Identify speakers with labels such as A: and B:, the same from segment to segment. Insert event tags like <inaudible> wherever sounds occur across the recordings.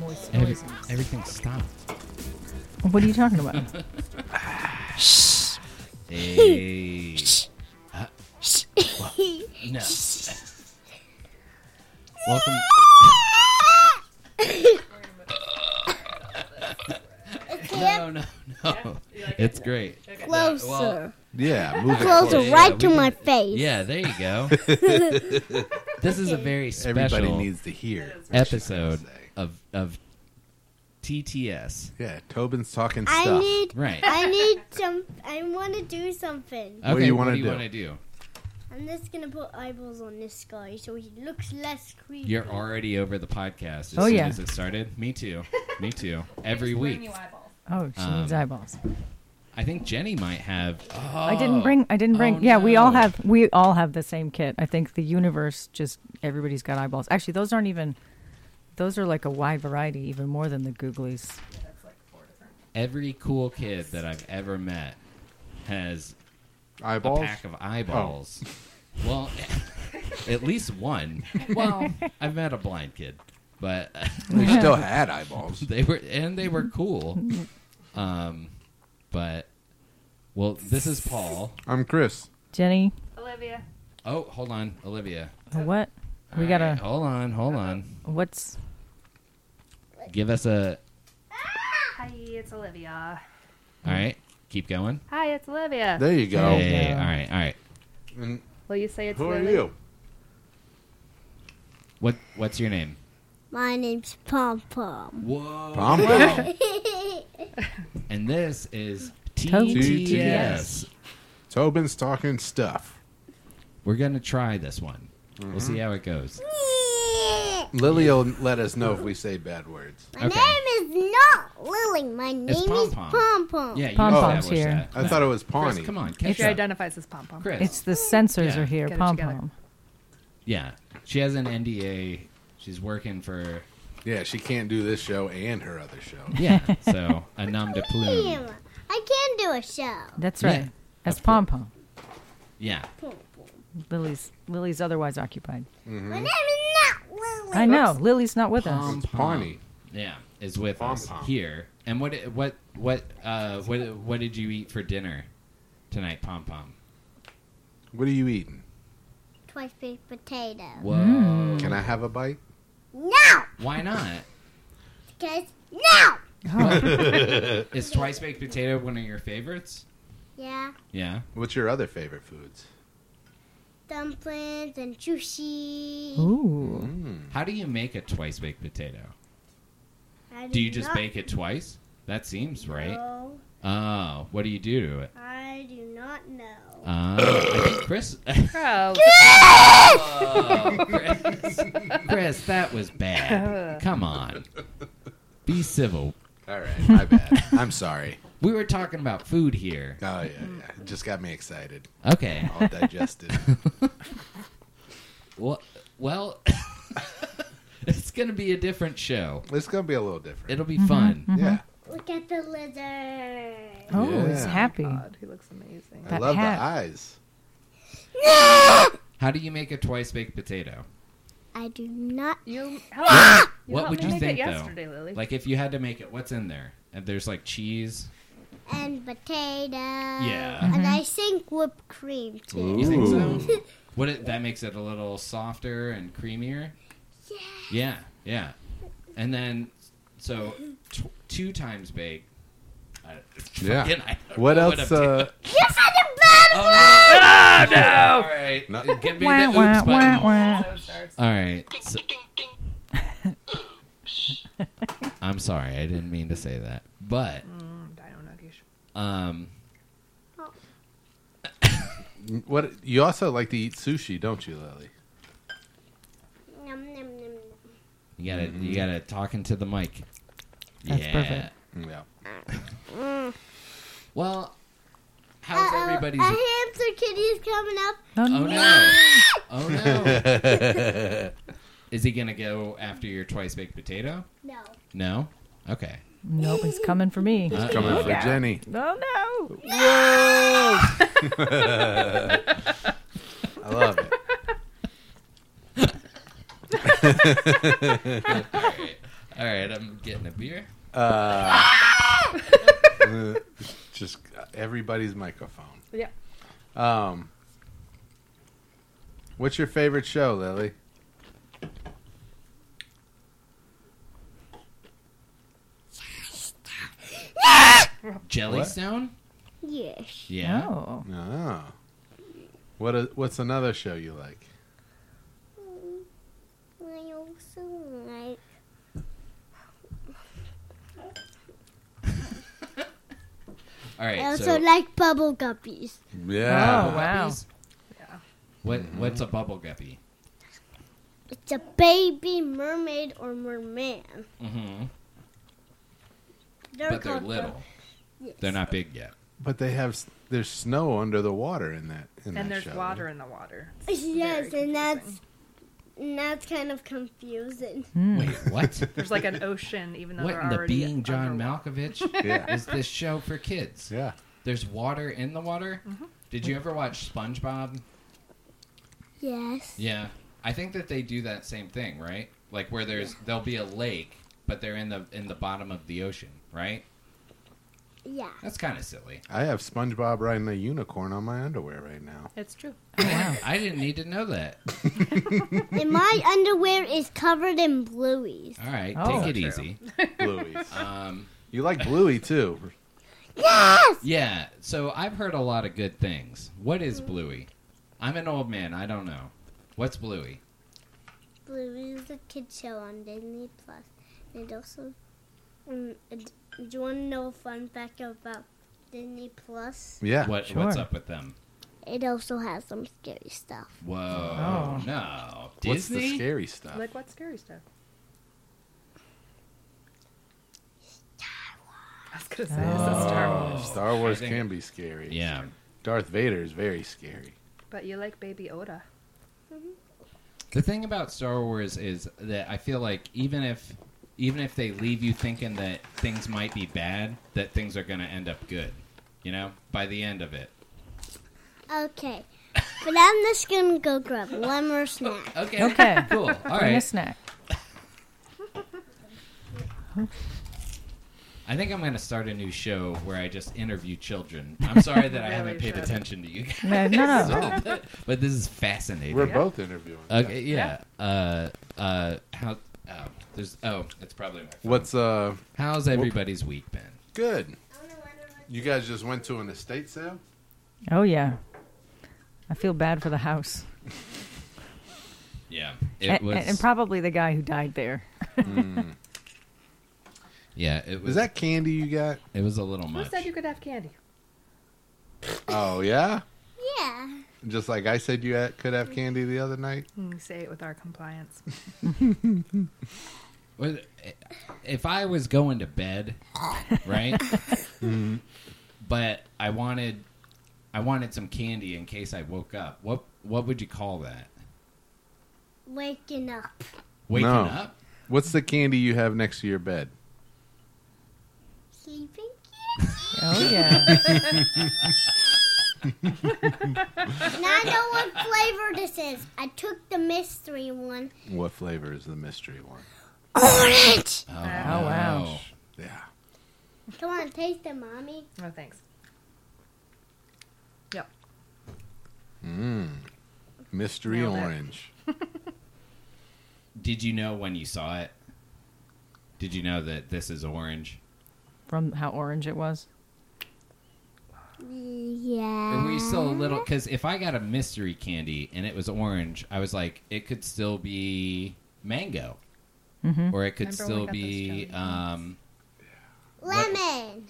A: Moist
B: Every,
A: noises.
B: everything stopped.
A: What are you talking about?
B: Hey. Huh? Well, no. Welcome. No, no, no. It's great.
C: Closer.
D: Yeah, move it.
C: Closer
B: yeah,
C: right
B: we
C: to
B: can-
C: my face.
B: Yeah, there you go. this is a very
D: Everybody
B: special
D: needs to hear. what she's gonna
B: episode
D: say.
B: of of TTS.
D: Yeah, Tobin's talking
C: I
D: stuff.
C: need.
B: Right. <laughs>
C: I need some. I want to do something.
D: What do
B: Okay,
D: you
B: what
D: wanna
B: do you
D: do?
B: want to do?
C: I'm just gonna put eyeballs on this guy so he looks less creepy.
B: You're already over the podcast as
A: Oh,
B: soon
A: yeah.
B: as it started. Me too. Me
A: <laughs>
B: too. Every week.
A: Oh, she needs
B: Um,
A: eyeballs.
B: I think Jenny might have.
A: I didn't bring. I didn't bring.
B: Oh,
A: yeah, we all
B: no.
A: have. We all have the same kit. I think the universe just everybody's got eyeballs. Actually, those aren't even. Those are like a wide variety, even more than the googlies.
B: Every cool kid that I've ever met has
D: Eyeballs.
B: a pack of eyeballs. <laughs> Well, at least one. Well, <laughs> I've met a blind kid, but <laughs>
D: We still had eyeballs.
B: they were and they were cool. Um, but well, this is Paul.
D: I'm Chris.
A: Jenny,
E: Olivia.
B: Oh, hold on, Olivia.
A: what? We
B: All
A: gotta.
B: right, hold on, hold on.
A: What's?
B: Give us a.
E: Hi, it's Olivia.
B: All right, keep going.
E: Hi, it's Olivia.
D: There you go.
A: Hey.
B: Hey,
A: go.
B: all right, all right.
D: And
E: Will you say it's
D: who are
E: Lily?
D: you?
B: What what's your name?
C: My name's Pom
B: <laughs>
C: Pom.
B: Whoa.
D: Pom
C: <laughs>
D: Pom.
B: And this is
A: Totes.
B: TTS.
D: Tobin's talking stuff.
B: We're gonna try this one. We'll see how it goes.
D: Lily will let us know if we say bad words.
C: My
B: Okay.
C: name is not Lily. My name is
B: Pom-Pom.
C: Pom Pom.
B: Yeah, you
A: Pom Pom's
B: established
A: here.
B: that.
D: I thought it was Pawnee.
B: Chris, come on,
E: If
B: catch
E: she
B: up.
E: identifies as Pom Pom.
B: Chris.
A: It's the sensors
B: Yeah.
A: are here.
E: Get it
A: Pom
E: together.
A: pom.
B: yeah, she has an NDA. She's working
A: <laughs>
B: for
D: Yeah, she can't do this show and her other show.
B: yeah. so a nom de plume.
C: Damn, I can do a show.
A: That's
B: Yeah,
A: right. That's
B: of
A: pom pom.
B: Yeah,
C: Pom Pom.
A: Lily's Lily's otherwise occupied.
B: Mm-hmm.
C: My name is not Lily.
A: I know. Lily's not with us.
B: Pom
D: It's Pawnee.
B: yeah, is with us
D: Pom-Pom.
B: here. And what what what uh what what did you eat for dinner tonight, Pom Pom?
D: What are you eating?
C: Twice baked potato.
B: Whoa,
A: Mm.
D: Can I have
C: <laughs>
D: a bite?
C: No,
B: why not?
C: because no.
B: Is twice baked potato one of your favorites?
C: Yeah,
B: Yeah.
D: What's your other favorite foods?
C: dumplings and sushi.
A: Ooh.
D: Hmm.
B: How do you make a twice baked potato?
C: I
B: Do you just
C: not
B: bake it twice? That seems right.
C: know.
B: Oh, what do you do to it?
C: I do not know.
B: Uh, I think Chris. <laughs>
E: Gross.
B: Oh, Chris. Chris, that was bad. Come on. Be civil.
D: All right, my bad. I'm sorry.
B: We were talking about food here.
D: Oh yeah, yeah. It just got me excited.
B: Okay. <laughs>
D: All digested.
B: Well, well <laughs> it's going to be a different show.
D: it's gonna be a little different.
B: It'll be fun.
D: yeah,
C: Look at the <laughs> lizard.
A: Oh, he's
D: Yeah.
A: happy.
B: Uh,
E: God, he looks amazing.
D: I
A: That
D: love
A: hat.
D: the eyes.
B: How do you make a twice baked potato?
C: I do not.
E: You helped, you
B: Ah! What
E: helped
B: would
E: me
B: you
E: make
B: think,
E: it
B: though?
E: yesterday, Lily.
B: Like, if you had to make it, what's in there? And there's like cheese.
C: And potato.
B: Yeah.
C: And I think whipped cream too.
B: You think so? What it, that makes it a little softer and creamier. Yeah, yeah. And then, so tw- two times baked. I-
D: Yeah.
B: Again, I don't
D: Ah. What
B: know
D: else?
B: I'm <laughs>
D: uh, Ah,
C: Yes, I did bad.
B: doing. All right,
D: No.
B: give me the
A: Wah,
B: oops
A: wah,
B: button.
A: wah, wah.
B: Ah! All right. so- <laughs> I'm sorry, I didn't mean to say that, but
E: Dino Nuggish.
B: um,
D: what you also like to eat sushi, don't you, Lily?
C: Nom, nom, nom, nom.
B: you gotta you gotta talk into the mic.
A: That's
B: yeah.
A: perfect.
D: Yeah.
B: Well, how's
C: Uh-oh,
B: everybody's?
C: A hamster kitty's coming up.
A: Oh,
B: Oh
A: no.
B: no! Oh no!
C: <laughs>
B: Is he gonna go after your twice baked potato?
C: No. <laughs>
B: No. Okay.
A: Nope, it's coming for me.
B: Uh,
D: Coming for
E: Yeah.
D: Jenny.
A: oh no!
D: <laughs> I love it.
B: All right. All right, I'm getting a beer.
D: Uh, <laughs> just everybody's microphone.
E: Yeah.
D: Um, what's your favorite show, Lily?
B: Jellystone?
C: Yes.
B: Yeah.
A: Oh,
D: No. What? A, what's another show you like?
C: I also like.
B: <laughs> All right.
C: I also
B: so
C: like bubble guppies.
A: Oh, wow.
B: puppies?
E: Yeah.
B: What what's a bubble guppy?
C: It's a baby mermaid or merman.
B: Mm-hmm.
C: They're
B: But they're
C: called
B: little.
C: bub- yes.
B: They're not big yet.
D: But they have s- there's snow under the water in that. In
E: And
D: that
E: there's
D: show,
E: water in the water.
C: Yes,
E: Very
C: and that's
E: confusing.
C: and that's kind of confusing.
B: Wait, what?
E: There's
B: <laughs>
E: like an ocean, even though
B: what
E: they're
B: in the
E: already
B: being John
E: underwater.
B: Malkovich
D: right? Yeah.
B: is this show for kids?
D: yeah.
B: There's water in the water. Did you ever watch SpongeBob?
C: Yes.
B: Yeah, I think that they do that same thing, right? Like where there's there'll be a lake, but they're in the in the bottom of the ocean, right?
C: Yeah.
B: That's kind of silly.
D: I have SpongeBob riding a unicorn on my underwear right now.
E: It's true.
D: Oh,
B: <laughs> I didn't need to know that.
C: and my underwear is covered in blueies.
B: All right,
A: Oh.
B: take it
D: True.
B: easy.
D: Bluey.
B: Um,
D: you like Bluey too?
C: Yes.
B: yeah, so I've heard a lot of good things. What is Bluey? I'm an old man. I don't know. What's Bluey?
C: Blueies is a kid show on Disney Plus, and it also. Um, it- do you want to know a fun fact about Disney Plus?
D: Yeah.
B: What what's
A: sure.
B: up with them?
C: It also has some scary stuff.
B: Whoa,
A: Oh.
B: no,
D: What's
B: Disney.
D: the scary
B: Ah.
D: stuff?
E: Like what scary stuff? I was gonna say, it's a Star Wars.
D: Star Wars
B: Oh. I think-
D: can be scary.
B: yeah,
D: Darth Vader is very scary.
E: But you like Baby Oda.
B: The thing about Star Wars is that I feel like even if even if they leave you thinking that things might be bad, that things are going to end up good, you know, by the end of it.
C: Okay, but I'm just gonna go grab one more snack. <laughs>
B: Okay.
A: Okay.
B: <laughs> Cool. All
A: bring a
B: right.
A: snack.
B: I think I'm going to start a new show where I just interview children. I'm sorry that I
E: Really
B: haven't paid
E: should.
B: attention to you guys, <laughs>
A: No, no, no.
B: but, but this is fascinating.
D: We're both interviewing.
B: okay. Yeah. Uh. Uh. How? Oh, there's. Oh, it's probably my. Phone.
D: What's uh
B: How's everybody's week been?
D: good? You guys just went to an estate sale?
A: <laughs> Oh yeah. I feel bad for the house,
B: Yeah.
A: and,
B: It was.
A: and probably the guy who died there.
B: yeah. It was.
D: Is that candy you got?
B: It was a little
E: Who
B: much.
E: said you could have candy?
D: Oh yeah.
C: Yeah.
D: Just like I said, you had- could have candy the other night.
E: Mm, say it with our compliance.
B: Well, if I was going to bed,
E: <laughs>
B: right? But I wanted, I wanted some candy in case I woke up. What what would you call that?
C: Waking up.
B: Waking
D: No.
B: up?
D: What's the candy you have next to your bed?
C: Sleeping cute.
B: <laughs>
A: Oh yeah.
C: and I know
A: <laughs>
C: what flavor this is. I took the mystery one.
D: What flavor is the mystery one?
C: Orange.
B: Oh,
A: wow.
B: no.
D: Yeah.
C: Come on, taste it, mommy.
E: No Oh, thanks.
D: Mmm. Mystery
E: Nailed it.
D: orange.
B: Did you know when you saw it? Did you know that this is orange?
A: From how orange it was.
B: Or
C: Yeah.
B: were you still a little? Because if I got a mystery candy and it was orange, I was like, it could still be mango,
A: Mm-hmm.
B: or it could
E: Remember
B: still
E: when we got
B: be
E: those jelly
B: um,
C: Lemon.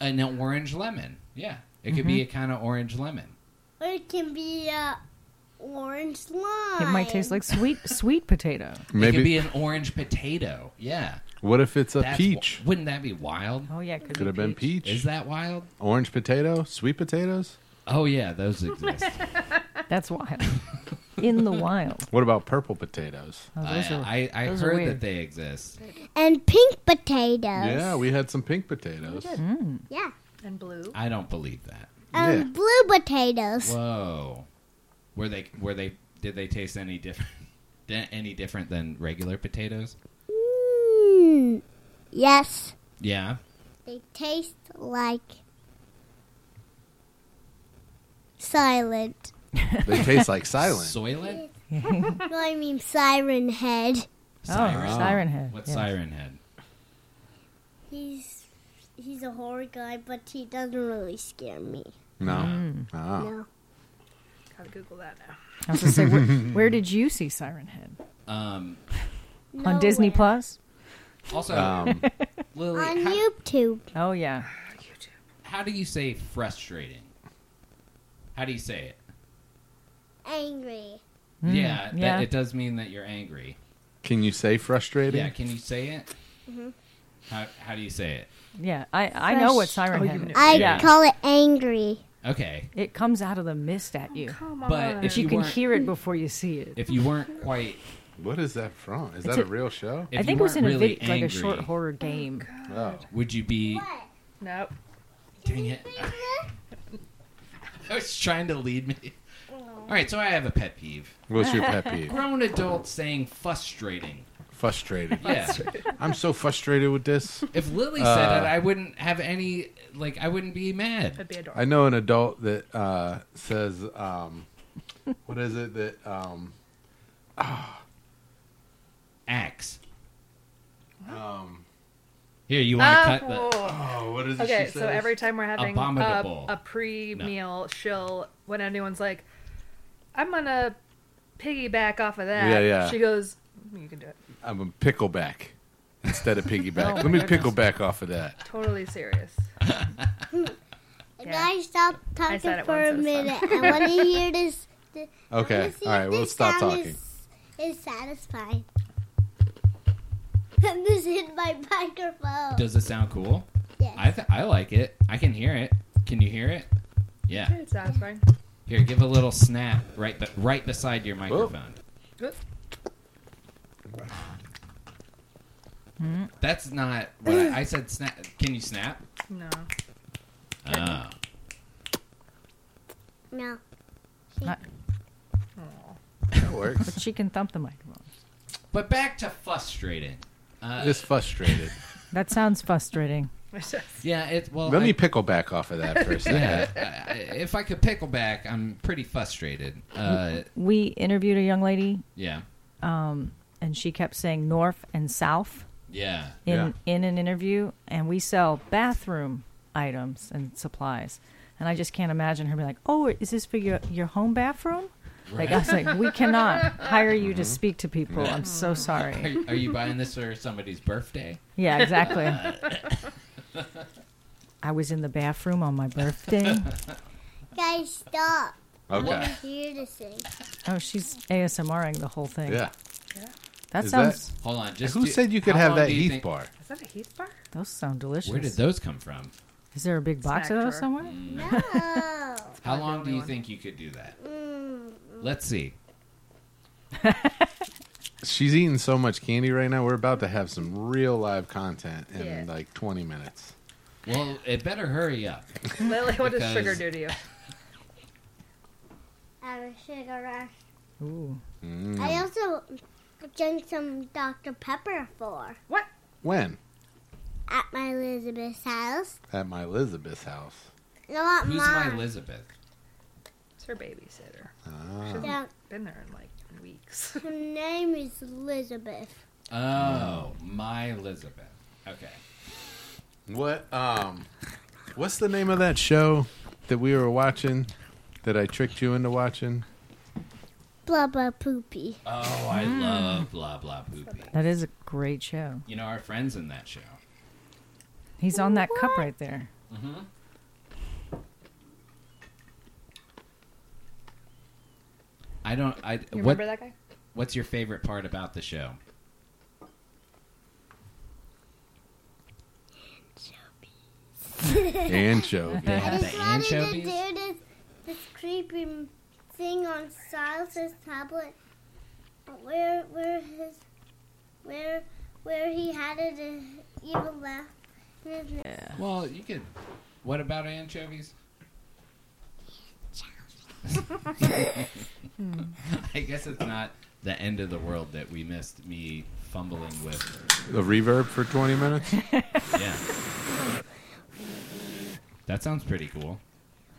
B: an orange lemon. Yeah, it could be a
D: Mm-hmm.
B: kind of orange lemon.
C: Or it can be uh, orange slime.
A: It might taste like sweet sweet potato.
B: It could
D: Maybe.
B: be an orange potato. Yeah.
D: what if it's a
B: That's
D: peach?
B: wi- wouldn't that be wild?
A: Oh yeah, could,
D: could have been peach.
B: Is that wild?
D: Orange potato? Sweet potatoes?
A: <laughs>
B: Oh yeah, those exist.
A: That's wild. in the wild.
D: What about purple potatoes?
A: Oh, those
B: I,
A: are,
B: I, I
A: those are
B: heard
A: weird.
B: that they exist.
C: And pink potatoes.
D: Yeah, we had some pink potatoes.
C: Yeah.
E: And blue.
B: I don't believe
A: <laughs>
B: that.
C: And
D: Yeah.
C: blue potatoes.
B: Whoa, were they were they did they taste any different <laughs> any different than regular potatoes?
C: Mm, yes.
B: Yeah,
C: They taste like silent.
D: They taste like silent.
E: <laughs>
B: Soylent.
C: <laughs> no, I mean siren head.
A: Oh, Siren Head,
B: What's
A: yes.
B: Siren Head?
C: He's he's a horror guy, but he doesn't really scare me.
D: no.
E: Mm.
D: Ah.
C: No.
E: Gotta Google that now.
A: I was gonna
B: <laughs>
A: say, where, where did you see Siren Head
B: Um,
A: on Disney
C: Nowhere.
A: Plus?
B: also,
D: Um,
B: Lily,
C: On
B: how,
C: YouTube.
A: Oh yeah,
E: YouTube.
B: how do you say frustrating? How do you say it?
C: Angry.
B: yeah,
A: Hmm, yeah.
B: That, it does mean that you're angry.
D: can you say frustrating?
B: Yeah, can you say it? How, how do you say it?
A: yeah. I, I know what
C: Fresh.
A: Siren
E: Oh, you
A: Head.
E: knew.
A: Is.
C: I
B: Yeah.
C: call it angry.
B: Okay,
A: It comes out of the mist at you,
E: Come on.
B: But if
A: but you
B: You
A: can
B: weren't-
A: hear it before you see it.
B: if you weren't quite,
D: What is that from? Is
A: It's
D: that a,
A: a-
D: real show?
B: if
A: I think
B: you
A: it was
B: weren't
A: in a
B: really
A: video, like a
B: angry,
A: short horror game.
D: Oh.
B: would you be?
E: Nope.
B: Dang it! <laughs> I was trying to lead me. All right, so I have a pet peeve.
D: What's your pet peeve?
E: <laughs>
B: Grown adults saying frustrating.
D: Frustrated.
B: Yeah.
D: I'm so frustrated with this.
B: If Lily
D: Uh,
B: said it, I wouldn't have any. Like, I wouldn't be
E: That'd
B: mad.
E: be adorable.
D: I know an adult that uh, says, um, "What is it that?" Um,
B: Axe.
D: um,
B: Here, you want to cut the.
E: Oh.
D: oh, what is it?
E: Okay,
D: she
E: so
D: says?
E: every time we're having a,
B: Abominable.
E: a pre-meal she'll when anyone's like, "I'm gonna piggyback off of that,"
D: Yeah, yeah.
E: she goes, "You can do it."
D: I'm a pickleback instead of
E: <laughs>
D: piggyback.
A: Oh,
D: Let me
A: goodness.
D: pickleback off of that.
E: Totally serious.
C: And
E: Yeah.
C: I stopped talking
E: I said it
C: for
E: once,
C: a
E: it was fun.
C: minute. I
E: <laughs>
C: want to hear this. th- I wanna
D: Okay,
C: see
D: all
C: if
D: right, we'll
C: this
D: stop
C: sound
D: talking.
C: Is, is satisfying. <laughs> this hit my microphone.
B: Does it sound cool?
C: yes.
B: I th- I like it. I can hear it. Can you hear it? Yeah.
E: It's satisfying.
B: Here, give a little snap right be- right beside your microphone. That's not what I, I said. Snap. Can you snap?
E: No, <laughs>
B: Ah.
C: no.
D: That works.
A: But she can thump the microphone.
B: But back to frustrating. Uh,
D: <laughs> Just frustrated.
A: That sounds frustrating.
E: it's just
B: yeah. It <laughs> well.
D: Let
B: I-
D: me pickleback off of that for a second.
B: <laughs> yeah. I- I- if I could pickle back, I'm pretty frustrated. Uh,
A: We interviewed a young lady,
B: yeah.
A: um, and she kept saying north and south
B: Yeah.
A: in
D: Yeah.
A: in an interview, and we sell bathroom items and supplies. And I just can't imagine her being like, "Oh, is this for your your home bathroom?" Like I was like, "We cannot hire you
B: Mm-hmm.
A: to speak to people. I'm so
B: Are, <laughs>
A: sorry."
B: are you buying this for somebody's birthday?
A: Yeah, exactly. I was in the bathroom on
B: <laughs>
A: my birthday.
C: Guys, stop. I want
D: Okay.
C: to hear this
D: <laughs>
C: thing.
A: Oh, she's ASMRing the whole thing.
D: Yeah.
A: that
D: Is
A: sounds.
B: Hold on. Just
D: Who
B: do-
D: said you could
B: how
D: have
B: long
D: that
B: do you
D: Heath
B: think-
D: bar?
E: is that a Heath bar?
A: Those sound delicious.
B: Where did those come from?
A: Is there a big box
E: Snack
A: of those
E: drawer.
A: somewhere?
B: Mm.
C: No.
B: How
E: the
B: long do
E: only
B: you
E: one.
B: think you could do that?
C: mm,
B: Let's see.
D: She's eating so much candy right now. We're about to have some real live content in
E: Yeah.
D: like 20 minutes.
B: Well, it better hurry up.
E: Lily, what does sugar
B: Because-
E: do to you?
C: I have a sugar rush.
A: Ooh.
D: Mm.
C: I also drank some Dr. Pepper for
D: When?
C: at my Elizabeth's house.
D: At my Elizabeth's house.
C: No, at
B: Who's my
C: mine.
B: Elizabeth?
E: It's her babysitter.
D: Ah.
E: She's
C: Yeah,
E: been there in like weeks. <laughs>
C: her name is Elizabeth.
B: Oh, my Elizabeth. Okay.
D: What? Um, what's the name of that show that we were watching? That I tricked you into watching?
C: Blah blah poopy.
B: Oh, I
E: Mm.
B: love blah blah poopy.
A: That is a great show.
B: You know our friends in that show.
A: He's on that cup right there. <laughs>
B: I don't. I
E: You
B: what?
E: remember that guy?
B: What's your favorite part about the show?
D: Anchovies.
B: They
C: I
B: have
C: just
B: the
C: <laughs> wanted
B: <laughs>
C: to
B: anchovies.
C: do this, this creepy m- thing on Silas's tablet where where his where where he had it uh, is evil laugh. in his mouth.
B: Well, you could. What about
E: <laughs>
B: anchovies? <laughs> I guess it's not the end of the world that we missed me fumbling with.
D: The reverb for 20 minutes?
B: Yeah. That sounds pretty cool.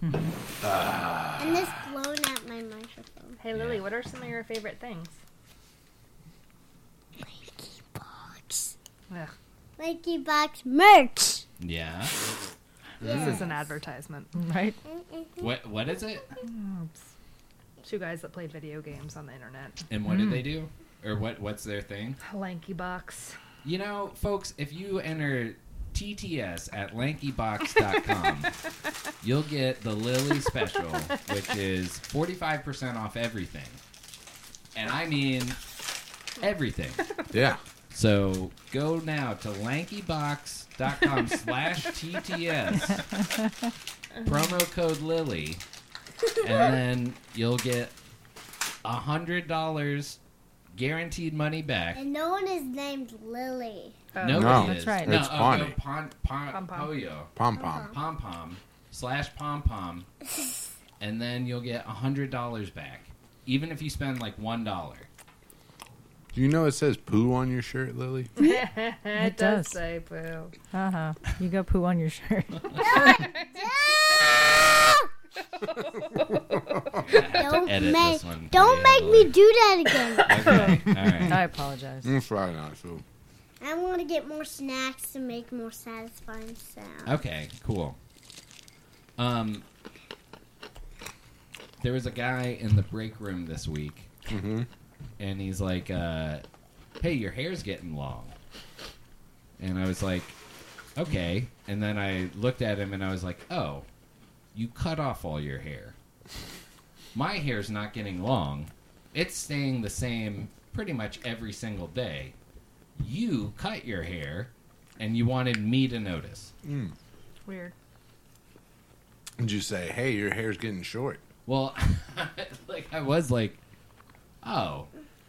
C: And this blown at my microphone.
E: Hey, Lily, what are some of your favorite things? Ugh,
C: Lanky Box merch.
B: Yeah.
E: this is an advertisement.
A: right?
C: Mm-hmm.
B: What What is it?
E: Two guys that play video games on the internet.
B: And what do they do? Or what What's their thing?
E: Lanky box.
B: You know, folks, if you enter TTS at lankybox.com, you'll get the Lily special, which is 45% off everything. And I mean everything.
D: Yeah.
B: So go now to
E: <laughs>
B: lankybox.com slash TTS, promo code Lily,
E: <laughs>
B: and then you'll get $100 guaranteed money back.
C: And no one is named
E: <laughs>
C: Lily.
E: Oh,
B: Nobody
D: No.
B: is.
A: That's right.
B: No,
D: It's
B: oh,
D: Pawnee.
B: no, pon, pon,
E: Pom pom.
B: Poyo.
D: Pom pom.
B: Pom pom slash pom
E: <laughs>
B: pom, and then you'll get a hundred dollars back, even if you spend like one
E: <laughs>
B: dollar.
D: Do you know it says poo on your shirt, Lily?
E: it does.
A: does.
E: say poo.
A: Uh
B: Uh-huh.
A: huh. You go poo on your
B: <laughs>
A: shirt.
C: Don't
B: edit
C: make
B: this one.
C: don't
B: pretty
C: make me
B: heavily.
C: do that again.
B: Okay, all right.
A: I apologize.
D: Mm, It's probably not so.
C: I want to get more snacks to make more satisfying sounds.
B: Okay, cool. Um, there was a guy in the break room this week, and he's like, uh, "Hey, your hair's getting long," and I was like, "Okay." And then I looked at him and I was like, "Oh, you cut off all your hair. My hair's not getting long; it's staying the same pretty much every single day. You cut your hair." And you wanted me to notice.
E: Weird.
D: And you say, hey, your hair's getting short.
B: Well, <laughs> like I was like, "Oh,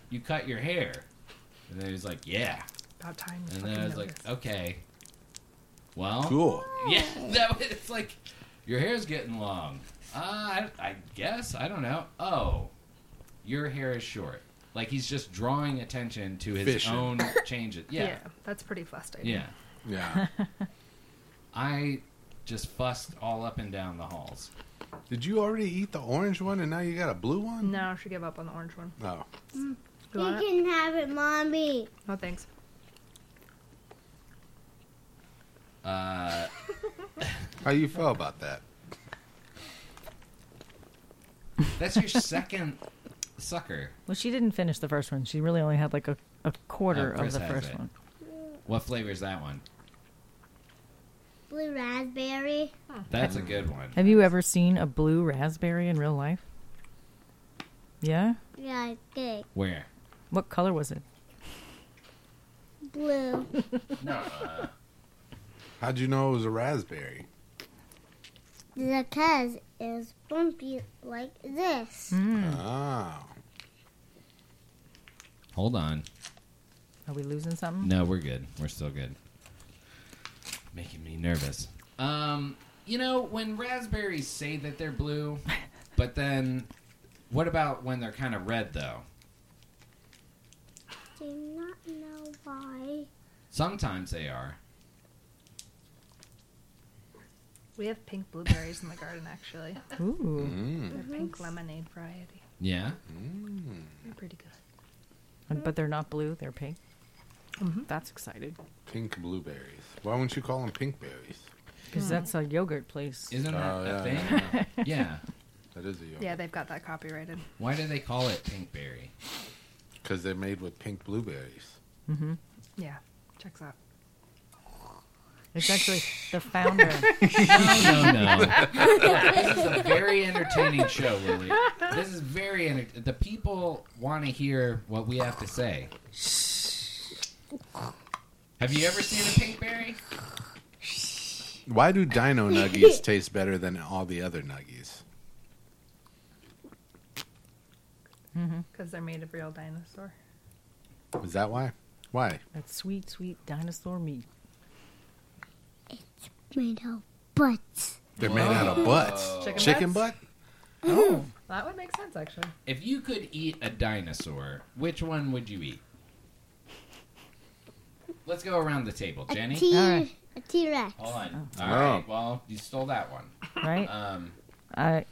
B: you cut your hair," and then he was like, "Yeah,"
E: About time. you
B: and then I
E: fucking
B: was like, oh,
E: noticed.
B: "Okay, well,
D: Cool.
B: <laughs> yeah." That was it's like your hair's getting long. Uh, I, I guess I don't know. Oh, your hair is short. Like he's just drawing attention to his
D: Fishing. <laughs>
B: own changes.
E: yeah.
B: Yeah,
E: that's pretty frustrating.
B: yeah.
D: Yeah.
B: I just fussed all up and down the halls.
D: <laughs> Did you already eat the orange one and now you got a blue one? Oh.
E: No, I should give up on the orange one.
D: No.
E: You
C: You
E: want it?
C: can have it, mommy.
E: No, thanks.
B: Uh,
D: How you feel about that?
B: that's your second sucker.
A: Well, she didn't finish the first one. She really only had like a, a quarter
B: Oh,
A: of
B: Chris
A: the
B: has
A: first
B: it.
A: one.
B: What flavor is that one?
C: Blue raspberry.
B: That's a good one.
A: Have you ever seen a blue raspberry in real life? Yeah?
C: Yeah, big.
B: Where?
A: What color was it?
C: Blue.
B: No.
D: How'd you know it was a raspberry?
C: Because it's bumpy like this.
E: Hmm?
D: Oh.
B: Hold on.
A: Are we losing something?
B: No, we're good. We're still good. Making me nervous. Um, you know when raspberries say that they're <laughs> blue, but then what about when they're kind of red though?
C: Do not know why.
B: Sometimes they are.
E: We have pink blueberries in the garden, actually.
A: Ooh.
D: Hmm,
E: They're pink lemonade variety.
B: Yeah.
E: They're pretty good.
A: But they're not blue, they're pink. Mm-hmm. That's exciting.
D: Pink blueberries. Why wouldn't you call them pink berries?
A: Because
B: Hmm.
A: that's a yogurt place.
B: Isn't that
D: Oh,
B: a
D: yeah,
B: thing? <laughs> Yeah.
D: That is a yogurt.
E: Yeah, they've got that copyrighted.
B: Why do they call it pinkberry?
D: Because they're made with pink blueberries.
A: Mm-hmm.
E: Yeah, checks out.
A: It's actually the founder.
B: <laughs> No, no. this is a very entertaining show, Lily. This is very enter- the people want to hear what we have to say. Have you ever seen a pinkberry?
D: Why do
E: <laughs>
D: dino nuggies taste better than all the other nuggies?
E: because they're made of real dinosaur.
D: Is that why? Why?
A: That sweet, sweet dinosaur meat.
C: Made out butts.
D: They're made out of butts.
E: Chicken
D: Chicken butt?
E: butts? That would make sense actually.
B: If you could eat a dinosaur, which one would you eat? Let's go around the table,
C: A
B: Jenny.
C: T.
A: Alright.
C: A T Rex.
B: Hold on. All
D: Oh.
B: right. Well, you stole that one.
A: Right? <laughs>
B: Um,
A: I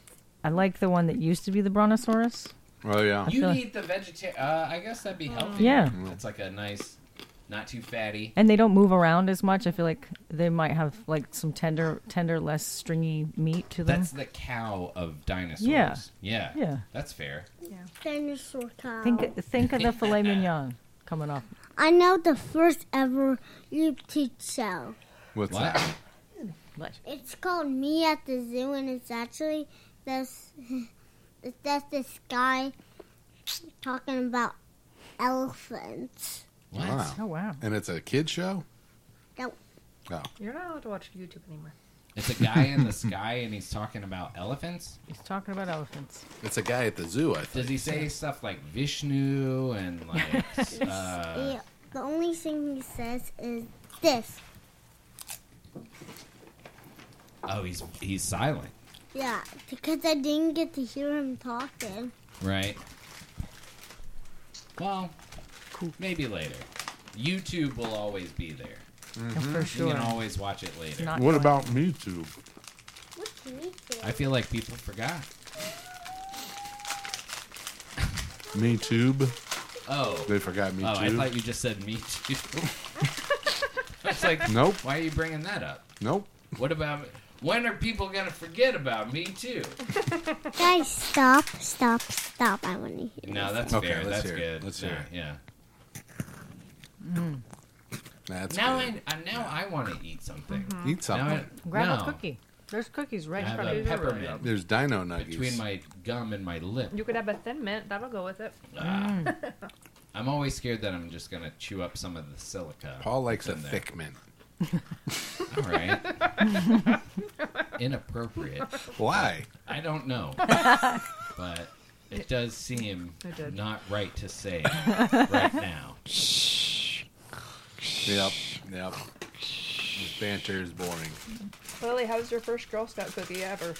A: I like the one that used to be the brontosaurus.
D: Oh yeah.
B: you
A: feel-
B: need the vegetarian. Uh, I guess that'd be healthy.
A: Yeah.
B: It's like a nice, not too fatty.
A: And they don't move around as much. I feel like they might have like some tender tender, less stringy meat to them.
B: That's the cow of dinosaurs.
A: Yeah.
B: Yeah.
A: Yeah.
B: That's fair.
C: Dinosaur cow.
A: Think
B: <laughs>
A: think of the filet mignon coming up.
C: I know the first ever YouTube show.
D: What's
B: What?
D: that?
C: It's called Me at the Zoo, and it's actually this. <laughs> It's just this guy talking about elephants.
B: What?
D: Wow.
A: Oh wow.
D: And it's a kid show?
C: No.
D: Oh.
E: You're not allowed to watch YouTube anymore.
B: It's a guy in the sky and he's talking about elephants.
A: He's talking about elephants.
D: It's a guy at the zoo, I think.
B: Does he say stuff like Vishnu and
A: <laughs>
B: like? uh,
C: Yeah, the only thing he says is this.
B: oh, he's he's silent,
C: Yeah, because I didn't get to hear him talking.
B: right? Well, maybe later. YouTube will always be there.
A: For
B: You
A: sure.
B: can always watch it later.
A: Not
D: What
A: going-
D: about YouTube?
C: What can we do?
B: I feel like people forgot.
D: Me tube?
B: Oh,
D: They forgot me
B: oh, I
D: too.
B: thought you just said me
A: <laughs>
B: too. <laughs> it's like,
D: Nope.
B: why are you bringing that up?
D: Nope.
B: What about when are people gonna forget about me too?
C: Guys, stop, stop, stop. I want to hear.
B: No, that's
D: Okay,
B: fair.
D: let's
B: That's
D: hear it.
B: good.
D: Let's hear
B: Yeah,
D: it.
B: Yeah.
D: That's
B: Now
D: good.
B: I uh, now I want to eat something.
D: eat
B: Now
D: something.
B: I,
A: Grab
B: no.
A: a cookie. There's cookies right
B: I
A: in
B: have
A: front of
B: a
A: you.
B: peppermint
D: There's dino nuggies.
B: between my gum and my lip.
E: You could have a thin mint. That'll go with it.
B: Ah. I'm always scared that I'm just gonna chew up some of the silica.
D: Paul likes a
B: in there.
D: thick mint.
B: All right. Inappropriate.
D: Why?
B: I don't know, but it does seem
E: It did.
B: not right to say right now.
D: Yep. Yep. This banter is boring.
E: Lily, how's your first Girl Scout cookie ever?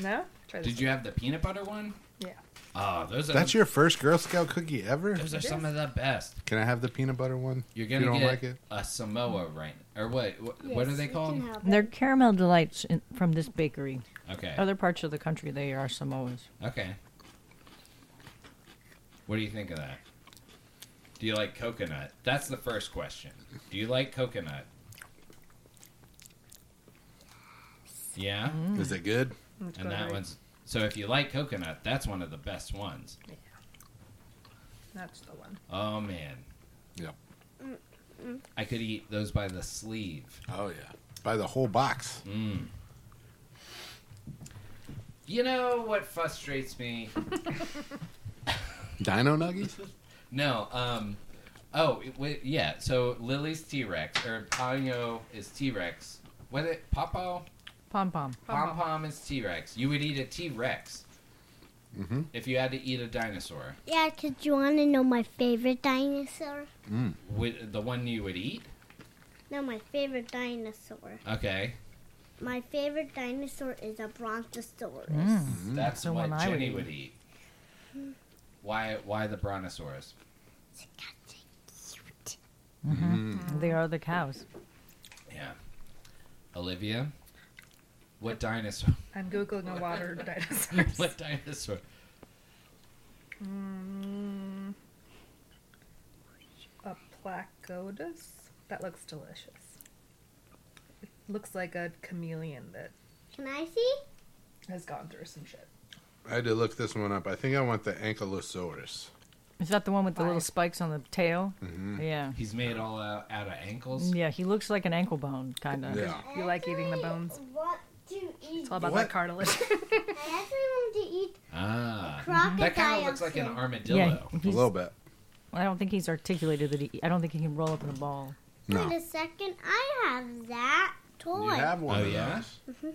E: No? Try this.
B: Did you have the peanut butter one?
E: Yeah.
B: Oh, those are
D: That's
B: the,
D: your first Girl Scout cookie ever?
B: those are
E: It
B: some
E: is.
B: of the best.
D: Can I have the peanut butter one?
B: You're
D: If
B: gonna
D: you don't
B: get
D: like it?
B: a Samoa right or what? What, what are
C: Yes,
B: they
C: we can
B: called?
C: have
A: They're
C: it.
A: caramel delights in, from this bakery.
B: Okay.
A: Other parts of the country, they are Samoas.
B: Okay. What do you think of that? Do you like coconut? That's the first question. Do you like coconut? Yeah.
A: Mm.
D: Is it good?
E: Mm, Let's go
B: And that
E: right.
B: one's so if you like coconut, that's one of the best ones.
E: That's the one.
B: Oh man.
D: Yep.
C: Mm,
B: I could eat those by the sleeve.
D: Oh yeah. By the whole box.
B: Mm. You know what frustrates me?
D: Dino nuggies?
B: No. Um. Oh, it, wait, yeah. So Lily's T Rex or Ponyo is T Rex. What it? Popo?
A: Pom pom.
B: Pom Pom is T Rex. You would eat a T Rex
D: Mhm.
B: if you had to eat a dinosaur.
C: Yeah, because you want to know my favorite dinosaur?
B: Would the one you would eat?
C: No, my favorite dinosaur.
B: Okay,
C: My favorite dinosaur is a brontosaurus.
B: that's
A: the
B: what
A: one I would
B: Jenny
A: eat.
B: would eat. Why? Why the brontosaurus?
C: Cute.
A: Mm-hmm.
D: Mm.
A: They are the cows.
B: Yeah. Olivia, what dinosaur? <laughs>
E: I'm googling a water dinosaur.
B: what dinosaur?
E: Mm, a placodes. That looks delicious. It looks like a chameleon that
C: Can I see?
E: has gone through some shit.
D: I had to look this one up. I think I want the ankylosaurus. Mm-hmm.
A: Is that the one with the little
E: Five.
A: spikes on the tail?
B: Mm.
A: Yeah.
B: He's made all out, out of ankles.
A: Yeah, he looks like an ankle bone, kind of.
D: Yeah.
E: You like eating the bones?
C: want to eat.
E: It's all about
D: What?
E: that cartilage.
C: I actually want to eat
B: Ah,
C: crocodile.
B: that kind of looks like an
C: soup.
B: armadillo.
A: Yeah,
D: A
A: he's,
D: little bit.
A: I don't think he's articulated that he. I don't think he can roll up in a ball.
C: Wait a second, I have that toy.
D: You have one
B: Oh,
D: of
B: yeah?
D: those.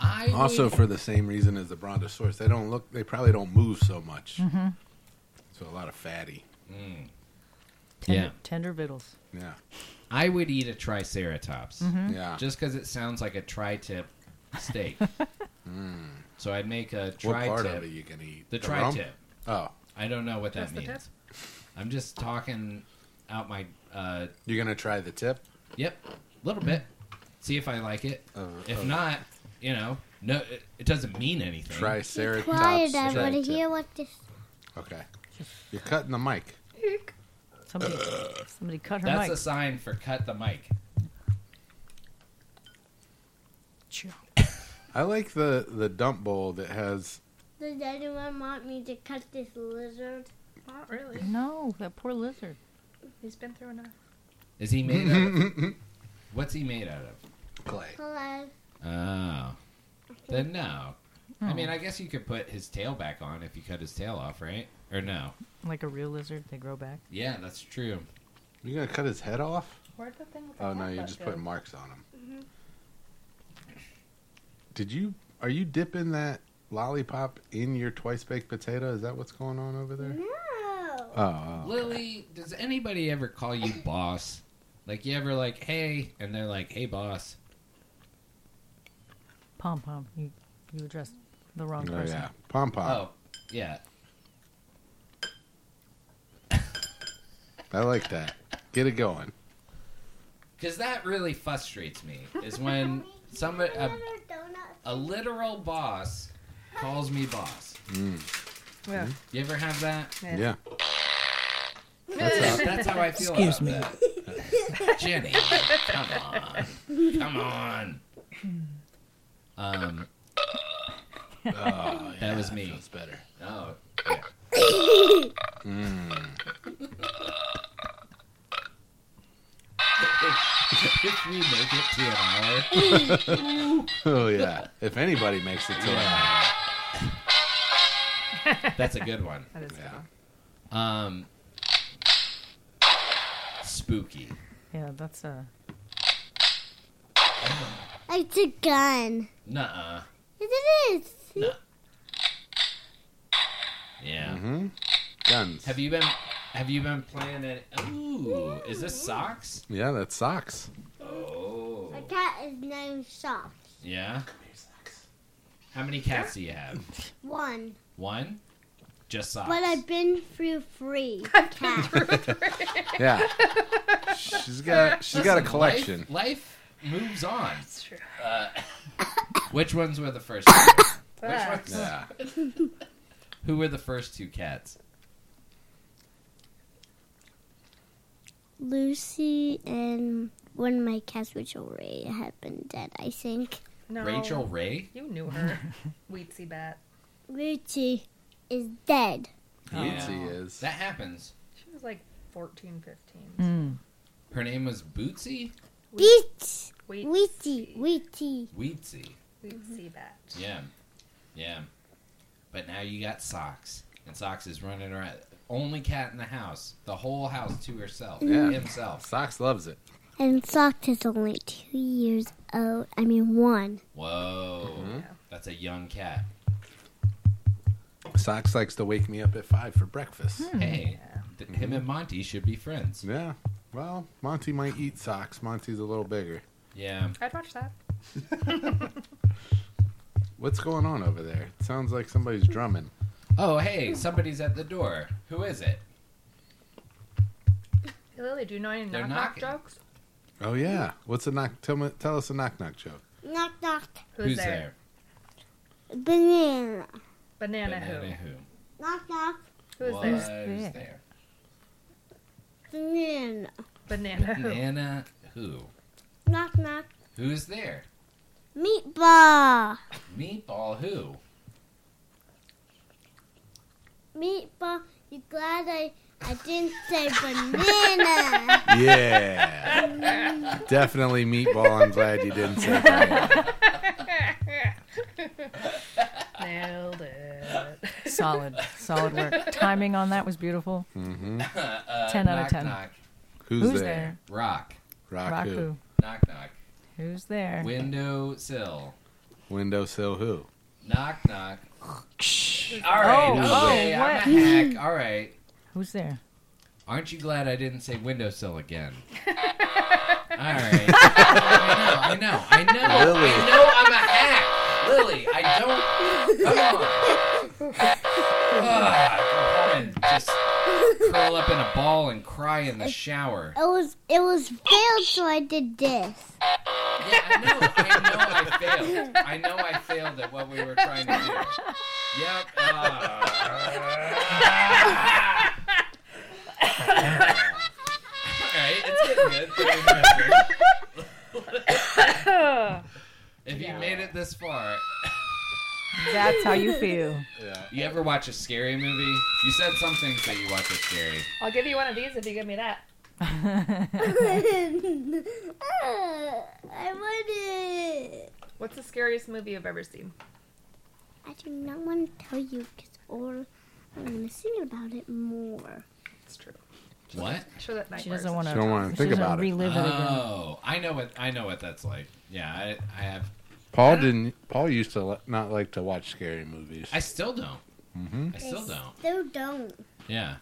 B: I
D: Also
B: would-
D: for the same reason as the brontosaurus, they don't look. They probably don't move so
C: Hmm.
D: much.
B: Mm-hmm.
D: So a lot of fatty.
B: Mm.
A: Tender,
B: Yeah.
A: tender vittles.
D: Yeah.
B: I would eat a triceratops
E: Mm-hmm.
C: Hmm.
D: Yeah.
B: just because it sounds like a tri-tip
E: <laughs>
B: steak.
E: Mm.
B: So I'd make a
D: what part
B: tri-tip.
D: of it you can eat?
B: the
D: rump?
B: tri-tip.
D: Oh,
B: I don't know what that
E: Just the
B: means. I'm just talking out my. Uh,
D: you're gonna try the tip.
B: yep, little bit. See if I like it.
D: Of-
B: if
D: of-
B: not, you know, no, it, it doesn't mean anything.
D: Triceratops.
C: Quiet, I want to
D: tri-tip.
C: hear what this.
D: Okay. You're cutting the mic.
E: Eek.
A: Somebody,
D: Uh.
A: somebody cut her
B: That's
A: mic.
B: a sign for cut the mic.
A: Chew.
D: I like the the dump bowl
C: <laughs>
D: that has.
C: Does anyone want me to cut this lizard?
E: <laughs> Not really.
A: No, that poor lizard.
E: He's been through enough.
B: Is he made out
D: <laughs>
B: of? What's he made out of?
D: Clay.
C: Hello.
B: Oh, then no. I mean, I guess you could put his tail back on if you cut his tail off, right? Or no?
A: Like a real lizard, they grow back.
B: Yeah, that's true.
D: You gonna cut his head off?
E: Where'd the thing with the
D: Oh no,
E: cat
D: you're
E: butt
D: just
E: go?
D: putting marks on him. Did you? Are you dipping that lollipop in your twice baked potato? Is that what's going on over
C: Mm-hmm.
D: there?
C: No.
D: Oh, oh.
B: Lily, does anybody ever call you boss? Like you ever like, hey, and they're like, hey, boss.
A: Pom pom, you, you addressed the wrong
D: Oh,
A: person.
D: yeah. Pom pom.
B: Oh, yeah. Oh.
D: I like that. Get it going.
B: Because that really frustrates me is when some a,
C: Another donut.
B: a literal boss calls me boss.
E: Yeah.
B: You ever have that?
D: Yeah. <laughs>
B: That's, that's how I feel. Excuse me, <laughs> Jenny. Come on, come on. Um,
D: Oh,
B: that was me.
D: That's better.
B: Oh, Mm. <laughs> if we make it to an hour,
D: Oh yeah. if anybody makes it to yeah.
B: that's a good one.
E: That is good.
D: Yeah.
B: Um, spooky.
A: Yeah, that's a.
C: It's a gun.
B: Nuh-uh.
C: Yes, it is. See?
B: No. Yeah.
D: hmm guns.
B: Have you been? Have you been playing it? Ooh, is this socks?
D: yeah, that's socks.
B: Oh,
C: My cat is named Soft.
B: yeah. How many cats do you have?
C: One.
B: One. Just socks.
C: But I've been through three.
D: Yeah. she's got she's got a collection.
B: Life, life moves on.
E: That's true.
B: Which ones were the first? two? Which
E: Ah,
B: ones?
D: Yeah.
B: Who were the first two cats?
C: Lucy and one of my cats, which already had been dead, I think.
E: no.
B: Rachel Ray.
E: You knew her. Wheatsy Bat.
C: Lucy is dead.
D: Yes, he is.
B: Oh, That happens.
E: She was like 14, 15.
A: Mm.
B: Her name was Bootsy.
C: Beat!
E: Wheat,
C: Wheaty, Wheaty.
B: Weetsy.
A: Mm-hmm.
E: Wheatsy Bat.
B: Yeah, yeah. But now you got socks, and socks is running around. Only cat in the house, the whole house to herself,
D: Yeah.
B: himself.
D: Socks loves it.
C: And Soft is only two years old. I mean, one.
B: Whoa,
D: Mm-hmm.
B: that's a young cat.
D: Socks likes to wake me up at five for breakfast.
B: Hmm. Hey, th- him and Monty should be friends.
D: Yeah. Well, Monty might eat socks. Monty's a little bigger.
B: Yeah,
E: I'd watch that.
D: What's going on over there? It sounds like somebody's drumming.
B: Oh, hey, somebody's at the door. Who is it?
E: Hey, Lily, do you know any
B: They're
E: knock
B: knocking.
E: knock jokes?
D: Oh yeah. What's a knock? Tell, me, tell us a knock knock joke.
C: Knock, knock.
B: Who's there?
C: Banana.
E: Banana,
B: Banana
C: Knock, knock.
E: who? Who's
B: Who's
E: there?
A: there?
B: there?
C: Banana.
E: Banana who?
B: Banana who?
C: Knock, knock.
B: Who's there?
C: Meatball.
B: Meatball who?
C: Meatball. You glad I, I didn't say banana?
D: Yeah. Definitely meatball. I'm glad you didn't say that.
E: <laughs> Nailed it. <laughs>
A: Solid, solid work. Timing on that was beautiful.
D: hmm
A: Ten out
B: Uh, knock,
A: of ten.
B: Knock.
D: Who's,
A: Who's
D: there?
A: there?
B: Rock.
D: Raku.
A: Raku.
B: Knock knock.
A: Who's there?
B: Window sill.
D: Windowsill who?
B: Knock knock. All right.
A: Oh,
B: okay,
A: oh,
B: I'm a
A: <laughs>
B: hack. All right.
A: Who's there?
B: Aren't you glad I didn't say windowsill
A: <laughs>
B: again? All right. I know. I know. I know.
D: Lily.
B: I know I'm a hack. Lily, I don't. Come on.
A: <laughs>
B: Ah, come on. Just curl up in a ball and cry in the shower.
C: It was it was failed, so I did this.
B: Yeah, I know. I know I failed. I know I failed at what we were trying to do. Yep. uh. Ah. All right, it's getting good. Thirty minutes in. if you made it this far,
A: That's how you
B: <laughs>
A: feel.
B: you ever watch a scary movie? You said some things that you watch are scary.
E: I'll give you one of these if you give me that.
C: I want it.
E: What's the scariest movie you've ever seen?
C: I do not want to tell you because or I'm gonna sing about it more.
E: It's true.
B: What?
E: Sure that night.
A: She doesn't want to.
D: She don't wanna think about it.
A: relive it. again.
B: Oh, I know what I know what that's like. Yeah, I, I have.
D: Paul didn't. Paul used to li- not like to watch scary movies.
B: I still don't.
D: Mm-hmm.
B: I still don't.
C: Still don't.
B: Yeah.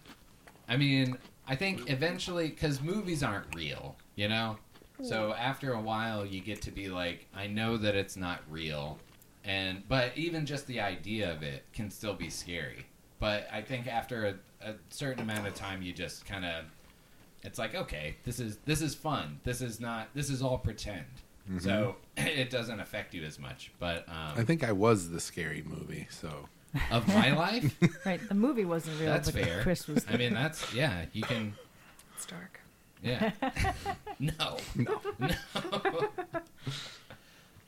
B: I mean, I think eventually, because movies aren't real, you know? So after a while, you get to be like, I know that it's not real. And, but even just the idea of it can still be scary. But I think after a, a certain amount of time, you just kind of, it's like, okay, this is, this is fun. This is not, this is all pretend. So <laughs> it doesn't affect you as much. But,
D: Mm-hmm. I
B: um,
D: think I was the scary movie. So
B: of my life,
A: Right, the movie wasn't real,
B: That's
A: but
B: fair.
A: Chris
B: <laughs>
A: was.
B: I mean, that's, yeah, you can,
E: It's dark. <laughs>
B: Yeah. no. No. No.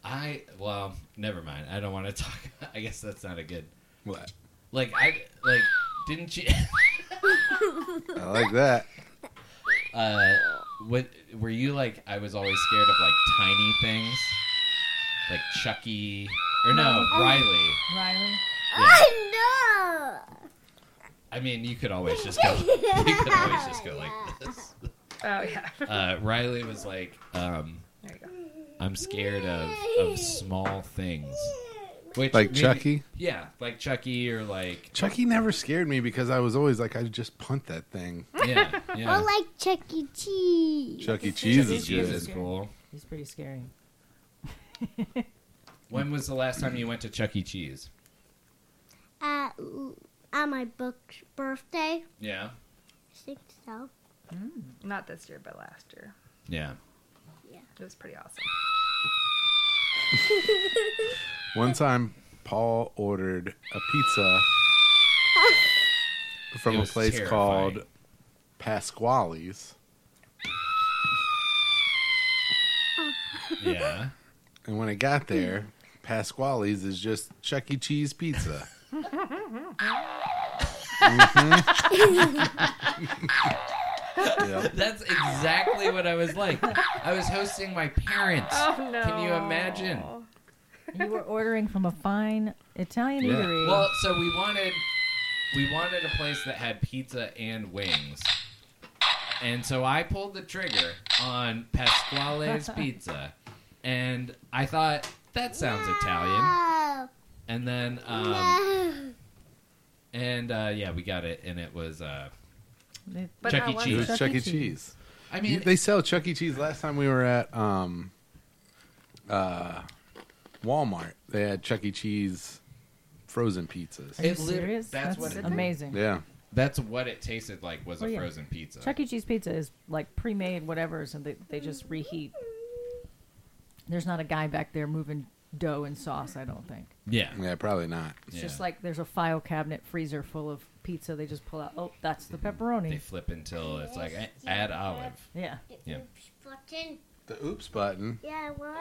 B: I well, never mind. I don't want to talk. <laughs> I guess that's not a good.
D: what?
B: Like I like didn't you <laughs>
D: I like that.
B: uh what were you like I was always scared of like tiny things? Like Chucky or no, Riley.
A: Riley.
C: I know.
B: I mean, you could always just
E: <laughs>
B: go <laughs> you could always just go
C: <laughs>
B: like this.
E: Oh yeah. <laughs>
B: Uh Riley was like um
E: There you go.
B: I'm scared of of small things. Which
D: Like
B: maybe-
D: Chucky.
B: Yeah, like Chucky or
D: <laughs>
B: like
D: Chucky never scared me because I was always like, I just punt that thing.
B: yeah,
C: I
B: yeah.
C: like Chuck E. Cheese.
D: Chuck E.
A: Cheese is
D: Cheese is
B: Chucky
A: good.
B: is cool.
A: He's pretty scary.
B: When was the last time you went to Chuck E. Cheese?
C: Uh, on my book birthday,
B: Yeah,
C: I think so.
E: Not this year, but last year.
B: yeah.
E: It was pretty awesome.
D: One time, Paul ordered a pizza from
B: It
D: a
B: was
D: place
B: terrifying.
D: called Pasquale's,
B: Yeah.
D: and when I got there, Pasquale's is just Chuck E. Cheese pizza. Mm-hmm. <laughs> Mhm. Yep.
B: <laughs> That's exactly what I was like. I was hosting my parents.
E: Oh no.
B: Can you imagine?
A: You were ordering from a fine Italian
D: Yeah.
A: eatery.
B: Well, so we wanted we wanted a place that had pizza and wings. And so I pulled the trigger on Pasquale's Pizza. And I thought that sounds Italian.
C: Oh,
B: And then um,
C: no.
B: And uh, yeah, we got it, and it was. Uh,
A: They-
E: But
B: Chuck
E: not
B: E.
E: one
D: It
B: Cheese.
D: was
A: Chuck
D: Chuck
A: E.
D: E.
A: Cheese.
D: Cheese.
B: I
D: You-
B: mean,
D: they sell Chuck E. Cheese. Last time we were at um, uh, Walmart, they had Chuck E. Cheese frozen pizzas.
A: Are you
B: It lit-
A: serious?
B: that's what it-
A: amazing.
D: Yeah,
B: that's what it tasted like was a
A: Oh, yeah.
B: frozen pizza.
A: Chuck E. Cheese pizza is like pre-made whatever, so they, they just reheat. There's not a guy back there moving dough and sauce, I don't think.
B: yeah,
D: yeah, probably not.
A: It's just like there's a file cabinet freezer full of pizza. They just pull out, oh, that's the pepperoni.
B: they flip until it's like eh, add olive.
A: yeah.
B: Yeah.
C: Oops button.
D: The oops button.
C: Yeah, I want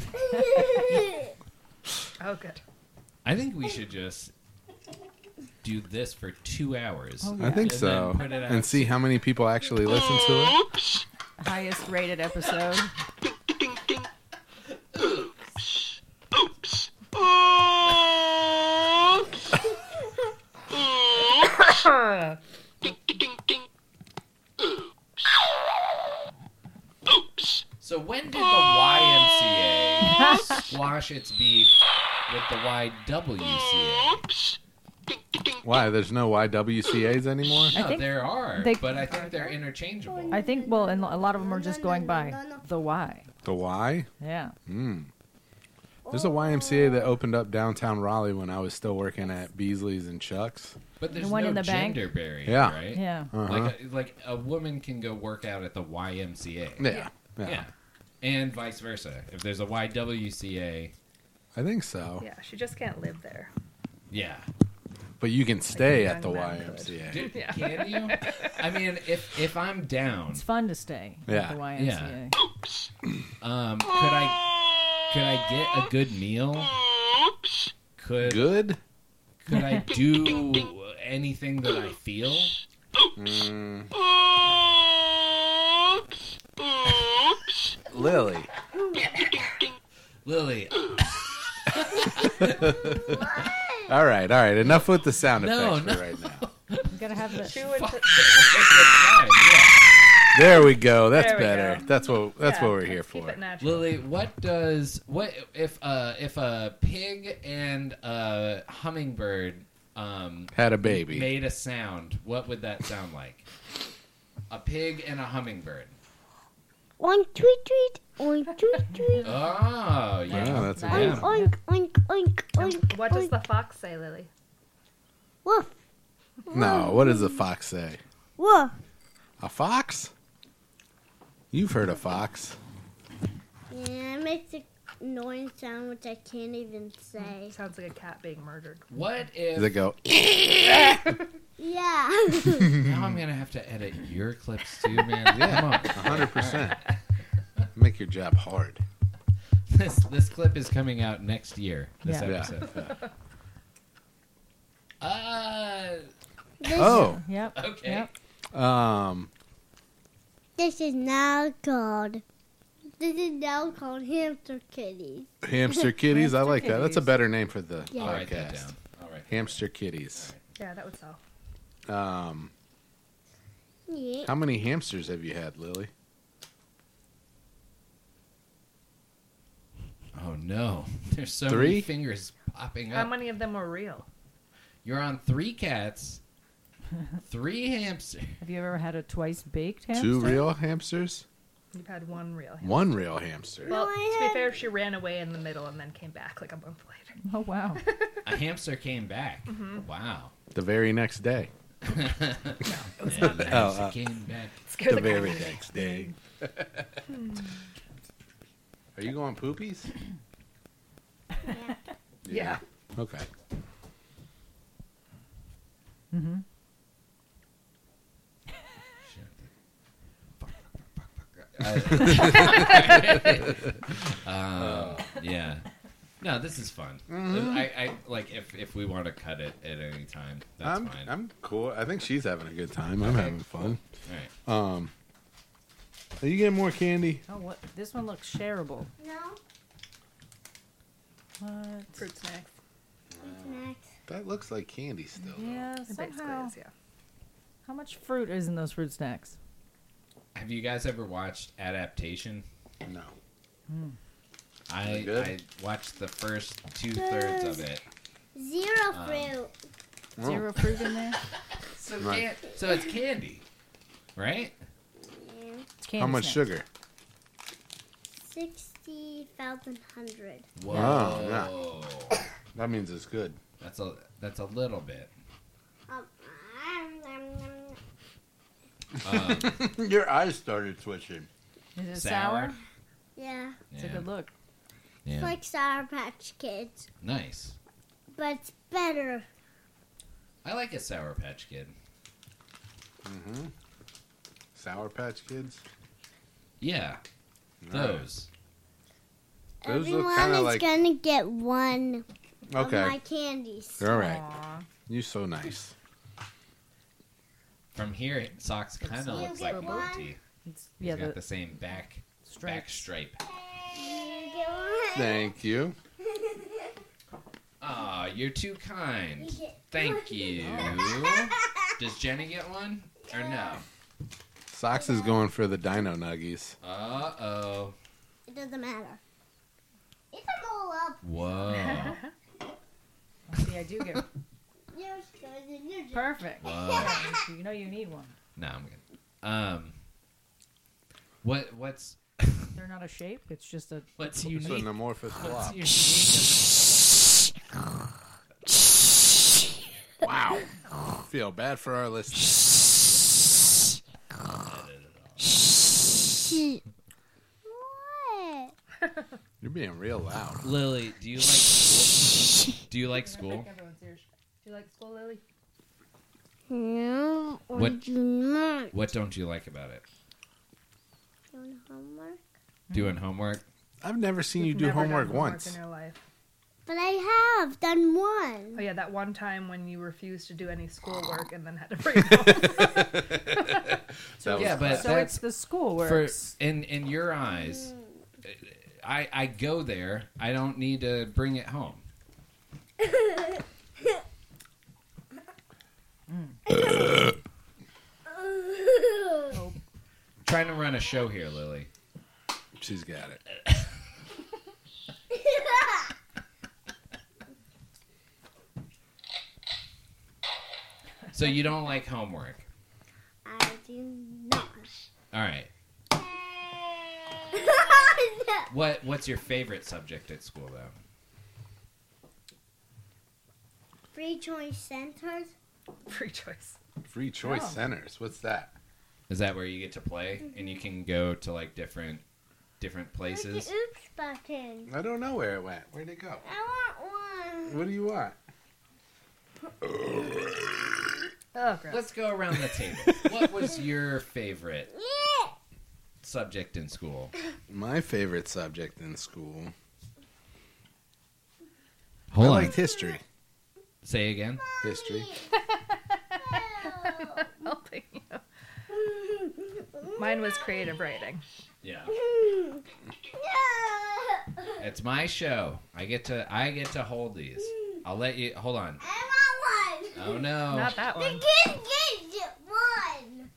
C: it.
E: Oh good.
B: I think we should just do this for two hours.
A: Oh,
D: I think
B: And then
D: so,
B: put it out.
D: and see how many people actually listen to it.
A: Highest rated episode. <laughs>
B: So when did the YMCA squash its beef with the YWCA.
D: Why? There's no YWCA's anymore?
A: I
B: No,
A: think
B: there are,
A: they-
B: but I think they're interchangeable.
A: I think well, and a lot of them are just going by the Y.
D: The Y? Hmm.
A: Yeah.
D: There's a YMCA that opened up downtown Raleigh when I was still working at Beasley's and Chuck's.
B: But there's
A: The one
B: no
A: in the bank?
B: gender barrier,
D: Yeah.
B: right?
A: Yeah.
D: Uh-huh.
B: Like, a, like a woman can go work out at the YMCA.
D: Yeah.
B: Yeah.
D: Yeah.
B: And vice versa. If there's a YWCA,
D: I think
B: Oh.
D: so.
E: Yeah, she just can't live there.
B: yeah.
D: But you can stay
E: young
D: at the
E: man could.
D: YMCA.
B: Dude,
E: Yeah.
B: Can you? I mean, if if I'm down,
A: It's fun to stay.
D: Yeah.
A: At the YMCA.
B: um, could I could I get a good meal? Could
D: Good?
B: could
D: <laughs>
B: I do anything that I feel?
D: Lily.
B: Lily,
D: All right, all right. Enough with the sound
B: No,
D: effects for right now.
A: You gotta have
E: She
A: the
E: would t-
D: There we go. That's
E: There we
D: better.
E: go.
D: That's what that's
E: yeah,
D: what we're
E: let's
D: here
E: keep
D: for.
E: it natural.
B: Lily, what does what if uh if a pig and a hummingbird um
D: Had a baby.
B: made a sound? What would that sound like? A pig and a hummingbird.
C: Oink, <laughs> tweet, tweet. Oink, tweet,
D: <laughs>
C: tweet.
B: Oh yeah.
D: Wow, that's a
A: Nice.
D: good
A: Yeah.
C: Oink,
D: one.
C: oink, oink, oink, oink.
E: What does
C: oink.
E: the fox say, Lily?
C: Woof,
D: No, what does a fox say?
C: woof.
D: A fox? You've heard a fox.
C: Yeah, it makes a annoying sound which I can't even say.
E: Sounds like a cat being murdered.
B: What if
D: Does it go?
C: Yeah. <laughs>
B: now I'm gonna have to edit your clips
D: <laughs>
B: too, man?
D: hmm. Yeah.
B: Come on.
D: 100%. Make your job hard.
B: <laughs> This this clip is coming out next year. This
A: Yeah.
D: Yeah.
B: episode. Uh
C: this,
D: <laughs> Oh,
A: Yep.
B: okay.
A: Yep.
D: um,
C: this is now called. This is now called hamster kitties.
D: hamster kitties. I
A: Hamster
D: like that. That's a
A: kitties.
D: better name for the
C: Yeah.
B: I'll
D: podcast.
B: write that down. All right.
D: Hamster kitties.
E: Yeah, that would sell.
D: Um,
C: Yeah.
D: how many hamsters have you had, Lily?
B: Oh no. <laughs> There's so
D: Three?
B: many fingers popping
E: How
B: up.
E: many of them were real?
B: You're on three cats, three hamsters.
A: Have you ever had a twice baked hamster?
D: Two real hamsters?
E: You've had one real. Hamster.
D: One real hamster.
E: Well,
C: No, I
E: to be
C: had-
E: fair, she ran away in the middle and then came back like a month later.
A: Oh wow.
B: A hamster came back.
A: Mm-hmm.
B: Wow.
D: The very next day.
B: Yeah, the hamster
D: uh,
B: came back.
E: <laughs> Scared the, crap out of me.
D: next day. <laughs> Are you going poopies?
E: Yeah.
D: Okay.
B: <laughs> Uh, Yeah. No, this is fun.
D: Mm-hmm.
B: I, I like if if we want to cut it at any time, that's
D: I'm,
B: fine.
D: I'm cool. I think she's having a good time. I'm having fun. Um,
B: All right.
D: Are you getting more candy?
A: Oh what? This one looks shareable.
C: No.
A: What?
E: Fruit snacks.
C: Next.
D: That looks like candy still.
A: Yeah.
E: It basically
A: Somehow.
E: is, yeah.
A: How much fruit is in those fruit snacks?
B: Have you guys ever watched Adaptation?
D: No.
B: I
D: it good?
B: I watched the first two thirds of it.
C: Zero
D: Um.
C: fruit.
A: Zero fruit in there.
B: So,
D: Right.
B: can- so it's candy, right?
A: It's candy
D: How much
A: snacks.
D: sugar?
C: Sixty thousand hundred.
B: Whoa.
D: Wow, That means it's good.
B: That's a that's a little
D: <laughs>
B: bit.
C: Um,
B: Um,
D: <laughs> Your eyes started twitching.
A: Is it
B: Sour?
A: sour?
C: yeah.
A: It's
B: yeah.
A: a good look.
B: yeah.
C: It's like Sour Patch Kids,
B: nice.
C: but it's better.
B: I like a Sour Patch Kid.
D: Mm-hmm. Sour Patch Kids?
B: Yeah, those.
D: Those look
C: Everyone
D: kinda
C: is
D: like-
C: gonna get one of my
D: Okay.
C: candies.
D: All right.
E: Aw.
D: You're so nice.
B: From here, it- socks kind of
C: You
B: look
C: get
B: like
C: one?
B: Monty.
A: It's
B: He's
A: yeah.
B: got
A: The,
B: the same back back
A: stripes.
B: stripe.
C: You get one.
D: Thank you.
B: Aw, you're too kind.
C: You get
B: Thank you.
C: <laughs>
B: Does Jenny get one or no?
D: Socks is going for the dino nuggies.
B: Uh oh.
C: It doesn't matter. You can go up.
B: Whoa.
A: Oh, See, I do get
C: You're chosen. You're just.
A: perfect.
B: Whoa.
A: You know you need one.
B: No, I'm good. Um, what what's
A: They're not a shape. It's just a.
B: what's
D: It's an
B: unique?
D: amorphous blob. <laughs>
B: What's
D: Wow. Feel bad for our listeners.
C: What?
D: You're being real loud.
B: unique? Lily, do you like <laughs> school? do you like
E: I
B: school?
E: think everyone's ears. Do you like school, Lily?
C: No, I
B: What-
C: do not.
B: What don't you like about it?
C: Doing homework.
B: Doing homework?
D: I've never seen you
E: You've
D: do
E: never done
D: homework once.
E: In your life.
C: But I have done
E: Oh
C: one. <laughs>
E: yeah, that one time when you refused to do any schoolwork and then had to break off.
D: That
B: yeah,
D: was-
B: but
A: So
B: that's
A: it's the school where
B: for
A: it's-
B: in in your eyes. I I go there. I don't need to bring it home. Trying to run a show here, Lily.
D: she's got it.
B: So you don't like homework.
C: I do not.
B: All right. What what's your favorite subject at school though?
C: <laughs> Free choice centers.
E: <laughs> Free choice.
D: Free choice
E: Oh.
A: No.
D: centers. What's that?
B: Is that where you get to play and you can go to like different different
C: Where's the
B: places?
C: oops button?
D: I don't know where it went. Where'd it go?
C: I want one.
D: What do you want?
E: Oh, gross.
B: Let's go around the table. what was your favorite
C: Yeah.
B: subject in school?
D: My favorite subject in school.
B: Hold
D: I
B: on.
D: liked history.
B: Say again.
C: <laughs>
D: History.
E: helping you. Mine was creative writing.
B: Yeah.
C: No.
B: It's my show. I get to I get to hold these. I'll let you hold on.
C: I want one.
B: Oh no.
E: Not that
C: The
E: one.
C: kids get get one.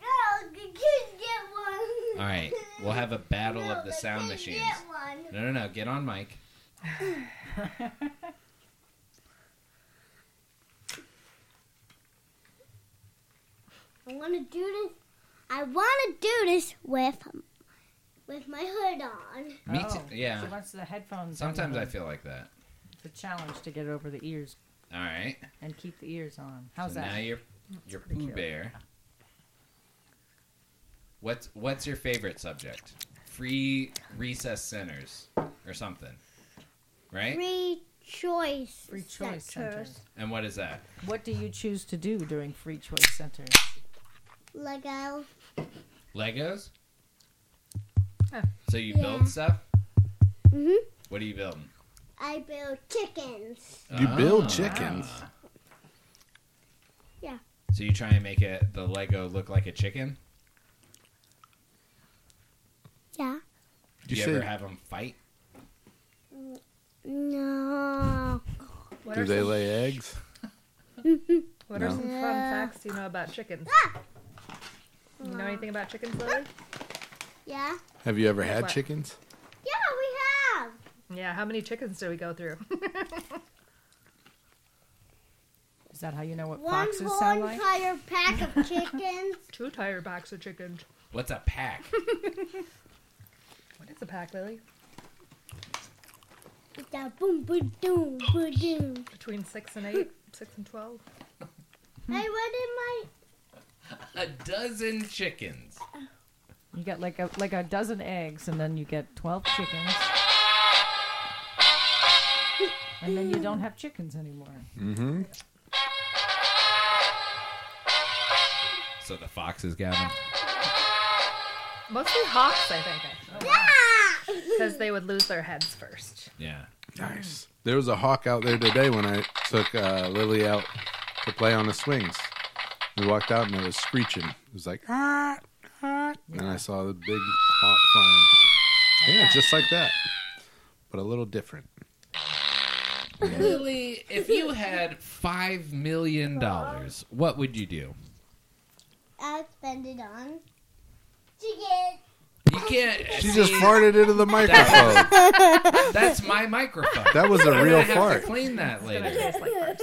C: No, the kids get one.
B: All right. We'll have a battle
C: No,
B: of the sound
C: kids
B: machines.
C: Get one.
B: No, no, no. Get on mic.
C: I want to do this. I want to do this with with my hood on.
B: Me
A: <laughs> Oh,
B: too. Yeah.
A: She wants the headphones. on
B: Sometimes
A: the-
B: I feel like that.
A: the challenge to get over the ears
B: All right.
A: and keep the ears on. How's
B: so
A: that?
B: now you're you're
E: pretty
B: Pooh
E: cute.
B: Bear. What's what's your favorite subject? Free recess centers or something, right?
C: Free choice.
A: Eh? Free choice centers.
C: centers.
B: And what is that?
A: What do you choose to do during free choice centers?
C: Lego.
B: Legos.
E: Huh.
B: So you
C: Yeah.
B: build stuff.
C: Mhm.
B: What are you building?
C: I build chickens.
D: You build
B: Ah.
D: chickens.
C: Yeah.
B: So you try and make it the Lego look like a chicken.
C: Yeah.
B: Do you,
D: You
B: ever
D: said-
B: have them fight?
C: No.
E: What
D: Do
E: are,
D: they
E: some,
D: lay eggs?
E: what are
D: No.
E: some fun
C: Yeah.
E: facts you know about chickens? You know anything about chickens, Lily?
C: Yeah.
D: Have you ever had
E: What?
D: chickens?
C: Yeah, we have.
E: Yeah, how many chickens did we go through? <laughs>
A: Is that how you know what
C: One
A: foxes
C: whole
A: sound like?
C: entire pack
A: <laughs>
C: of chickens.
E: Two tire packs of chickens.
B: What's a
A: <laughs>
B: pack?
E: What is a pack, Lily?
C: It's a boom, boom, boom, boom, boom.
E: Between six and eight? Six and twelve?
C: Hey, what am I?
B: a dozen chickens.
A: You get like a like a dozen eggs, and then you get twelve chickens, and then you don't have chickens anymore.
D: Mm-hmm.
B: So the foxes got them.
E: Mostly hawks, I think, actually. Because they would lose their heads first.
B: Yeah.
D: Nice. There was a hawk out there today when I took uh, Lily out to play on the swings. We walked out and it was screeching. It was like, ah, ah. And I saw the big hawk flying. Yeah, just like that, but a little different.
B: Lily, if you had five million dollars, what would you do?
C: I'll spend it on chicken.
B: You can't.
D: She
B: see,
D: just farted into the microphone.
B: That's my microphone.
D: <laughs> that was a
B: I'm
D: <laughs> real
B: gonna have
D: fart.
B: To clean that
E: It's gonna
B: later.
C: <laughs>
E: taste like fart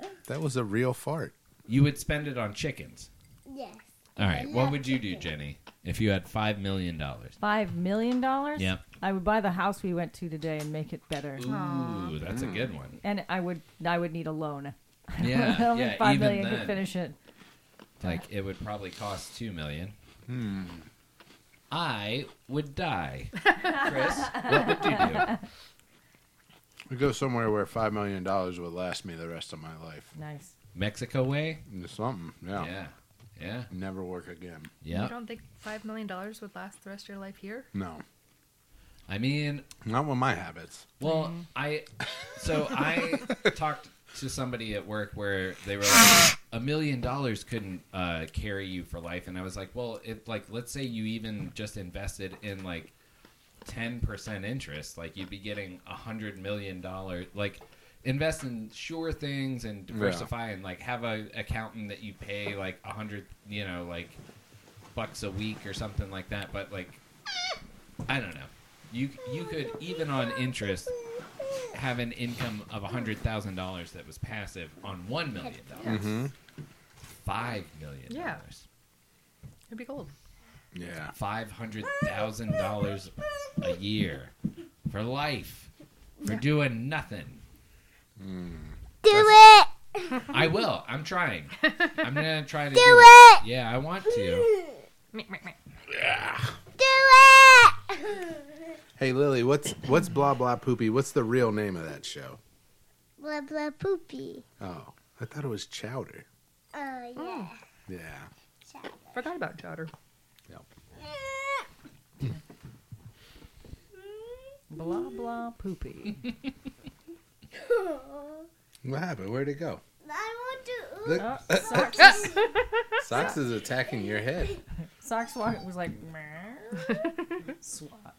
E: now.
D: That was a real fart.
B: You would spend it on chickens.
C: Yes.
B: All right. What would you do, Jenny, if you had five million dollars?
A: Five million dollars.
B: Yep.
A: I would buy the house we went to today and make it better.
B: Ooh, that's a good
A: <laughs>
B: one.
A: And I would I would need
B: <laughs>
A: a loan. <laughs>
B: Yeah,
A: I don't
B: yeah.
A: think five
B: even
A: million
B: then,
A: could finish it.
B: like it would probably cost two million. Hmm. I would die. Chris, what would you do?
D: I go somewhere where five million dollars would last me the rest of my life.
A: Nice.
B: Mexico way?
D: Something, yeah.
B: Yeah. Yeah.
D: Never work again.
E: You
B: Yeah.
E: don't think five million dollars would last the rest of your life here?
D: No,
B: I mean,
D: not with my habits.
B: Well, I so I talked to somebody at work where they were like, a million dollars couldn't uh, carry you for life, and I was like, well, it like let's say you even just invested in like ten percent interest, like you'd be getting a hundred million dollars, like. Invest in sure things and diversify, and like have a accountant that you pay like a hundred, you know, like bucks a week or something like that. But like, I don't know. You you could even on interest have an income of hundred thousand dollars that was passive on one million dollars,
D: Mm-hmm.
B: five million
E: Yeah.
B: dollars,
E: It'd be gold.
D: Yeah,
B: five hundred thousand dollars a year for life for doing nothing.
C: Do it!
B: I will. I'm trying. I'm gonna try to do,
C: it!
B: Yeah, I want to.
C: <laughs>
E: Meh, meh, meh.
C: Do it!
D: Hey Lily, what's what's blah blah poopy? What's the real name of that show?
C: <laughs> blah blah poopy.
D: Oh, I thought it was Chowder.
C: Oh, yeah.
D: Yeah,
E: Forgot about chowder.
A: Blah blah
C: <laughs>
A: poopy.
C: Oh.
D: what happened? Where'd
B: <laughs>
D: it go?
C: I want to.
D: Look,
A: Oh, socks,
D: Socks is attacking your head.
A: socks walk, was like. "Meow." Swat.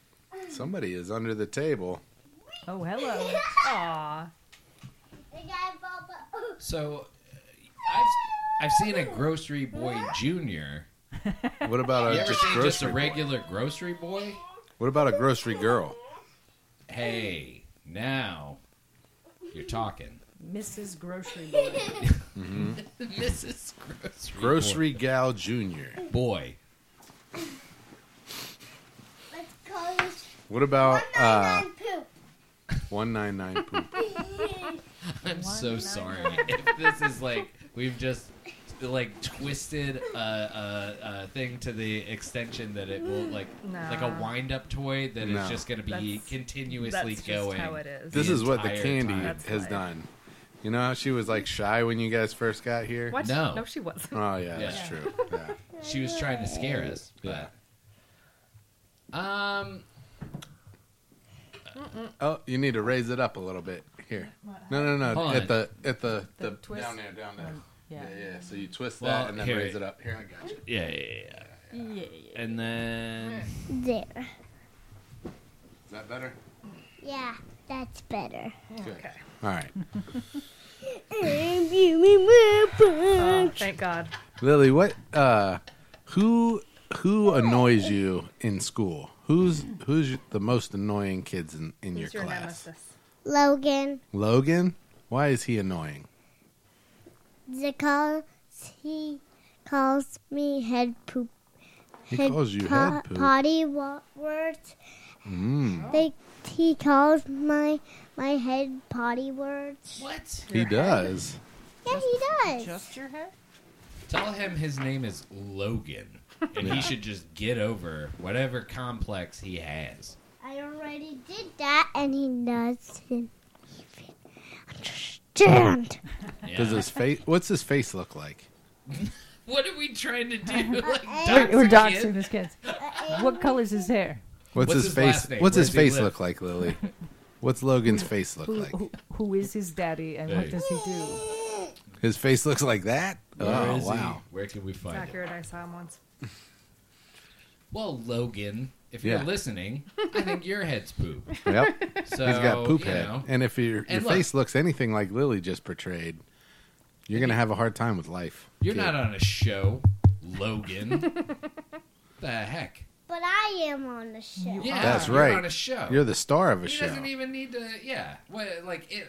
D: Somebody is under the table.
A: Oh hello.
E: Aw.
B: So uh, I've I've seen a grocery boy junior.
D: What about
B: You ever
D: a Uh, just
B: seen
D: grocery?
B: just a regular grocery boy?
D: what about a grocery girl?
B: Hey, now you're talking.
A: Mrs. Grocery Boy.
D: <laughs>
B: Mrs. Grocery.
D: Grocery gal junior.
B: Boy. Boy.
C: Let's call this
D: What about uh,
C: 199 poop.
D: one
B: <laughs>
D: nine nine poop?
B: I'm so
A: nine
B: sorry. if this is like we've just like twisted a, a, a thing to the extension that it will like
E: Nah.
B: like a wind up toy that is
D: No.
B: just going to be
E: That's-
B: continuously
E: That's just
B: going.
E: how it is.
D: This
B: The
D: is what the
B: entire
D: candy
B: time.
E: That's
D: has
E: life.
D: done. You know how she was like shy when you guys first got here?
E: What?
B: No.
E: No, she wasn't.
D: Oh yeah,
B: Yeah.
D: that's true. Yeah.
B: She was trying to scare us, but um,
D: Oh, you need to raise it up a little bit. Here. No, no, no.
B: Hold
D: At
B: on.
D: the at the,
A: The
D: the,
A: twist.
D: down there, down there.
A: Yeah.
D: Yeah, yeah. So you twist that
B: Well,
D: and then
B: here.
D: raise it up. Here, I got you.
B: yeah, yeah, yeah,
A: Yeah.
B: yeah. and then
C: <laughs> There.
D: Is that better?
C: Yeah, that's better.
E: Okay.
D: All right. <laughs>
E: Oh, thank God.
D: Lily, what uh who who annoys you in school? Who's who's the most annoying kids in, in your
E: Who's your
D: class?
E: nemesis?
C: <laughs> Logan,
D: Logan? Why is he annoying?
C: the calls he calls me head poop.
D: He calls you
C: po-
D: head poop.
C: potty wa- words.
D: Mm,
C: They he calls my my head potty words.
B: what?
D: he does.
C: Yeah, he does.
A: Just your head.
B: Tell him his name is Logan, and he should just get over whatever complex he has.
C: I already did that, and he doesn't even understand.
B: Yeah.
D: Does his face what's his face look like?
B: what are we trying to do? Like,
C: We're-
B: dox
A: We're
B: a
A: doxing
B: kid?
A: his kids. What color's his hair?
D: What's,
B: What's
D: his,
B: his last
D: face
B: name?
D: what's
B: Where
D: his
B: does he
D: face
B: live?
D: look
B: <laughs>
D: like, Lily? What's Logan's face look
A: Who,
D: like?
A: who, who is his daddy and
B: Hey.
A: what does he do?
D: His face looks like that?
B: Where
D: oh
B: is he? <laughs>
D: wow.
B: Where can we
E: It's
B: find him?
E: accurate. I saw him once.
B: Well, Logan, if
D: Yeah.
B: you're listening, I think your head's poop.
D: Yep.
B: So
D: He's got poop
B: you
D: head.
B: Oh, know.
D: And if your, your
B: And look-
D: face looks anything like Lily just portrayed, you're going to have a hard time with life.
B: You're
D: kid.
B: not on a show, Logan. the heck?
C: But I am on the show.
B: Yeah,
D: That's
B: you're
D: right.
B: On a show.
D: You're the star of a
B: he
D: show.
B: doesn't even need to. Yeah, what, like it,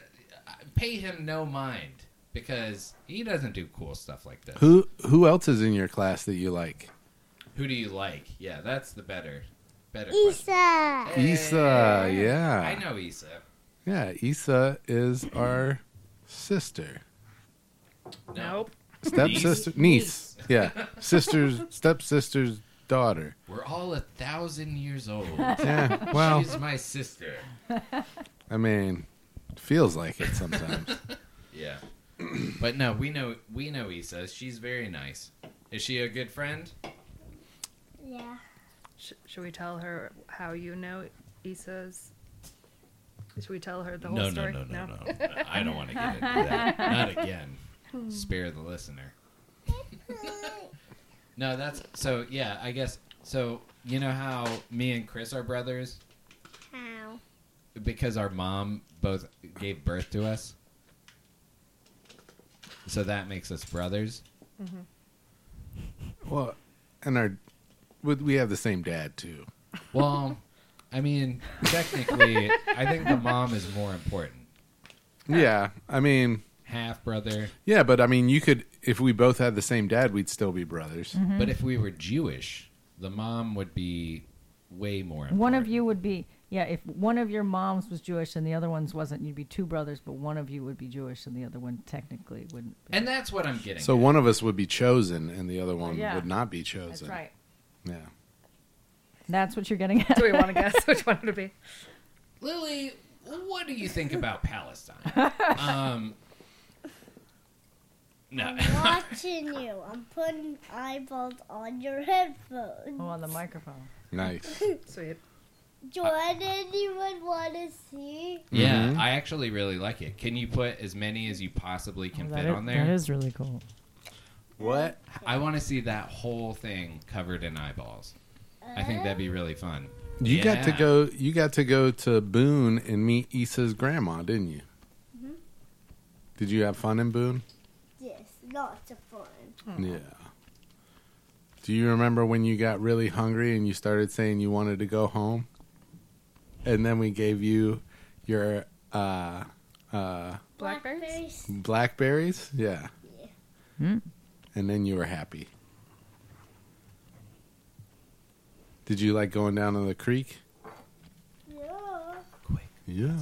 B: pay him no mind because he doesn't do cool stuff like this.
D: Who who else is in your class that you like?
B: Who do you like? Yeah, that's the better, better. question.
C: Isa.
D: Issa, yeah.
B: I know Issa.
D: Yeah, Issa is our sister.
B: No,
E: Nope.
D: Stepsister niece. Yeah. Sister's stepsister's daughter.
B: we're all a thousand years old. <laughs>
A: <laughs>
D: Yeah. Well,
B: She's my sister.
D: I mean, feels like it sometimes.
B: <clears throat> Yeah, but no, we know we know Issa. She's very nice. Is she a good friend?
C: Yeah.
E: Sh- should we tell her how you know Issa's? Should we tell her the whole
B: No, no,
E: story?
B: no, no, no, no. I don't want to get into
E: <laughs>
B: that. Not again. Spare the listener. No, that's so. Yeah, I guess so. You know how me and Chris are brothers
C: How?
B: because our mom both gave birth to us. So that makes us brothers.
D: <laughs> Well, and our would we have the same dad too?
B: Well, I mean, technically, I think the mom is more important.
D: Yeah, I mean,
B: Half brother,
D: yeah, but I mean, you could if we both had the same dad, we'd still be brothers.
A: Mm-hmm.
B: but if we were Jewish, the mom would be way more important.
A: One of you would be yeah. If one of your moms was Jewish and the other one's wasn't, you'd be two brothers. But one of you would be Jewish and the other one technically wouldn't. Be.
B: and that's what I'm getting.
D: So
B: at.
D: one of us would be chosen, and the other one
A: Yeah.
D: would not be chosen.
A: That's right.
D: Yeah.
A: That's what you're getting at.
E: Do we want to guess which one it would be?
B: Lily, what do you think about
A: <laughs>
B: Palestine? um, no.
A: Mm-hmm.
C: I'm watching you. I'm putting eyeballs on your headphones.
A: Oh, on the microphone.
D: <laughs> Nice.
E: Sweet.
C: Jordan, you would want to see?
B: yeah,
D: Mhm.
B: I actually really like it. Can you put as many as you possibly can fit on there?
A: that is really cool.
D: What?
B: I want to see that whole thing covered in eyeballs. I think that'd be really fun.
D: You got to
B: Yeah.
D: go. You got to go to Boone and meet Issa's grandma, didn't you?
A: Mm-hmm.
D: Did you have fun in Boone?
C: Yes, lots of fun.
D: Yeah. Do you remember when you got really hungry and you started saying you wanted to go home? And then we gave you your uh uh
E: Blackberries?
C: Blackberries?
D: blackberries? Yeah.
C: Yeah.
A: Hmm.
D: And then you were happy. Did you like going down to the creek?
C: Yeah.
B: Quick,
D: Yeah.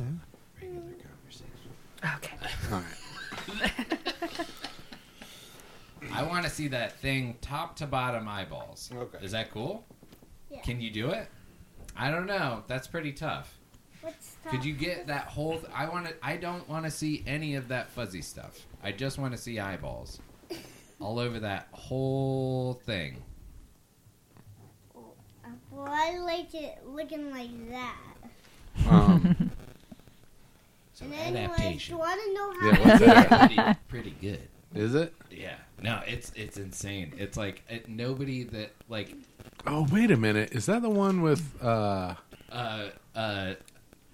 B: regular conversation.
E: Okay.
D: All right.
B: I want to see that thing top to bottom eyeballs.
D: Okay.
B: Is that cool?
C: Yeah.
B: Can you do it? I don't know. That's pretty tough.
C: What's that?
B: Could you get that whole? Th- I want to. I don't want to see any of that fuzzy stuff. I just want to see
C: <laughs>
B: eyeballs, all over that whole thing.
C: Well, I like it looking like that.
D: Um,
B: So
C: and anyway, do you
B: adaptation.
C: want to know how?
D: yeah, what's
B: <laughs>
D: that?
B: pretty, pretty good.
D: Is it?
B: Yeah. No, it's it's insane. It's like it, nobody that like
D: Oh, wait a minute. Is that the one with uh
B: uh uh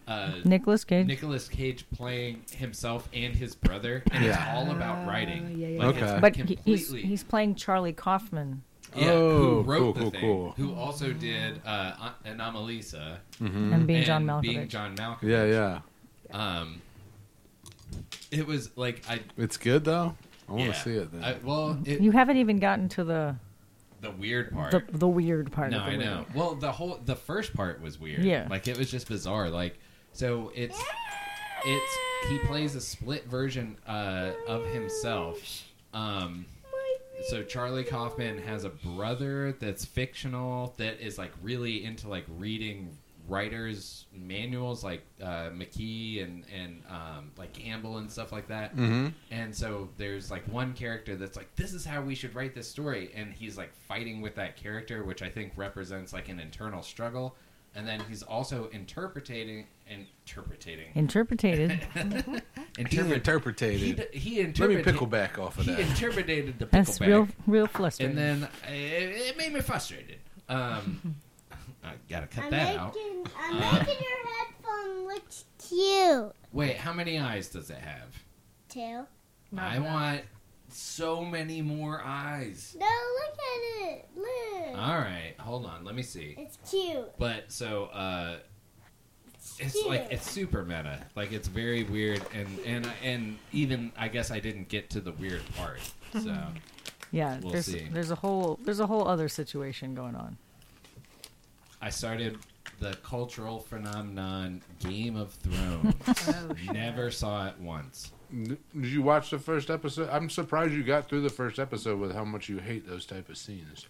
B: uh
A: Nicholas Cage.
B: Nicolas Cage playing himself and his brother, and
D: Yeah.
B: it's all about writing.
E: Oh, yeah, yeah,
B: Like,
D: yeah.
B: it's
D: Okay.
A: Ah, but he, he's,
B: completely
A: he's playing Charlie Kaufman.
B: yeah, who
D: Oh,
B: wrote
D: cool,
B: the
D: cool,
B: thing,
D: cool.
B: who also did uh, Anomalisa,
A: and being John
B: Mm-hmm. and
A: Malkovich.
B: Being John Malkovich.
D: Yeah, yeah.
B: Um, it was like I.
D: It's good though. I want to
B: yeah.
D: see it then.
B: I- well, it,
A: you haven't even gotten to the
B: the weird part.
A: the, the weird part.
B: no,
A: of the
B: I
A: movie.
B: know. Well, the whole the first part was weird.
A: Yeah.
B: like it was just bizarre. Like so, it's it's he plays a split version uh, of himself. Um, so Charlie Kaufman has a brother that's fictional that is like really into like reading writers manuals like uh, McKee and and um, like Campbell and stuff like that.
D: Mhm.
B: And so there's like one character that's like this is how we should write this story, and he's like fighting with that character, which I think represents like an internal struggle. And then he's also interpreting, interpreting,
A: Interpreted.
B: <laughs> interpret-
D: interpreted.
B: He, d- he
D: Let me
B: interpreted.
D: pickle back off of
B: He
D: that.
B: interpreted the
A: That's
B: pickleback.
A: real, real frustrating.
B: And then I- it, it made me frustrated. Um, <laughs> I gotta cut
C: I'm
B: that out.
C: making, I'm
B: Uh,
C: making your headphone look cute.
B: Wait, how many eyes does it have?
C: Too.
E: Not
B: I
E: enough.
B: want so many more eyes.
C: No, look at it. Look.
B: All right, hold on. Let me see.
C: It's cute.
B: But so uh, it's
C: cute.
B: like it's super meta. Like it's very weird, and and and even I guess I didn't get to the weird part. So
A: Yeah,
B: We'll
A: there's
B: see.
A: there's a whole there's a whole other situation going on.
B: I started the cultural phenomenon Game of Thrones.
E: <laughs> Oh, shit.
B: Never saw it once.
D: N- Did you watch the first episode? I'm surprised you got through the first episode with how much you hate those type of scenes.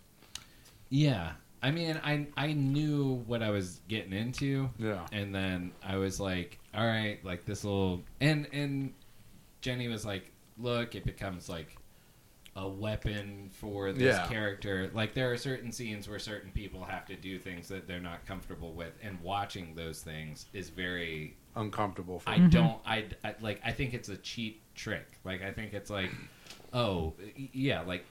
B: Yeah. I mean, I I knew what I was getting into.
D: Yeah.
B: And then I was like, all right, like this will and and Jenny was like, look, it becomes like a weapon for this
D: Yeah.
B: character. Like there are certain scenes where certain people have to do things that they're not comfortable with and watching those things is very
D: Uncomfortable for
B: I
A: Mm-hmm.
D: me.
B: don't. I, I- like. I think it's a cheap trick. Like I think it's like, oh y- yeah, like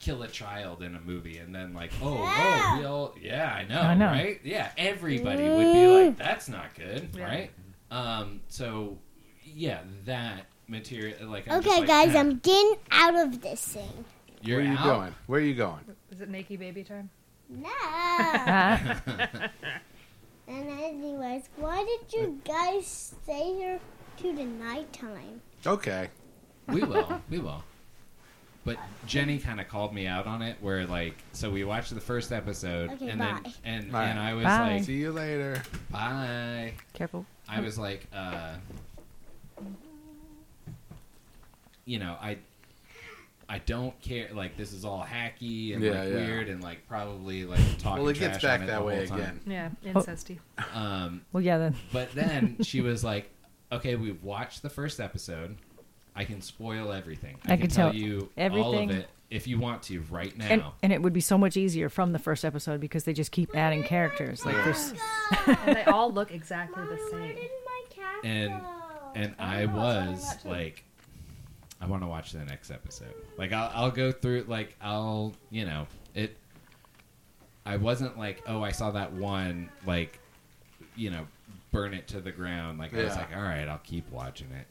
B: kill a child in a movie, and then like, oh oh,
C: Yeah.
B: we all yeah, I know,
A: I know.
B: right? Yeah, everybody would be like, that's not good,
E: Yeah.
B: right? Um. So yeah, that material. Like I'm just
C: Okay,
B: like,
C: guys,
B: "Ah,
C: I'm getting out of this
B: <laughs>
C: thing.
B: you're
D: Where are you
B: out."
D: going? Where are you going?
E: Is it Nakey Baby time?
C: No.
A: Ah,
C: and anyways, why did you guys stay here to
B: <laughs>
C: the nighttime?
D: Okay.
B: we will. We will. But Jenny kind of called me out on it, where like, so we watched the first episode,
C: Okay,
B: and
C: bye.
B: then and
D: Bye.
B: and I was
A: Bye.
B: like,
D: See you later.
B: bye.
A: careful.
B: I was like, uh, you know, I I don't care. Like this is all hacky and
D: Yeah,
B: like
D: yeah.
B: weird and like probably like talking.
D: Well, it gets
B: trash on
D: back
B: the
D: that way
B: whole
D: again.
B: time.
E: Yeah, <laughs> incesty.
B: Um,
A: Well, yeah, then
B: but
D: <laughs>
B: then she was like, "Okay, we've watched the first episode. I can spoil everything. I,
A: I
B: can
A: can
B: tell
A: tell
B: you all of
A: everything.
B: it if you want to right now."
A: and and it would be so much easier from the first episode because they just keep adding characters. Like there's <laughs>
E: and they all look exactly the
C: where
E: same.
C: did my cat
B: And-
C: go?
B: and
E: I
B: I
E: know, that's what I
B: was
E: thought too.
B: like, I want to watch the next episode. Like I'll, I'll go through. Like I'll, you know, it. I wasn't like, oh, I saw that one. Like, you know, burn it to the ground. Like I was
D: Yeah.
B: like, all right, I'll keep watching it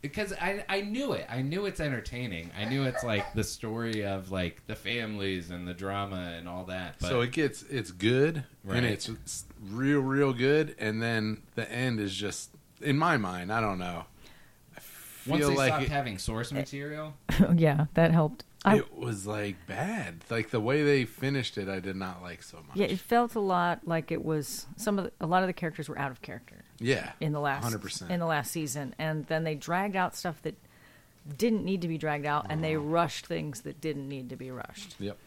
B: because I I knew it. I knew it's entertaining. I knew it's like the story of like the families and the drama and all that. But
D: so it gets it's good
B: Right.
D: and it's, it's real real good, and then the end is just in my mind. I don't know. I
B: once
D: feel
B: they
D: like
B: stopped
D: it,
B: having source material,
A: yeah, that helped. I,
D: it was like bad. Like the way they finished it, I did not like so much.
A: yeah, it felt a lot like it was some of the, a lot of the characters were out of character.
D: yeah.
A: in the last
D: 100%.
A: in the last season, and then they dragged out stuff that didn't need to be dragged out, and
D: Uh-huh.
A: they rushed things that didn't need to be rushed,
D: Yep.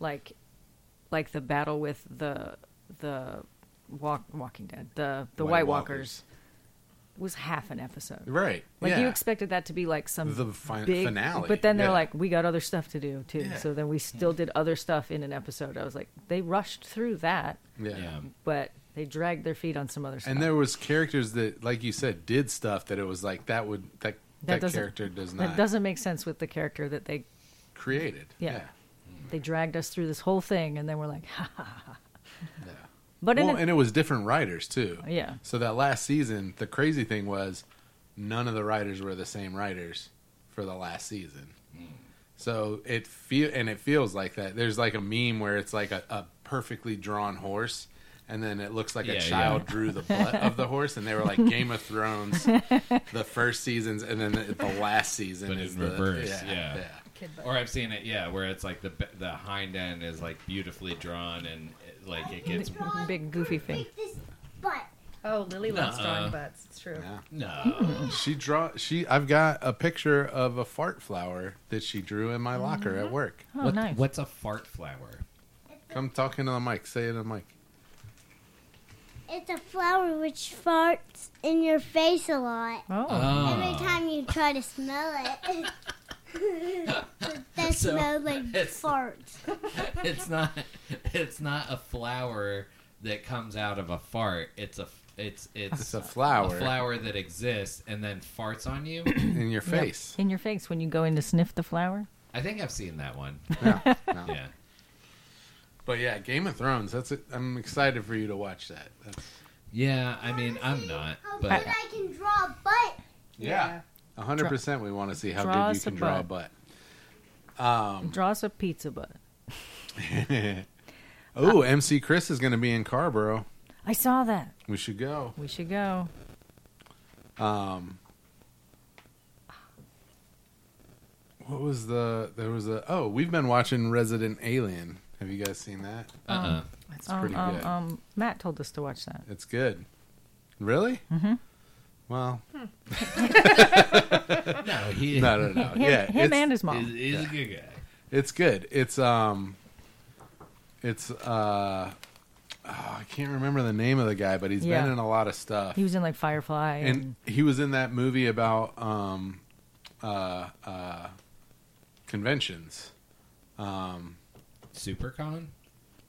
A: like like the battle with the the walk, Walking Dead, the the White,
D: White
A: Walkers. was half an episode.
D: Right.
A: Like
D: yeah.
A: you expected that to be like some
D: The fin-
A: big
D: finale,
A: but then they're
D: yeah.
A: like, we got other stuff to do too.
D: Yeah.
A: So then we still did other stuff in an episode. I was like, they rushed through that,
D: Yeah.
B: yeah.
A: but they dragged their feet on some other stuff.
D: And there was characters that, like you said, did stuff that it was like that would that
A: That
D: that,
A: doesn't-
D: character does
A: that
D: not
A: doesn't make sense with the character that they
D: created.
A: Yeah. they dragged us through this whole thing and then we're like <laughs> ha ha ha
D: Yeah. yeah.
A: but in
D: well,
A: a-
D: and it was different writers too.
A: Yeah.
D: So that last season, the crazy thing was, none of the writers were the same writers for the last season.
B: Hmm.
D: So it feel and it feels like that. There's like a meme where it's like a, a perfectly drawn horse, and then it looks like
B: Yeah,
D: a child
B: yeah.
D: drew the butt of the horse, and they were like Game of
B: <laughs>
D: Thrones, the first seasons, and then the, the last season
B: But
D: is
B: in
D: the-
B: reverse, yeah.
E: Kid butt.
B: Or I've seen it, yeah, where it's like the b- the hind end is like beautifully drawn and it- like it gets
A: Oh, big goofy thing
C: Take this butt.
E: Oh, Lily loves
B: Nuh-uh.
E: drawing butts. It's true.
D: Yeah.
B: no.
D: She draw she. I've got a picture of a fart flower that she drew in my locker
B: Mm-hmm.
D: at work.
A: oh
B: What-
A: nice
B: What's a fart flower? <laughs>
D: Come talk into the mic. Say it in the mic.
C: It's a flower which farts in your face a lot.
A: oh
C: Every time you try to smell it, <laughs> that
B: So,
C: smells
D: <laughs>
C: like
B: it's-
C: farts.
B: it's not it's not a flower that comes out of a fart. It's a it's it's,
A: <laughs>
D: It's a flower.
B: a flower that exists and then farts on
D: <coughs>
B: you.
D: <clears throat> in
A: Yep. <laughs>
D: your face.
A: in your face when you go in to sniff the flower
B: I think I've seen that one.
D: Yeah, no.
B: Yeah.
D: But yeah, Game of Thrones. That's it. I'm excited for you to watch that. That's,
B: Yeah, I mean, I'm not,
C: How
B: but
C: good I can draw a butt.
D: yeah, a hundred percent. We want to see how
A: Draw
D: good you
A: us a
D: can draw a butt.
A: draw us a pizza butt
D: Oh, MC Chris is going to be in Carborough.
A: I saw that.
D: We should go.
A: We should go.
D: Um, what was the? There was a. Oh, we've been watching Resident Alien. Have you guys seen that?
B: Uh uh
D: It's
A: Um,
D: pretty
A: um,
D: good.
A: um, Matt told us to watch that.
D: It's good. Really? Mm-hmm. Well,
B: No, he
D: no, no, no.
A: <laughs> Him,
D: Oh, yeah,
A: him
D: it's-
A: and his mom.
B: is, is a good guy.
D: It's good. It's um, it's uh, oh, I can't remember the name of the guy, but he's
A: Yeah.
D: been in a lot of stuff.
A: He was in like Firefly. And,
D: and he was in that movie about um, uh, uh, conventions. Um,
B: Supercon?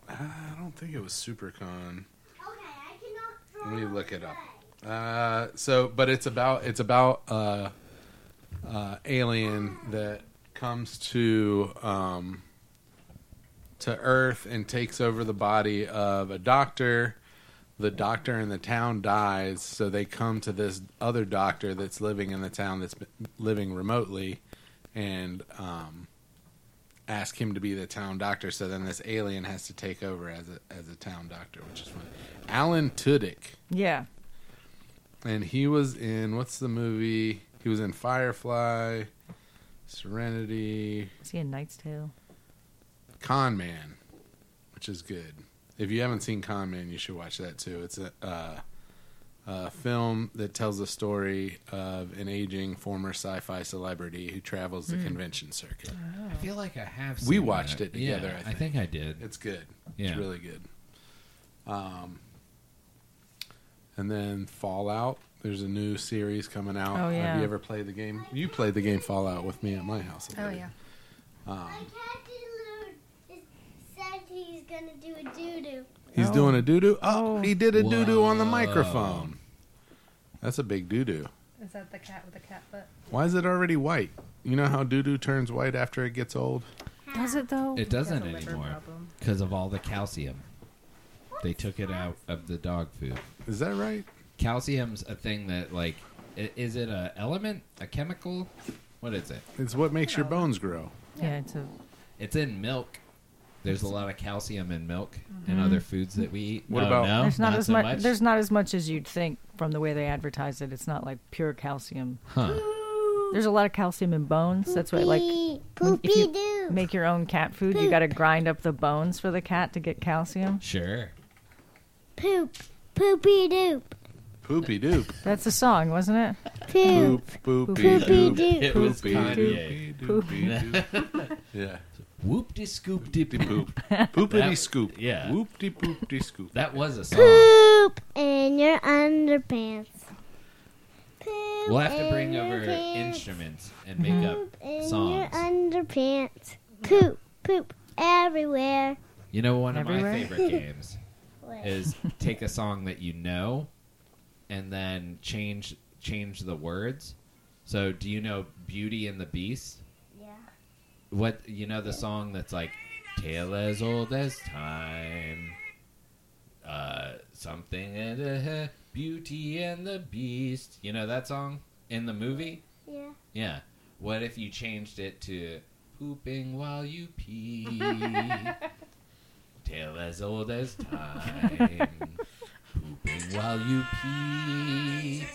D: I don't think it was SuperCon.
C: I cannot
D: Let me look it up. Uh, so, but it's about it's about uh, uh, alien that comes to um, to Earth and takes over the body of a doctor. The doctor in the town dies, so they come to this other doctor that's living in the town that's been living remotely, and um, ask him to be the town doctor. So then this alien has to take over as a as a town doctor, which is fun. Alan Tudyk
A: yeah.
D: and he was in what's the movie? He was in Firefly, Serenity,
A: Is he in Knight's Tale?
D: Con Man, which is good. If you haven't seen Con Man, you should watch that too. It's a, uh, a film that tells the story of an aging former sci-fi celebrity who travels the convention circuit.
A: Oh.
B: I feel like I have.
D: We
B: seen
D: watched
B: that.
D: it together,
B: Yeah,
D: I
B: I think I did.
D: It's good.
B: Yeah.
D: It's really good. Um, and then Fallout. There's a new series coming out.
A: Oh, yeah.
D: Have you ever played the game? You played the game Fallout with me at my house. I
E: Oh
D: believe.
E: yeah.
D: Um,
C: My cat Dillo said he's gonna do a doo doo.
D: He's
A: Oh.
D: doing a doo doo. Oh,
A: Oh.
D: he did a doo doo on the
B: Whoa.
D: microphone. That's a big doo doo.
E: Is that the cat with the cat butt?
D: Why is it already white? You know how doo doo turns white after it gets old?
A: Does it though?
B: It
E: He has
B: doesn't
E: a liver
B: anymore
E: problem.
B: because of all the calcium. They took it out of the dog food.
D: Is that right?
B: Calcium's a thing that like i- is it a element, a chemical? What is it?
D: It's what makes your bones grow.
A: yeah, it's a.
B: It's in milk. There's a lot of calcium in milk and other foods that we eat.
D: What
B: Oh,
D: about-
B: no?
A: There's not, as
B: so
A: much, There's not as much as you'd think from the way they advertise it. It's not like pure calcium.
B: Huh.
A: There's a lot of calcium in bones. That's why, like, when- if
C: poopy
A: you
C: doo.
A: make your own cat food, you got to grind up the bones for the cat to get calcium.
B: Sure.
C: Poop. Poopy doop.
D: Poopy doop.
A: That's a song, wasn't it?
C: Poop.
D: Poop, poopy
C: Poopy
D: doop.
C: doop.
B: It was
D: Poopy
B: Kanye.
D: doopy doopy doop. Yeah.
B: Whoop de scoop de
D: Poopty
B: <laughs> poop.
D: poop. Poopity
B: That-
D: scoop.
B: yeah.
D: Whoopty poopty scoop.
B: That was a song.
C: Poop in your underpants. Poop
B: We'll have to
C: in
B: bring
C: your
B: over
C: pants.
B: instruments and make up
C: Poop in your
B: songs.
C: underpants. Poop. Poop everywhere.
B: You know, one
A: Everywhere?
B: of my favorite games is take a song that you know and then change change the words. So, do you know Beauty and the Beast?
C: Yeah.
B: What you know the song that's like "Tale as old as time," uh, something and uh, Beauty and the Beast. You know that song in the movie?
C: Yeah.
B: Yeah. What if you changed it to pooping while you pee? Tale as old as time. pooping while you pee.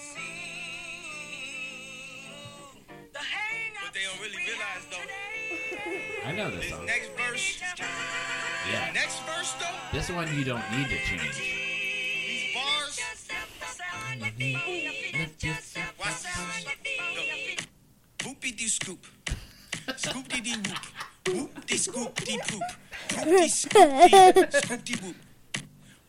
F: What they don't really realize though,
B: I know this
F: this
B: song.
F: next verse,
B: Yeah.
F: next verse though,
B: This one you don't need to change.
F: these bars, watch this. Boopy doo scoop, scoop dee dee whoop, whoop dee scoop dee poop, poop dee scoop dee, scoop dee whoop,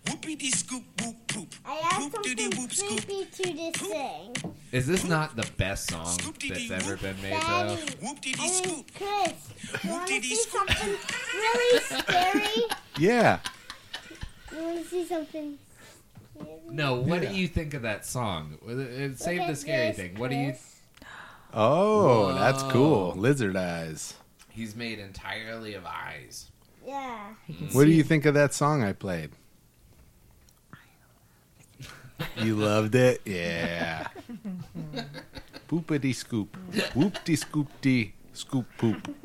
F: whoopy dee scoop whoop poop,
C: I have
F: poop doo dee
C: something
F: whoop scoop,
C: creepy to this thing.
B: Is this not the best song that's ever been made though?
C: Daddy.
F: whoop
C: I
F: dee dee
C: mean,
F: scoop,
C: Chris, you want to see
F: Whoop-dee-dee scoop.
C: something
F: <laughs>
C: really scary?
D: Yeah.
C: You want to see something scary?
B: No, what
D: Yeah.
B: do you think of that song? Uh, uh, Save
C: Look
B: the
C: at
B: scary
C: this,
B: thing. What do you?
C: Chris.
D: Oh, that's
B: Whoa.
D: cool. Lizard eyes.
B: He's made entirely of eyes.
C: Yeah.
D: What do you think of that song I played? You loved it?
B: <laughs>
D: Yeah. Poopity scoop. Whoopty scoopty scoop poop.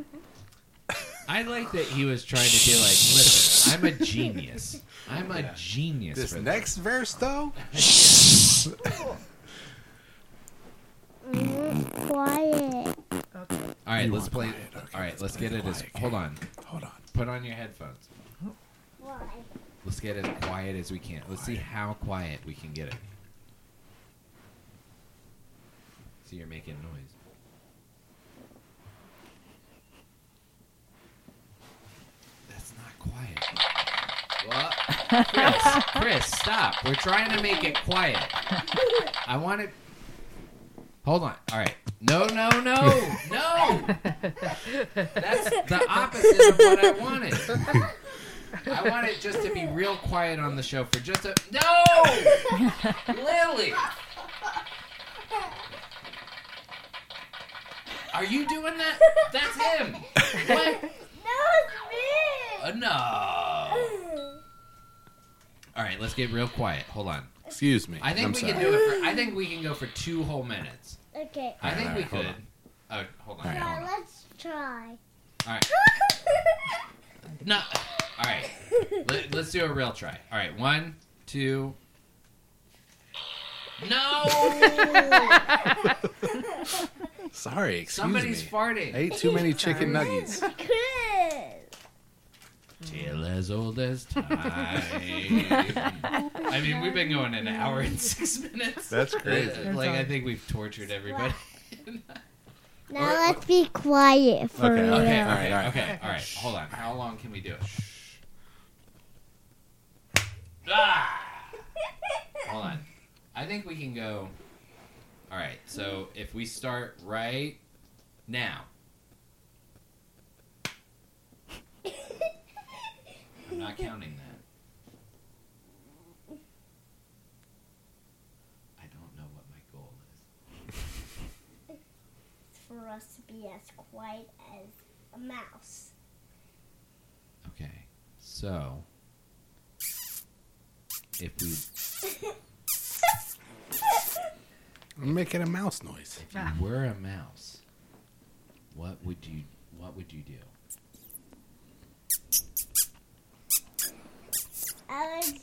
B: I like that he was trying to be like, listen, I'm a genius. I'm a genius.
D: This
B: for this."
D: next verse, though,
C: Quiet.
B: All right,
D: You
B: let's
D: want
B: play.
D: quiet, okay,
B: all right,
D: let's
B: let's
D: play
B: get it
D: the
B: as.
D: quiet
B: Hold on.
D: hold on.
B: Put on your headphones.
C: Why?
B: Let's get as quiet as we can. Let's see how quiet we can get it. See, you're making noise. That's not quiet. What? Chris, Chris, stop. We're trying to make it quiet. I want it. Hold on. All right. No, no, no, no. That's the opposite of what I wanted. I want it just to be real quiet on the show for just a no, Lily. Are you doing that? That's him. What?
C: No,
B: Uh, no.
C: it's me.
B: All right, let's get real quiet. Hold on.
D: Excuse me.
B: I think
D: I'm
B: we
D: sorry.
B: can do it. For, I think we can go for two whole minutes.
C: Okay.
B: I think we
D: Alright, hold
B: could.
D: on.
B: Oh, hold on.
D: Alright,
B: hold
C: Now
B: on.
C: let's try.
B: All right. No. All right. Let, us do a real try. All right. One, two.
C: <laughs>
B: No.
D: Sorry, excuse
B: Somebody's
D: me.
B: farting.
D: I ate too many chicken nuggets.
C: Good.
B: Tale as old <laughs> as time. I mean, we've been going an hour and six minutes. Uh,
D: That's crazy.
B: like I think we've tortured everybody.
C: Now let's be quiet for
D: Okay,
C: real.
D: okay,
B: <laughs> Okay,
D: Yeah.
B: all right,
D: Alright,
B: okay, all right. Hold on. How long can we do it? Ah! Hold on. I think we can go. All right. So if we start right now, I'm not counting that. I don't know what my goal is.
C: <laughs> For us to be as quiet as a mouse.
B: Okay. So if we
D: I'm making a mouse noise.
B: If
E: Ah.
B: you were a mouse, what would you what would you
E: <laughs>
B: do?
C: I would,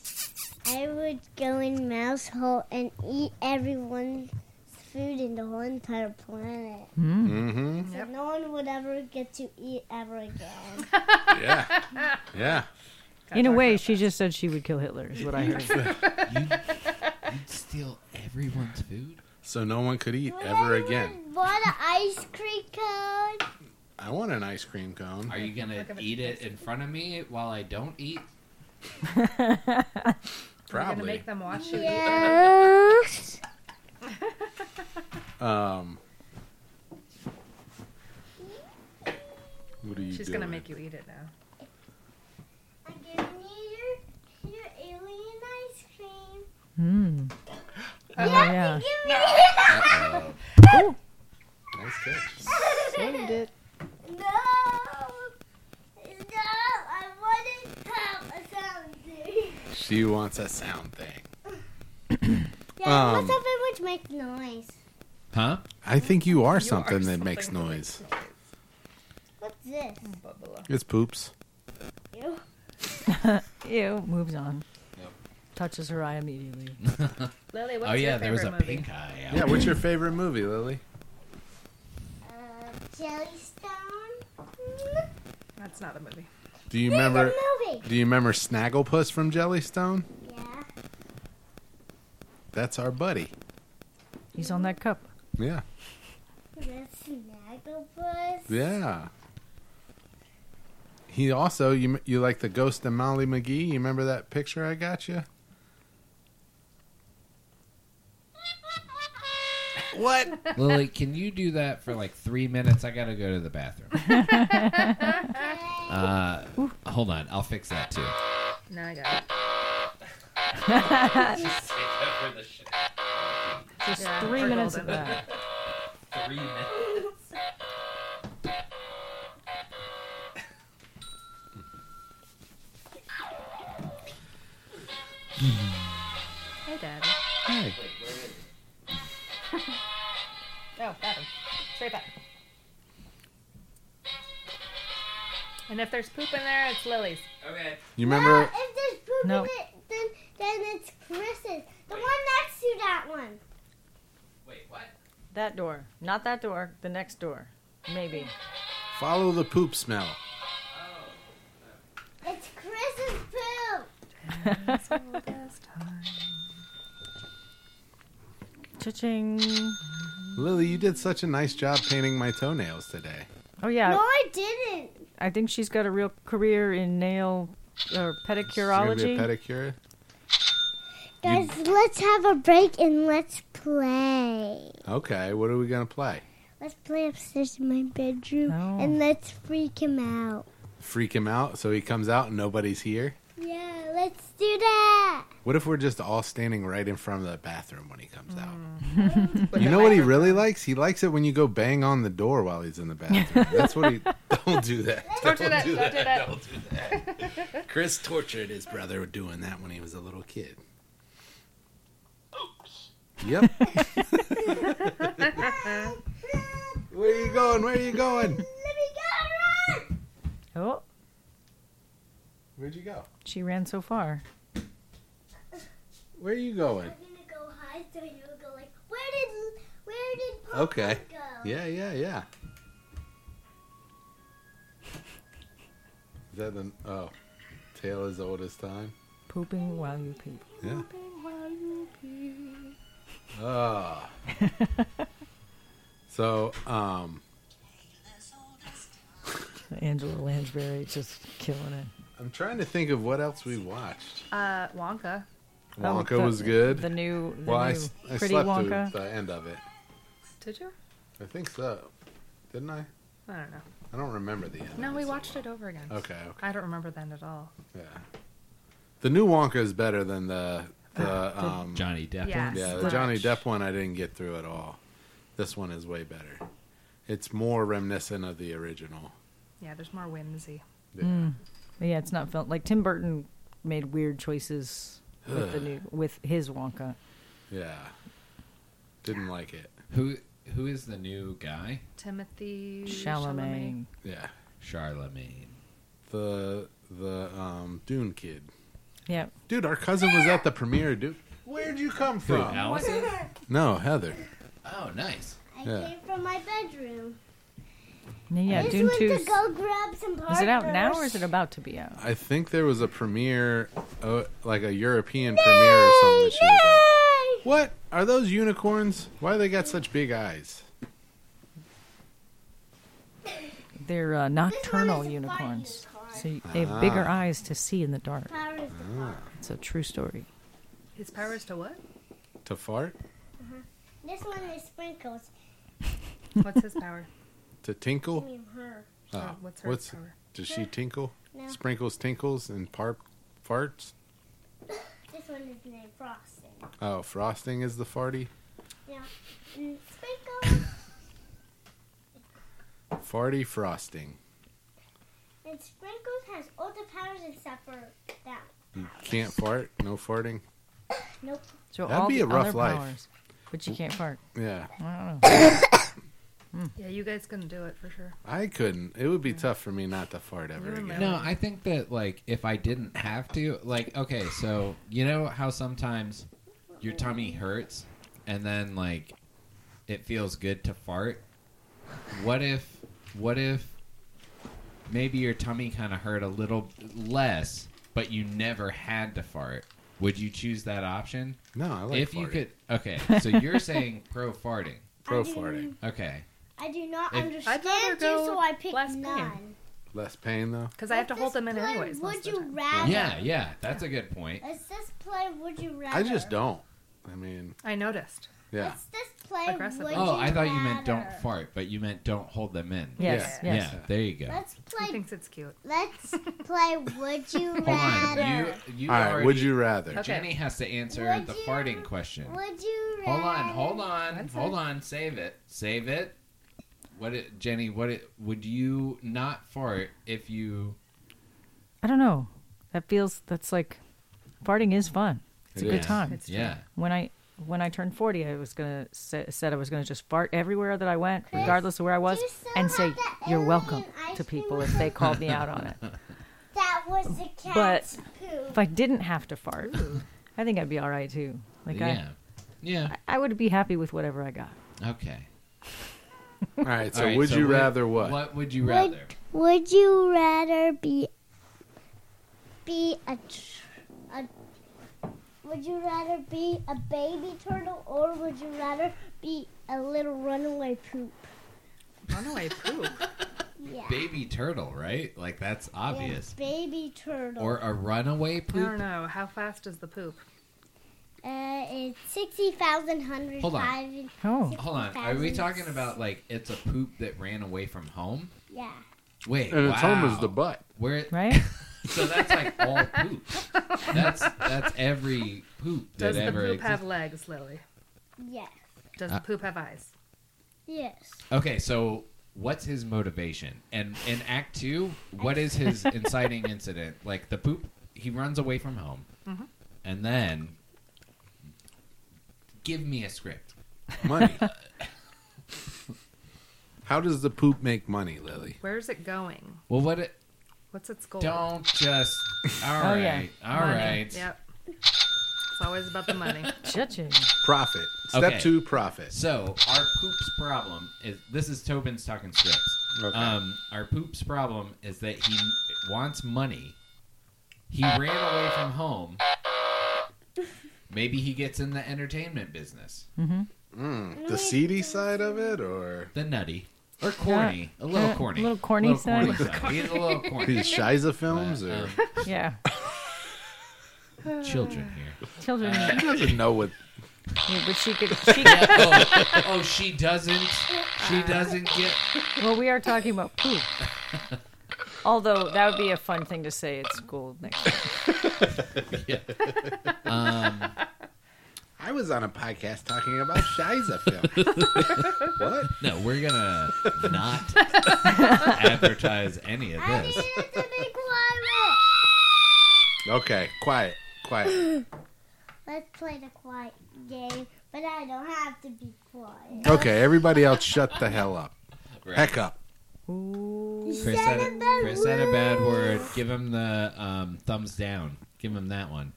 C: I would go in mouse hole and eat everyone's food in the whole entire planet.
D: Mm-hmm.
C: So no one would ever get to eat ever again.
E: <laughs>
D: Yeah. Yeah.
E: Gotta
A: In a
E: talk
A: way,
E: about
A: she just said she would kill Hitler. Is what I heard.
B: You'd, you'd steal everyone's food?
D: So no one could eat
C: Would
D: ever
C: anyone
D: again.
C: Want an ice cream cone?
D: I want an ice cream cone.
B: Are you gonna
E: Like if it-
B: eat it in front of me while I don't eat?
A: <laughs>
E: that. We're gonna
D: Probably.
E: make them watch it.
C: Yes.
D: Um. What are you
E: She's
D: doing?
E: gonna make you eat it now.
C: I'm giving you your, your alien ice cream.
A: Mm. Oh yeah.
C: Give me
D: Uh-oh.
A: Oh,
D: Nice catch.
A: saved it.
C: No! No! I wouldn't have a sound thing.
D: She wants a sound thing.
C: Yeah,
D: Um,
C: what's up if it make noise?
B: Huh?
D: I think you are
E: You
D: something
E: are
D: that
E: something
D: makes noise.
C: What's this?
E: Bubba.
D: It's poops.
C: You?
A: Ew. Moves on.
B: Yep.
A: Touches her eye immediately.
E: Lily, what's
B: oh yeah,
E: your
B: there was a
E: favorite movie?
B: pink eye. out.
D: Yeah. What's your favorite movie, Lily?
C: Uh, Jellystone?
E: That's not a movie.
D: Do you remember?
C: The movie!
D: Do you remember Snagglepuss from Jellystone?
C: Yeah.
D: That's our buddy.
A: He's on that cup.
D: Yeah.
C: That's Snagglepuss.
D: Yeah. He also you m- you like the ghost of Molly McGee? You remember that picture I got you? What?
B: Lily, can you do that for like three minutes? I gotta go to the
E: <laughs>
B: bathroom. uh, hold on, I'll fix that too.
E: No, I got it.
A: Just
E: Yeah,
A: three
E: we're
A: minutes of
E: golden.
A: that.
B: Three minutes.
E: Hey, Daddy. <laughs>
D: Hey,
E: Oh, got him. Straight back. And if there's poop in there, it's Lily's.
B: Okay.
D: You
C: No,
D: remember?
C: if there's poop
A: No.
C: in it, then, then it's Chris's. The one next to that one.
B: Wait, what?
A: That door. Not that door. The next door. Maybe.
D: Follow the poop smell.
C: It's Chris's poop.
A: Cha-ching.
D: Lily, you did such a nice job painting my toenails today.
A: Oh, yeah.
C: No, I didn't.
A: I think she's got a real career in nail or
D: She's gonna be
A: pedicurology.
D: a pedicure.
C: Guys, let's have a break and let's play.
D: Okay, what are we gonna play?
C: Let's play upstairs in my bedroom
A: No.
C: and let's freak him out.
D: Freak him out so he comes out and nobody's here.
C: Yeah, let's do
D: <laughs>
C: that.
D: What if we're just all standing right in front of the bathroom when he comes out?
E: With
D: You
E: the
D: know what he
E: microphone.
D: really likes? He likes it when you go bang on the door while he's in the bathroom. That's what he. Don't do that.
E: Don't do that. Don't do that.
D: Chris tortured his brother doing that when he was a little kid. Yep. Where are you going? Where are you going?
C: Let me go run.
A: oh,
D: Where'd you go?
A: she ran so far.
D: Where are you going?
C: I'm gonna go hide so you'll go like, where did where did Papa
D: Okay.
C: go?
D: Yeah, yeah, yeah. Is that the oh, tale as old as time?
A: Pooping while you poop.
D: Yeah. Oh. so, um,
A: Angela Lansbury just killing it.
D: I'm trying to think of what else we watched.
E: Uh, Wonka.
A: Oh,
D: Wonka
A: the-
D: was good.
A: The new, the
D: well,
A: new
D: I, s- I
A: Pretty
D: slept
A: Wonka.
D: through the end of it.
E: Did you?
D: I think so. Didn't I?
E: I don't know.
D: I don't remember the end.
E: No,
D: of
E: we
D: it so
E: watched it over again.
D: well. Okay, okay.
E: I don't remember then at all.
D: Yeah. The new Wonka is better than the the um
B: Johnny Depp.
E: Yeah.
D: yeah the
E: Much.
D: Johnny Depp one. I didn't get through at all. This one is way better. It's more reminiscent of the original.
E: Yeah, there's more whimsy.
D: Yeah.
A: Yeah, it's not felt like Tim Burton made weird choices with the
D: <sighs>
A: new with his Wonka.
D: Yeah. Didn't like it.
B: Who who is the new guy?
E: Timothy
A: Chalamet.
D: Yeah.
B: Charlemagne.
D: The the um Dune kid.
A: Yeah.
D: Dude, our cousin was at the premiere, dude. Where'd you come
E: Oh,
B: Who?
D: from?
B: Allison?
D: No, Heather.
B: Oh, nice.
C: I
D: Yeah.
C: came from my bedroom.
A: Yeah,
C: I
A: yeah
C: just
A: Dune
C: went
A: 2.
C: to go grab some partners.
A: Is it out now or is it about to be out?
D: I think there was a premiere, uh, like a European premiere or something. That she was at.
C: Yay!
D: What are those unicorns? Why they got such big eyes?
A: They're uh,
C: This one is
A: nocturnal
C: a fire
A: unicorns.
C: unicorn.
A: So you- they have
D: Ah.
A: bigger eyes to see in the dark.
C: Power is
D: Oh.
C: the power.
A: It's a true story.
E: His power is to what?
D: To fart?
C: This one is sprinkles.
E: What's his power?
D: To
C: I
D: tinkle?
C: mean her.
D: Oh,
E: Uh, what's her power?
D: Does she tinkle?
C: No.
D: Sprinkles tinkles and parp farts?
C: This one is named Frosting.
D: Oh, frosting is the farty.
C: Yeah. And Mm, sprinkles.
D: <laughs> Farty frosting.
C: and sprinkles has all the powers except for that.
D: You can't fart. No farting.
C: Nope.
A: So
D: That'd
A: all
D: be
A: the
D: a rough
A: other
D: life.
A: powers. But you can't fart.
D: Yeah,
A: I don't know.
E: Yeah, you guys can do it for sure.
D: I couldn't. It would be tough for me not to fart ever
E: You're a
D: again.
E: man.
B: No, I think that like if I didn't have to, like okay, so you know how sometimes your tummy hurts and then like it feels good to fart? What if what if maybe your tummy kind of hurt a little less, but you never had to fart? Would you choose that option?
D: No, I like
B: if
D: farting.
B: you could Okay, so
D: <laughs>
B: you're saying pro farting.
D: pro
C: I do-
D: farting.
B: Okay.
C: I do not
B: If- I'd
C: understand
E: rather
C: you,
E: go
C: so I picked
E: less pain.
C: none.
D: Less pain though.
E: Because I have to
C: Let's
E: hold
C: just
E: them in
C: play
E: anyways. most
C: Would
E: of the
C: you
E: time.
C: rather?
B: Yeah, yeah, that's a good point.
C: Let's just play Would You Rather.
D: I just don't. I mean,
E: I noticed.
D: yeah.
C: Let's just play
E: Aggressive.
C: Would
B: Oh,
C: You
B: I thought you meant don't
C: Rather.
B: fart, but you meant don't hold them in.
A: Yes,
E: Yeah.
A: yes.
B: Yeah, there you go.
C: Let's
E: He
C: play.
E: thinks it's cute.
B: <laughs>
C: Let's play Would You
B: Hold on.
C: Rather.
B: You, you
D: All right.
B: already-
D: Would you rather?
E: Okay.
B: Jenny has to answer
C: Would
B: the
C: you-
B: farting question.
C: Would you rather?
B: Hold on, hold on,
E: That's
B: hold
E: it.
B: on. Save it, save it. What, it, Jenny? What it, would you not fart if you?
A: I don't know. That feels that's like farting is fun. It's
D: It
A: a good
D: is.
A: time.
E: It's-
B: Yeah.
A: when I when I turned 40, I was gonna sa- said I was gonna just fart everywhere that I went, regardless of where I was,
C: Do you still
A: and
C: have
A: say
C: the
A: you're
C: alien
A: welcome
C: ice
A: to people if they called me out on it.
C: <laughs> That was the cat's
A: But-
C: poo.
A: If I didn't have to fart, I think I'd be all right too. Like
B: yeah. Yeah.
A: I, I would be happy with whatever I got.
B: Okay.
D: All right. So
B: All right,
D: would you
B: what-
D: rather what?
B: What would you rather?
C: Would you rather be be a, tr- a would you rather be a baby turtle or would you rather be a little runaway poop?
E: Runaway poop.
C: Yeah.
B: Baby turtle, right? Like that's
C: a
B: obvious.
C: baby turtle.
B: Or a runaway
E: <laughs> I don't
B: poop?
E: know. How fast is the poop?
C: uh, it's sixty thousand hundred
B: Hold on.
C: five.
A: Oh,
B: Hold on. Are we
C: 50,000.
B: talking about like it's a poop that ran away from home?
C: Yeah.
B: Wait.
D: And its home is
B: wow.
D: the butt.
B: Where
A: <laughs> right?
B: So that's like all poop. That's that's every poop that
E: Does the
B: ever
E: poop
B: exists.
E: have legs, Lily?
C: Yes.
E: Does
B: Uh,
E: the poop have eyes?
C: Yes.
B: Okay, so what's his motivation? And in Act Two, what is
E: <laughs>
B: his inciting incident? Like the poop, he runs away from home,
E: Mm-hmm.
B: and then give me a script.
D: Money. <laughs> How does the poop make money, Lily?
E: Where's it going?
B: Well, what? It,
E: What's its goal?
B: don't just. All
A: Oh, yeah.
B: right, all
E: Oh. Money.
B: right.
E: Yep. It's always about the money.
A: Judging.
D: Profit. Step
B: Okay.
D: two, profit.
B: So our poop's problem is this is Tobin's talking scripts.
D: Okay.
B: Um, our poop's problem is that he wants money. He ran away from home. Maybe he gets in the entertainment business,
D: Mm, the seedy side of it, or
B: the nutty or corny, a little
A: uh,
B: corny,
A: little corny side.
B: He's a little corny. <laughs>
D: these Shiza films, or
B: Um,
A: Yeah,
B: children here.
A: <laughs> children.
D: he
B: <laughs>
D: doesn't know what.
A: yeah, but she could. She,
B: Oh, oh, she doesn't. She doesn't get.
A: well, we are talking about poop. Although that would be a fun thing to say at school next. Time.
D: I was on a podcast talking about Shiza films.
B: <laughs>
D: what?
B: No, we're gonna
A: <laughs>
B: not advertise any of
C: I
B: this.
C: needed to be quiet.
D: Okay, quiet, quiet.
C: Let's play the quiet game, but I don't have to be
A: <laughs>
C: quiet.
D: Okay, everybody else, shut the hell up.
B: Right.
D: Heck up.
A: Ooh,
C: You
B: Chris
C: said
B: said,
C: a bad
B: Chris said a
C: word.
B: bad word. Give him the um, thumbs down. Give him that one.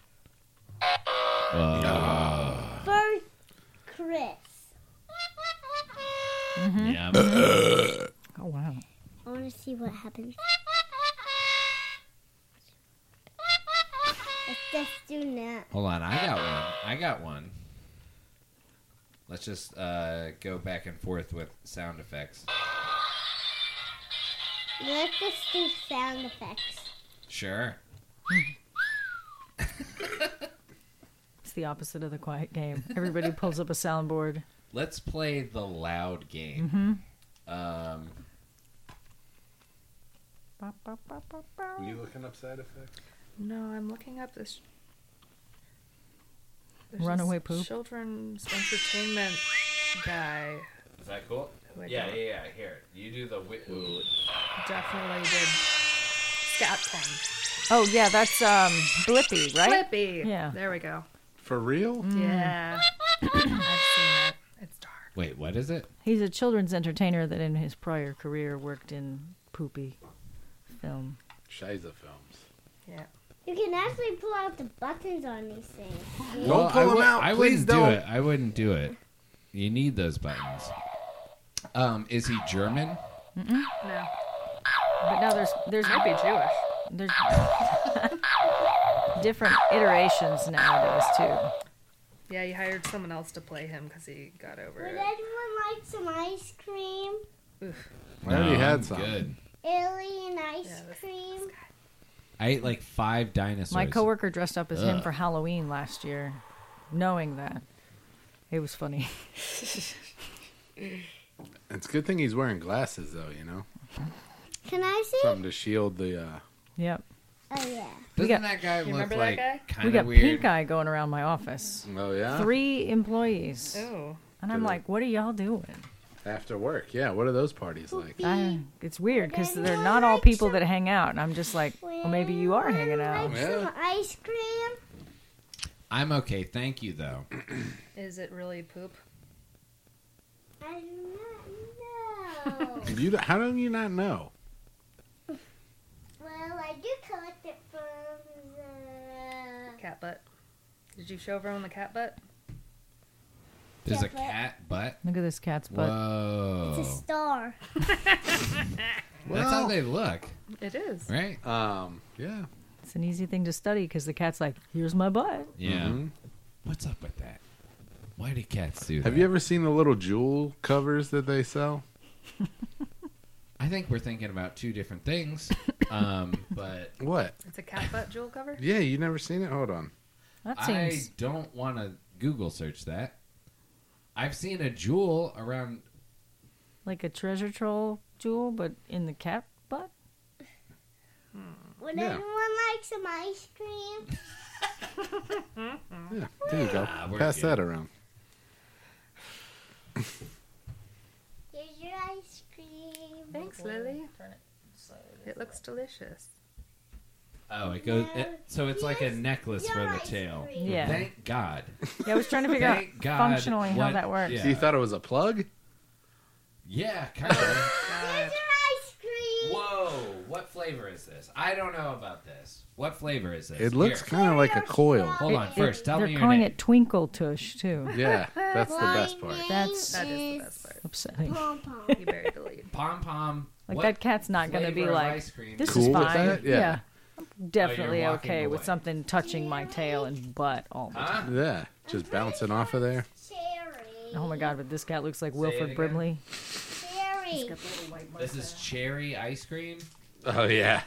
B: Uh,
C: First, Chris.
A: Mm-hmm.
B: yeah.
A: oh wow.
C: I want to see what happens. Let's just do that.
B: Hold on. I got one. I got one. Let's just uh, go back and forth with sound effects.
C: Let's just do sound effects.
B: Sure.
A: It's the opposite of the quiet game. Everybody pulls up a soundboard.
B: Let's play the loud game.
A: Mm-hmm.
B: Um,
A: Ba, ba, ba, ba, ba.
D: Were you looking up side effects?
E: <laughs> No, I'm looking up this. There's
A: Runaway
E: this
A: poop?
E: Children's entertainment guy.
B: is that cool?
E: Who I
B: Yeah, yeah,
E: don't-
B: yeah. Here, you do the. Wi-
E: Definitely did scat thing.
A: Oh yeah, that's um Blippi, right?
E: Flippy.
A: Yeah.
E: There we go.
D: For real?
E: Mm. Yeah. <clears throat> I've seen it. It's dark.
B: Wait, what is it?
A: He's a children's entertainer that in his prior career worked in poopy film.
D: Shiza films.
E: Yeah.
C: You can actually pull out the buttons on these things.
D: Don't
B: Well,
D: pull
B: I
D: them
B: wou-
C: Oh,
D: out,
B: I
D: please
B: wouldn't do
D: don't.
B: it. I wouldn't do it. You need those buttons. Um, is he German?
E: No.
A: But now there's there's
E: Might be Jewish.
A: there's <laughs> different iterations nowadays too.
E: Yeah, he hired someone else to play him because he got over
C: Would
E: it.
C: anyone like some ice cream?
D: I already
B: No,
D: had
B: I'm
D: some.
B: Good.
C: Alien ice
E: Yeah, this-
C: cream?
B: I ate like five dinosaurs.
A: My coworker dressed up as him
B: Ugh.
A: for Halloween last year, knowing that. It was funny. <laughs>
D: It's a good thing he's wearing glasses, though. You know,
C: Can I see?
D: something to shield the. uh
A: Yep.
C: Oh, yeah.
B: Doesn't
A: got-
B: that guy look
E: remember that
B: like
E: guy?
A: We
B: kind
A: got
B: of weird?
A: pink eye going around my office.
D: Oh yeah.
A: Three employees.
E: Oh.
A: And I'm
D: Good.
A: like, what are y'all doing?
D: After work, yeah. What are those parties like?
A: I, it's weird because
C: Would
A: they're
C: anyone
A: not all
C: like
A: people
C: some-
A: that hang out. And I'm just like, well, maybe you are hanging out.
C: Like
D: Yeah.
C: some ice cream?
B: I'm okay, thank you though.
E: Is it really poop?
C: I do not know.
D: You, how do you not know?
E: butt. Did you show everyone the cat butt?
B: There's a
C: Yeah, but-
B: cat butt.
A: Look at this cat's butt.
B: Whoa.
C: It's a star.
B: That's
D: Well-
B: how they look,
E: It is.
B: right?
D: Um, yeah.
A: It's an easy thing to study because the cat's like, here's my butt.
B: Yeah.
D: Mhm.
B: What's up with that? Why do cats do that?
D: Have you ever seen the little jewel covers that they sell?
B: I think we're thinking about two different
A: <laughs>
B: things. um, but
D: What?
E: It's a cat butt jewel cover.
D: Yeah, you never seen it? Hold on.
A: That
B: I
A: seems.
B: don't want to Google search that. I've seen a jewel around.
A: like a treasure troll jewel, but in the cat butt.
C: Would
D: Yeah.
C: anyone like some ice cream?
D: Yeah, there you go.
B: Ah, we're
D: Pass
B: good.
D: that around.
C: Here's your ice cream.
E: <laughs> Thanks, Lily. It looks delicious.
B: Oh, it goes.
C: No.
B: It, so it's like a
C: Yes,
B: necklace
C: your
B: for the
C: ice
B: tail.
C: cream.
A: Yeah.
B: Thank God.
A: Yeah, I was trying to figure out
B: Thank God
A: functionally how
B: what-
A: that works.
B: yeah.
D: You thought it was a plug?
B: Yeah, kind of.
C: Here's your ice cream.
B: Whoa, what flavor is this? I don't know about this. What flavor is this?
D: It looks
B: Here,
D: kind of like a
C: Here's
D: coil.
C: your
B: Hold on,
C: ice
B: first tell
A: They're
B: me your
A: calling
B: name.
A: it Twinkle Tush too.
D: Yeah, that's the best
C: My
D: part.
C: name
A: That's-
E: That is the best part.
A: Upsetting.
C: Pom pom.
E: You <laughs> buried the lead.
B: Pom pom.
A: Like
B: what
A: that cat's not going to
B: flavor
A: be
B: of
A: like
B: ice cream?
A: this
D: Cool
A: is
D: with
A: fine.
D: that? Yeah.
A: I'm definitely
B: Oh, walking
A: okay with
B: away.
A: something touching my tail and butt all the time.
B: Huh?
D: Yeah, just bouncing off of there.
C: Cherry.
A: Oh my god, but this cat looks like
B: it
A: Wilford
B: again. <laughs>
A: Brimley.
C: Cherry.
B: This is cherry ice cream.
D: Oh <laughs> yeah.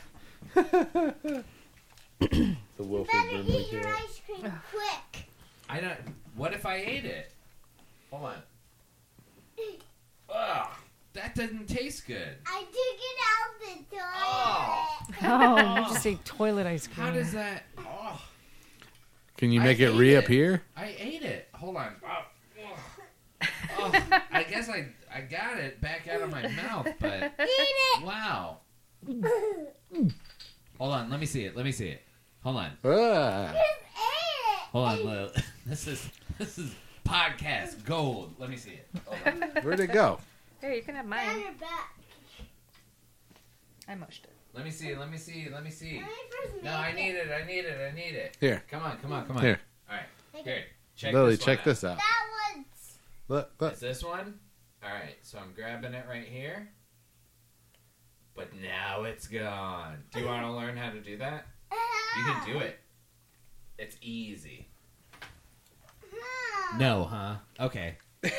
D: the Wilford
C: Better
D: Brimley
C: eat your
D: cat.
C: ice cream quick.
B: I don't. What if I ate it? Hold on. Ugh, that doesn't taste good.
C: I took it out the
B: Oh.
C: toilet.
A: Oh, you just ate toilet ice cream.
B: How does that? Oh,
D: Can you
B: I
D: make it
B: hate
D: reappear?
B: I ate it. Hold on. Oh, ugh.
A: <laughs>
B: Oh, I guess I I got it back out of my mouth, but
C: Eat
A: <laughs>
B: <laughs>
C: it.
B: wow. Hold on. Let me see it. Let me see it. Hold on.
D: Ah,
C: Just ate it.
B: Hold on. Lil. <laughs> This is this is podcast gold. Let me see it.
D: where'd it go?
E: Here, you can have
C: Down
E: mine.
C: your back.
E: I mushed it.
B: Let me see. Let me see. Let me see.
C: Let me first
B: No,
C: make
B: I need it. I need it. I need it.
D: Here.
B: Come on. Come on. Come on.
D: Here.
B: All right. Here. <laughs> Check
D: Lily,
B: this one
D: check
B: out.
D: this out.
C: That one's
D: Look, look.
B: Is this one? All right. So I'm grabbing it right here. But now it's gone. Do you want to learn how to do that? You
C: <laughs>
B: can do it. It's easy. No, huh? Okay.
E: You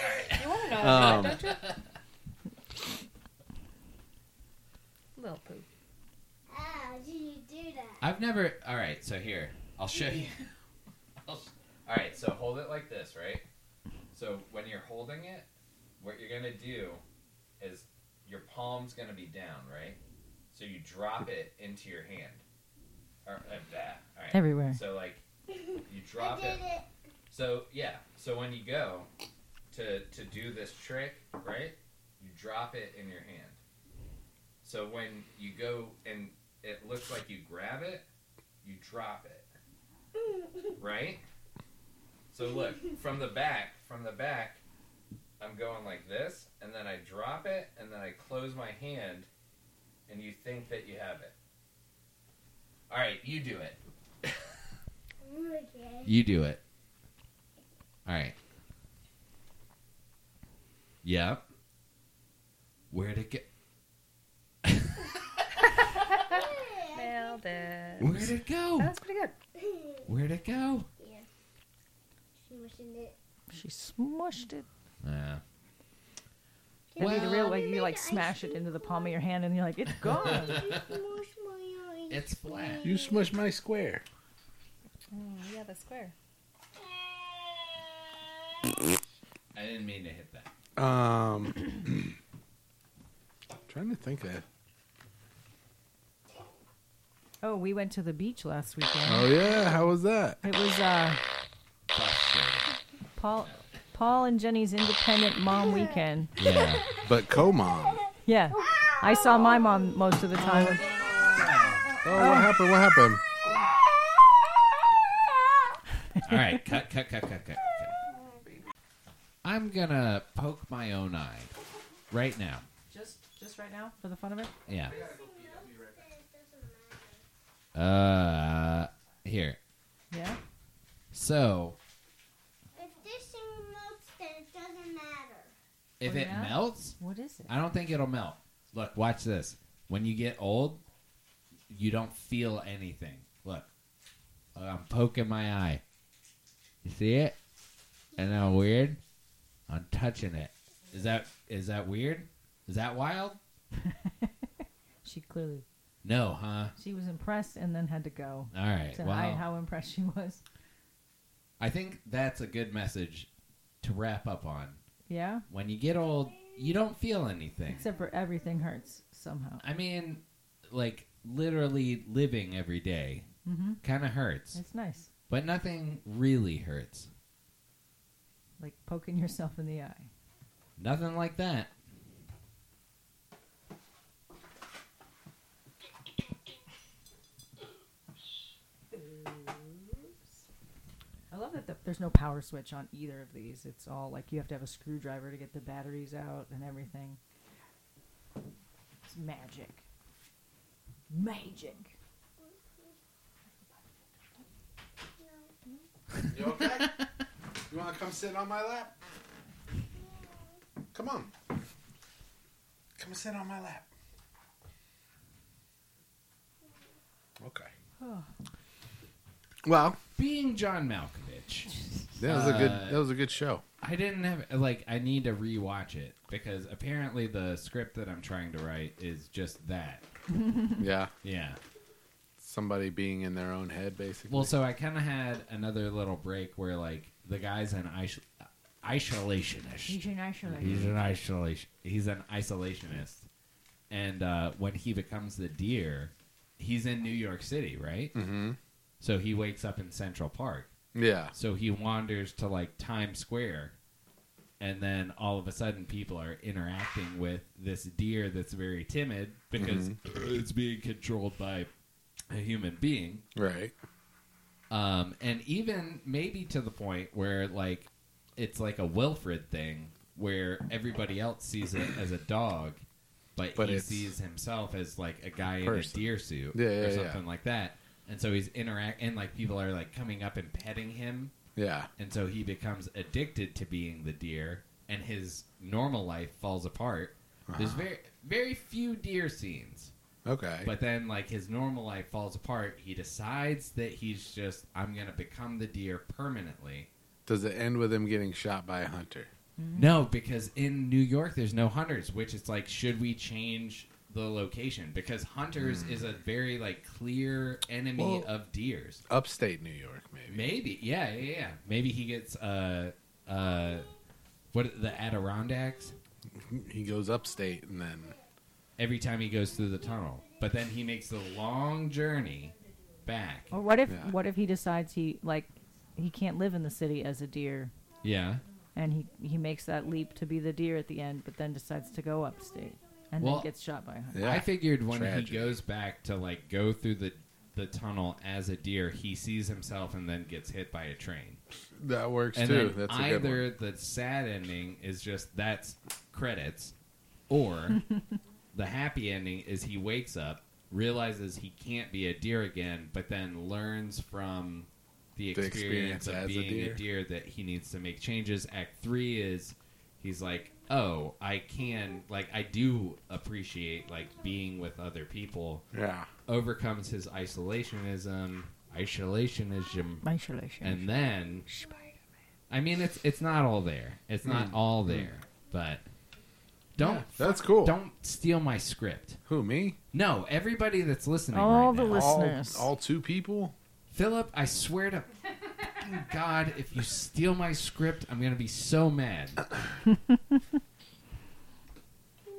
E: want to know,
D: Um.
E: don't you? Little poop.
C: How do you do that?
B: I've never. All right. So here, I'll show
C: <laughs>
B: you. I'll sh- All right. So hold it like this, right? So when you're holding it, what you're gonna do is your palm's gonna be down, right? So you drop it into your hand or like that. All right.
A: Everywhere.
B: So like
C: <laughs>
B: you drop
C: I did
B: it.
C: it.
B: So yeah. So when you go to to do this trick, right? You drop it in your hand. So when you go and it looks like you grab it, you drop it. Right? So look, from the back, from the back, I'm going like this and then I drop it and then I close my hand and you think that you have it. All right, you do it.
C: <laughs> Okay.
B: You do it. All right. Yep. Where'd it go?
C: <laughs>
E: Nailed it.
B: Where'd it go?
E: That was pretty good.
B: Where'd it go?
C: Smushing it.
A: She smushed it.
B: Yeah.
A: That'd be the real
B: Well-
A: way you like smash it into the palm of your hand and you're like, it's gone.
B: <laughs>
D: <laughs>
C: Smush my ice
B: It's flat.
D: You smushed my square.
E: Mm, yeah, the square.
B: I didn't mean to hit that.
D: Um, <clears throat> trying to think of.
A: oh, we went to the beach last weekend.
D: Oh yeah, how was that?
A: It was uh
B: Frustrating.
A: Paul Paul and Jenny's independent mom weekend.
B: Yeah.
D: But co-mom.
A: Yeah. I saw my mom most of
B: <laughs>
A: the time.
D: Oh, what happened? What happened?
B: All right. Cut, cut, cut, cut, cut, cut. I'm going to poke my own eye right now.
A: Just just right now for the fun of it.
B: Yeah. Uh, here.
A: Yeah.
B: So
C: If this thing melts, then it doesn't matter.
B: if
A: Oh,
B: it
A: yeah?
B: melts,
A: What is it?
B: I don't think it'll melt. Look, watch this. When you get old, you don't feel anything. Look, I'm poking my eye. You see it? Isn't that weird? I'm touching it. Is that is that weird? Is that wild?
A: She clearly
B: No, huh?
A: she was impressed and then had to go
B: All right.
A: to
B: well,
A: hide how impressed she was.
B: I think that's a good message to wrap up on.
A: Yeah,
B: When you get old, you don't feel anything.
A: except for everything hurts somehow.
B: I mean, like literally living every day
A: Mm-hmm.
B: kind of hurts,
A: It's nice,
B: but nothing really hurts.
A: like poking yourself in the eye.
B: Nothing like that.
A: I love that the, there's no power switch on either of these. It's all like you have to have a screwdriver to get the batteries out and everything. It's magic. Magic.
D: You okay? you want to come sit on my lap? Come on. Come sit on my lap. Okay. Well,
B: Being John Malkovich,
D: that was a good.
B: Uh,
D: That was a good show.
B: I didn't have like I need to rewatch it because apparently the script that I'm trying to write is just that.
D: Yeah,
B: Yeah.
D: somebody being in their own head, basically.
B: Well, so I kind of had another little break where like the guy's an iso- isolationist.
A: an isolate.
B: He's an isolation. He's an isolationist, and uh, when he becomes the deer, he's in New York City, right?
D: mm-hmm.
B: So he wakes up in Central Park.
D: Yeah.
B: So he wanders to like Times Square, and then all of a sudden, people are interacting with this deer that's very timid because
D: Mm-hmm.
B: it's being controlled by a human being.
D: Right.
B: Um, and even maybe to the point where like it's like a Wilfred thing where everybody else sees it as a dog, but,
D: But
B: he
D: it's-
B: sees himself as like a guy
D: Person.
B: in a deer suit
D: Yeah, yeah,
B: or
D: yeah.
B: something like that. And so he's interact and like people are like coming up and petting him,
D: Yeah.
B: and so he becomes addicted to being the deer, and his normal life falls apart. There's very very few deer scenes.
D: Okay.
B: But then, like his normal life falls apart. He decides that he's just I'm gonna become the deer permanently.
D: Does it end with him getting shot by a hunter?
B: No, because in New York there's no hunters, which is like, should we change the location? Because hunters is a very like clear enemy
D: Well-
B: of deers.
D: Upstate New York, maybe.
B: Maybe, yeah, yeah, yeah. Maybe he gets uh uh what the Adirondacks
D: He goes upstate and then
B: every time he goes through the tunnel, but then he makes the long journey back.
A: Or what if
D: Yeah.
A: what if he decides he like he can't live in the city as a deer
B: Yeah.
A: and he he makes that leap to be the deer at the end but then decides to go upstate and
B: Well-
A: then gets shot by a hunter.
D: yeah.
B: I figured when
D: Tragic.
B: he goes back to like go through the the tunnel as a deer, he sees himself and then gets hit by a train.
D: that works
B: And
D: too.
B: then
D: That's a good one.
B: either the sad ending is just that's credits, or the happy ending is he wakes up, realizes he can't be a deer again, but then learns from the
D: The
B: experience,
D: experience as a
B: of being
D: deer.
B: a deer that he needs to make changes. Act three is he's like, oh, I can like I do appreciate like being with other people.
D: Yeah.
B: Overcomes his isolationism, isolationism
A: Isolation.
B: and then I mean it's it's not all there. It's
A: Mm.
B: not all there, but don't
D: That's cool.
B: don't steal my script.
D: Who me?
B: No, everybody that's listening
A: All
B: right
A: the
B: now.
A: lis-
D: All,
A: Listeners.
D: all two people?
B: Philip, I swear to fucking
A: <laughs>
B: God, if you steal my script, I'm gonna be so mad.
C: Can you please,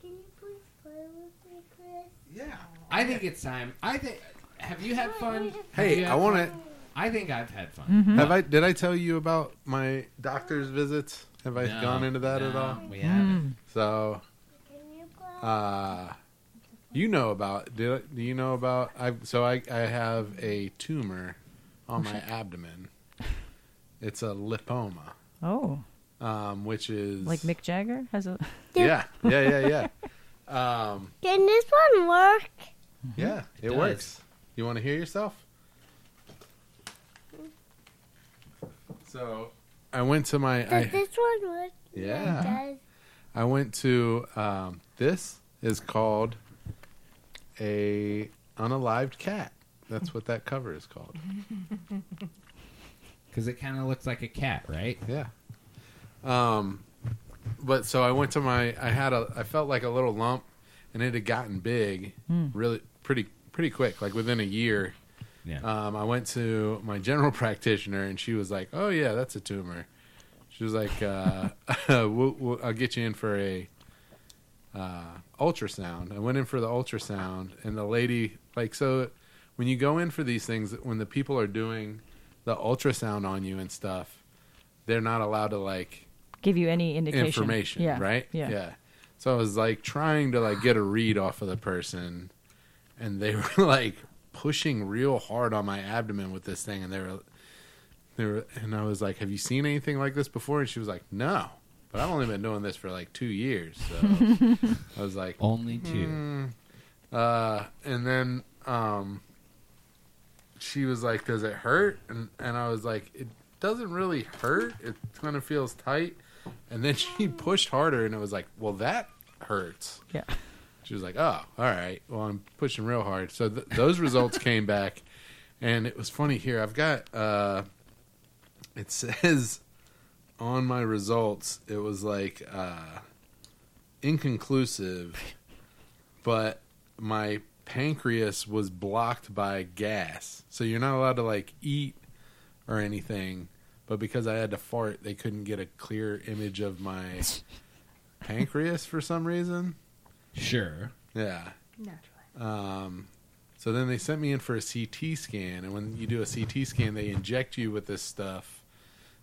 C: can you please play with me, Chris?
D: Yeah.
B: I think it's time. I think. Have you had fun? Have
D: Hey,
B: you
D: I
B: had
D: want
B: fun?
D: to.
B: I think I've had fun.
A: Mm-hmm. Hmm?
D: Have I? Did I tell you about my doctor's visits? Have I
B: No,
D: gone into that at
B: no,
D: all?
B: We
A: Mm.
B: haven't.
D: So,
C: Can you play?
D: uh, you know about? Did I- do you know about? I so I I have a tumor
B: <laughs>
D: on my abdomen. It's a lipoma,
A: Oh,
D: um, which is
A: like Mick Jagger has a <laughs>
D: Yeah, yeah, yeah, yeah. Um,
C: Can this one work?
D: Yeah, it,
B: does.
D: works. You want to hear yourself? So I went to my.
C: Does
D: I,
C: this one work?
D: Yeah.
C: Does.
D: I went to. Um, this is called a unalived cat. That's what that cover is called.
B: Because it kind of looks like a cat, right?
D: Yeah. Um, but so I went to my. I had a. I felt like a little lump, and it had gotten big, really pretty pretty quick, like within a year.
B: Yeah.
D: Um, I went to my general <laughs> practitioner, and she was like, "Oh yeah, that's a tumor." She was like, uh, <laughs> we'll, we'll, "I'll get you in for a uh, ultrasound." I went in for the ultrasound, and the lady like so. When you go in for these things, when the people are doing the ultrasound on you and stuff, they're not allowed to like
A: Give you any indication?
D: information,
A: yeah.
D: right?
A: Yeah.
D: So I was like trying to like get a read off of the person, and they <laughs> were like pushing real hard on my abdomen with this thing, and they were, they were, and I was like, "Have you seen anything like this before?" And she was like, "No." But I've only been doing this for like two years,
A: <laughs>
D: so I was like,
B: Only two.
D: mm. uh, and then um, she was like, "Does it hurt?" And and I was like, "It doesn't really hurt. It kind of feels tight." And then <laughs> she pushed harder, and it was like, "Well, that hurts."
A: Yeah.
D: She was like, "Oh, all right. Well, I'm pushing real hard." So th- those results came back, and it was funny. Here, I've got. Uh, it says on my results, it was like uh, inconclusive, but my pancreas was blocked by gas, so you're not allowed to like eat or anything. But because I had to fart, they couldn't get a clear image of my pancreas for some reason.
B: Sure.
D: Yeah.
E: Naturally.
D: Um, so then they sent me in for a CT scan, and when you do a CT scan, they inject you with this stuff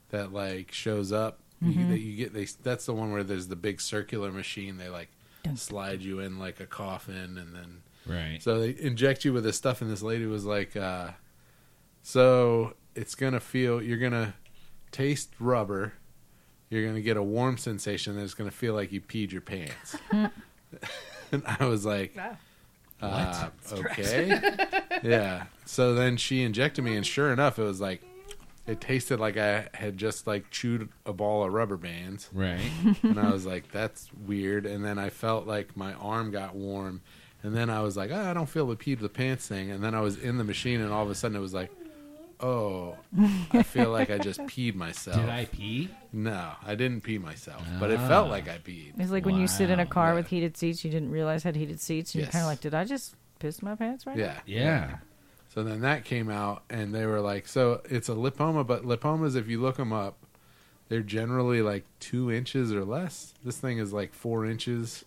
D: that like shows up. You, that you get they that's the one where there's the big circular machine. They like
A: Dun.
D: slide you in like a coffin, and then
B: Right.
D: so they inject you with this stuff, and this lady was like, uh, "So it's gonna feel. You're gonna taste rubber. You're gonna get a warm sensation that's gonna feel like you peed your pants." <laughs> and I was like,
E: Wow.
D: uh, okay.
B: <laughs>
D: yeah. So then she injected me, and sure enough, it was like it tasted like I had just like chewed a ball of rubber bands,
B: Right.
D: and I was like, "That's weird." And then I felt like my arm got warm, and then I was like, oh, "I don't feel the pee to the pants thing." And then I was in the machine, and all of a sudden, it was like. Oh, I feel like
B: <laughs>
D: I just peed myself.
B: Did I Ah. pee?
D: No, I didn't pee myself, but it felt like I peed.
A: It's like when you sit in a
B: Wow,
A: car
D: yeah.
A: with heated seats, you didn't realize had heated seats, and you're
D: Yes.
A: kind of like, did I just piss my pants right?
D: Yeah.
B: Yeah.
D: So then that came out, and they were like, "So it's a lipoma, but lipomas, if you look them up, they're generally like two inches or less. This thing is like four inches,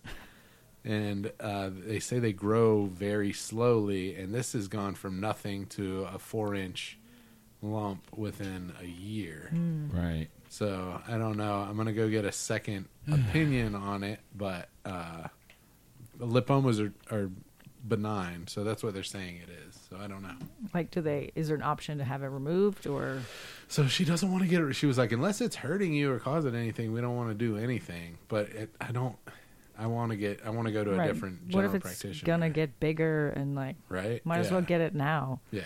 D: and uh, they say they grow very slowly. And this has gone from nothing to a four-inch lump within a year.
B: Right.
D: So I don't know. I'm gonna go get a second opinion on it, but uh, lipomas are, are benign, so that's what they're saying it is. So I don't know.
A: Like, do they? Is there an option to have it removed, or
D: So she doesn't want to get it. She was like, unless it's hurting you or causing anything, we don't want to do anything. But it, I don't. I want to get. I want to go to a
A: Right.
D: different
A: what
D: general
A: if it's
D: practitioner.
A: gonna get bigger and like?
D: right.
A: Might as
D: Yeah.
A: well get it now.
D: Yeah,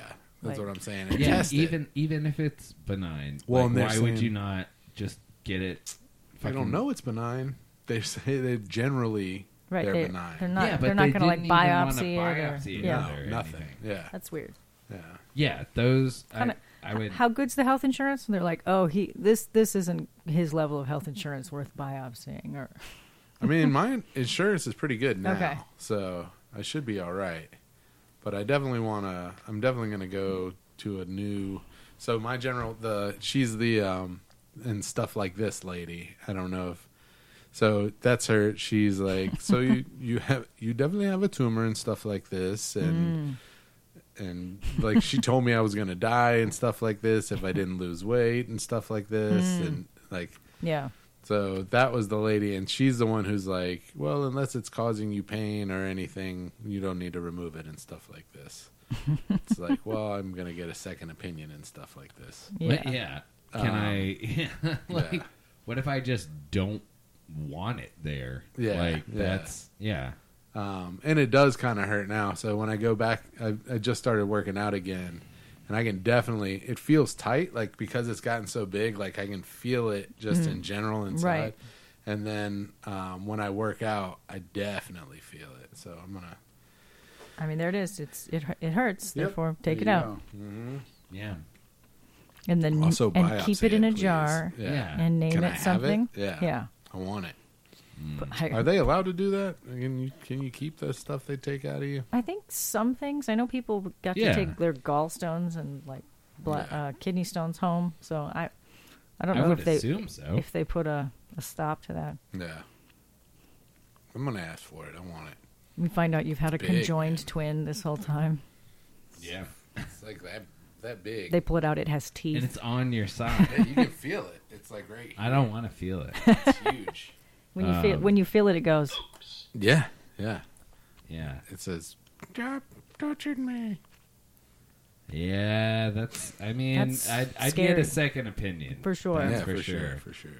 A: like-
D: that's what I'm saying. And
B: Yeah.
D: test
B: even even if it's benign,
D: Well,
B: like,
D: and they're
B: why would
D: saying-
B: you not just get it?
D: It. I
B: fucking-
D: don't know. It's benign. They say they generally
A: Right?
D: they're
A: they,
D: benign.
A: They're not.
B: Yeah, but
A: they're not
B: they
A: gonna like
B: didn't even wanna biopsy
A: biopsy, it. Or,
B: it.
A: yeah,
B: No. or
D: nothing.
B: anything.
D: Yeah,
A: that's weird.
D: yeah.
B: Yeah. Those. I,
A: Kinda-
B: I would.
A: How good's the health insurance? And they're like, oh, he this this isn't his level of health insurance worth biopsying. Or
D: I mean, my insurance is pretty good now,
A: Okay.
D: so I should be all right. But I definitely want to. I'm definitely going to go to a new. So my general, the she's the um and stuff like this lady. I don't know if. So that's her. She's like, so you you have you definitely have a tumor and stuff like this and. And like she told me I was gonna die and stuff like this if I didn't lose weight and stuff like this and like
A: yeah,
D: so that was the lady, and she's the one who's like, "Well, unless it's causing you pain or anything, you don't need to remove it and stuff like this."
A: <laughs>
D: it's like, "Well, I'm gonna get a second opinion and stuff like this."
A: yeah,
B: But yeah. Can
D: Um,
B: I? <laughs> like,
D: yeah.
B: what if I just don't want it there?
D: Yeah,
B: Like
D: yeah.
B: that's yeah.
D: Um, and it does kind of hurt now. So when I go back, I, I just started working out again, and I can definitely it feels tight like because it's gotten so big like I can feel it just in general inside.
A: Mm-hmm. Right.
D: And then um, when I work out, I definitely feel it. So I'm gonna
A: I mean, there it is. It's it hu- it hurts.
G: Yep,
A: Therefore, take
G: there
A: it
G: you
A: out
G: go.
B: Yeah.
A: and then
D: also
A: and keep
D: biopsy
A: it in a
D: please.
A: jar
D: Yeah.
B: Yeah.
A: and name
D: Can
A: it
D: I have it?
A: something.
D: Yeah. Mm.
A: Yeah.
D: I want it.
A: But I,
D: Are they allowed to do that? Can you can you keep the stuff they take out of you?
A: I think some things. I know people got
B: Yeah.
A: to take their gallstones and like bla
D: Yeah.
A: uh, kidney stones home. So I, I don't
B: I
A: know
B: would
A: if they
B: assume so.
A: if they put a, a stop to that.
D: Yeah. I'm gonna ask for it. I want it.
A: We find out you've had a
D: Big,
A: conjoined
D: man.
A: twin this whole time.
B: Yeah.
D: It's like that that big.
A: They pull it out. It has
B: And
A: teeth.
B: it's on
A: <laughs>
B: your side.
D: Yeah, you can feel it. It's like <laughs> right.
B: I don't want to feel it.
A: <laughs>
D: It's huge.
A: When you
D: um,
A: feel when you feel it, it goes.
D: Yeah. Yeah.
B: Yeah.
D: It says, "Stop touching me."
B: Yeah, that's. I mean,
A: That's
B: I I get
A: scary.
B: a second opinion
A: For sure.
B: That's
D: yeah,
B: for,
D: for sure.
B: sure.
D: For sure.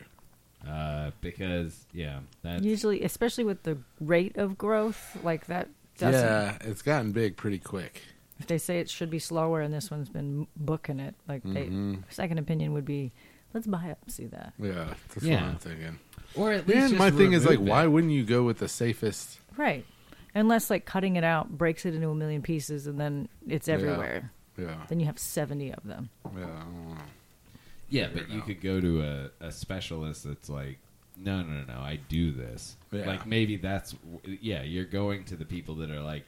B: Uh, because yeah, that's
A: Usually, especially with the rate of growth, like that doesn't.
D: Yeah, it's gotten big pretty quick.
A: If they say it should be slower, and this one's been booking it, like
D: Mm-hmm.
A: they, second opinion would be, let's biopsy that.
D: Yeah, that's
B: Yeah.
D: what I'm thinking.
B: or at least
D: And
B: just
D: my thing is like,
B: remove it.
D: why wouldn't you go with the safest?
A: Right. Unless like cutting it out breaks it into a million pieces and then it's everywhere.
D: Yeah,
A: Then you have 70 of them.
D: yeah. I don't know.
B: Yeah,
D: figure
B: but
D: it
B: you
D: out.
B: could go to a, a specialist that's like, no, no, no, no, I do this.
D: Yeah.
B: Like maybe that's yeah, you're going to the people that are like,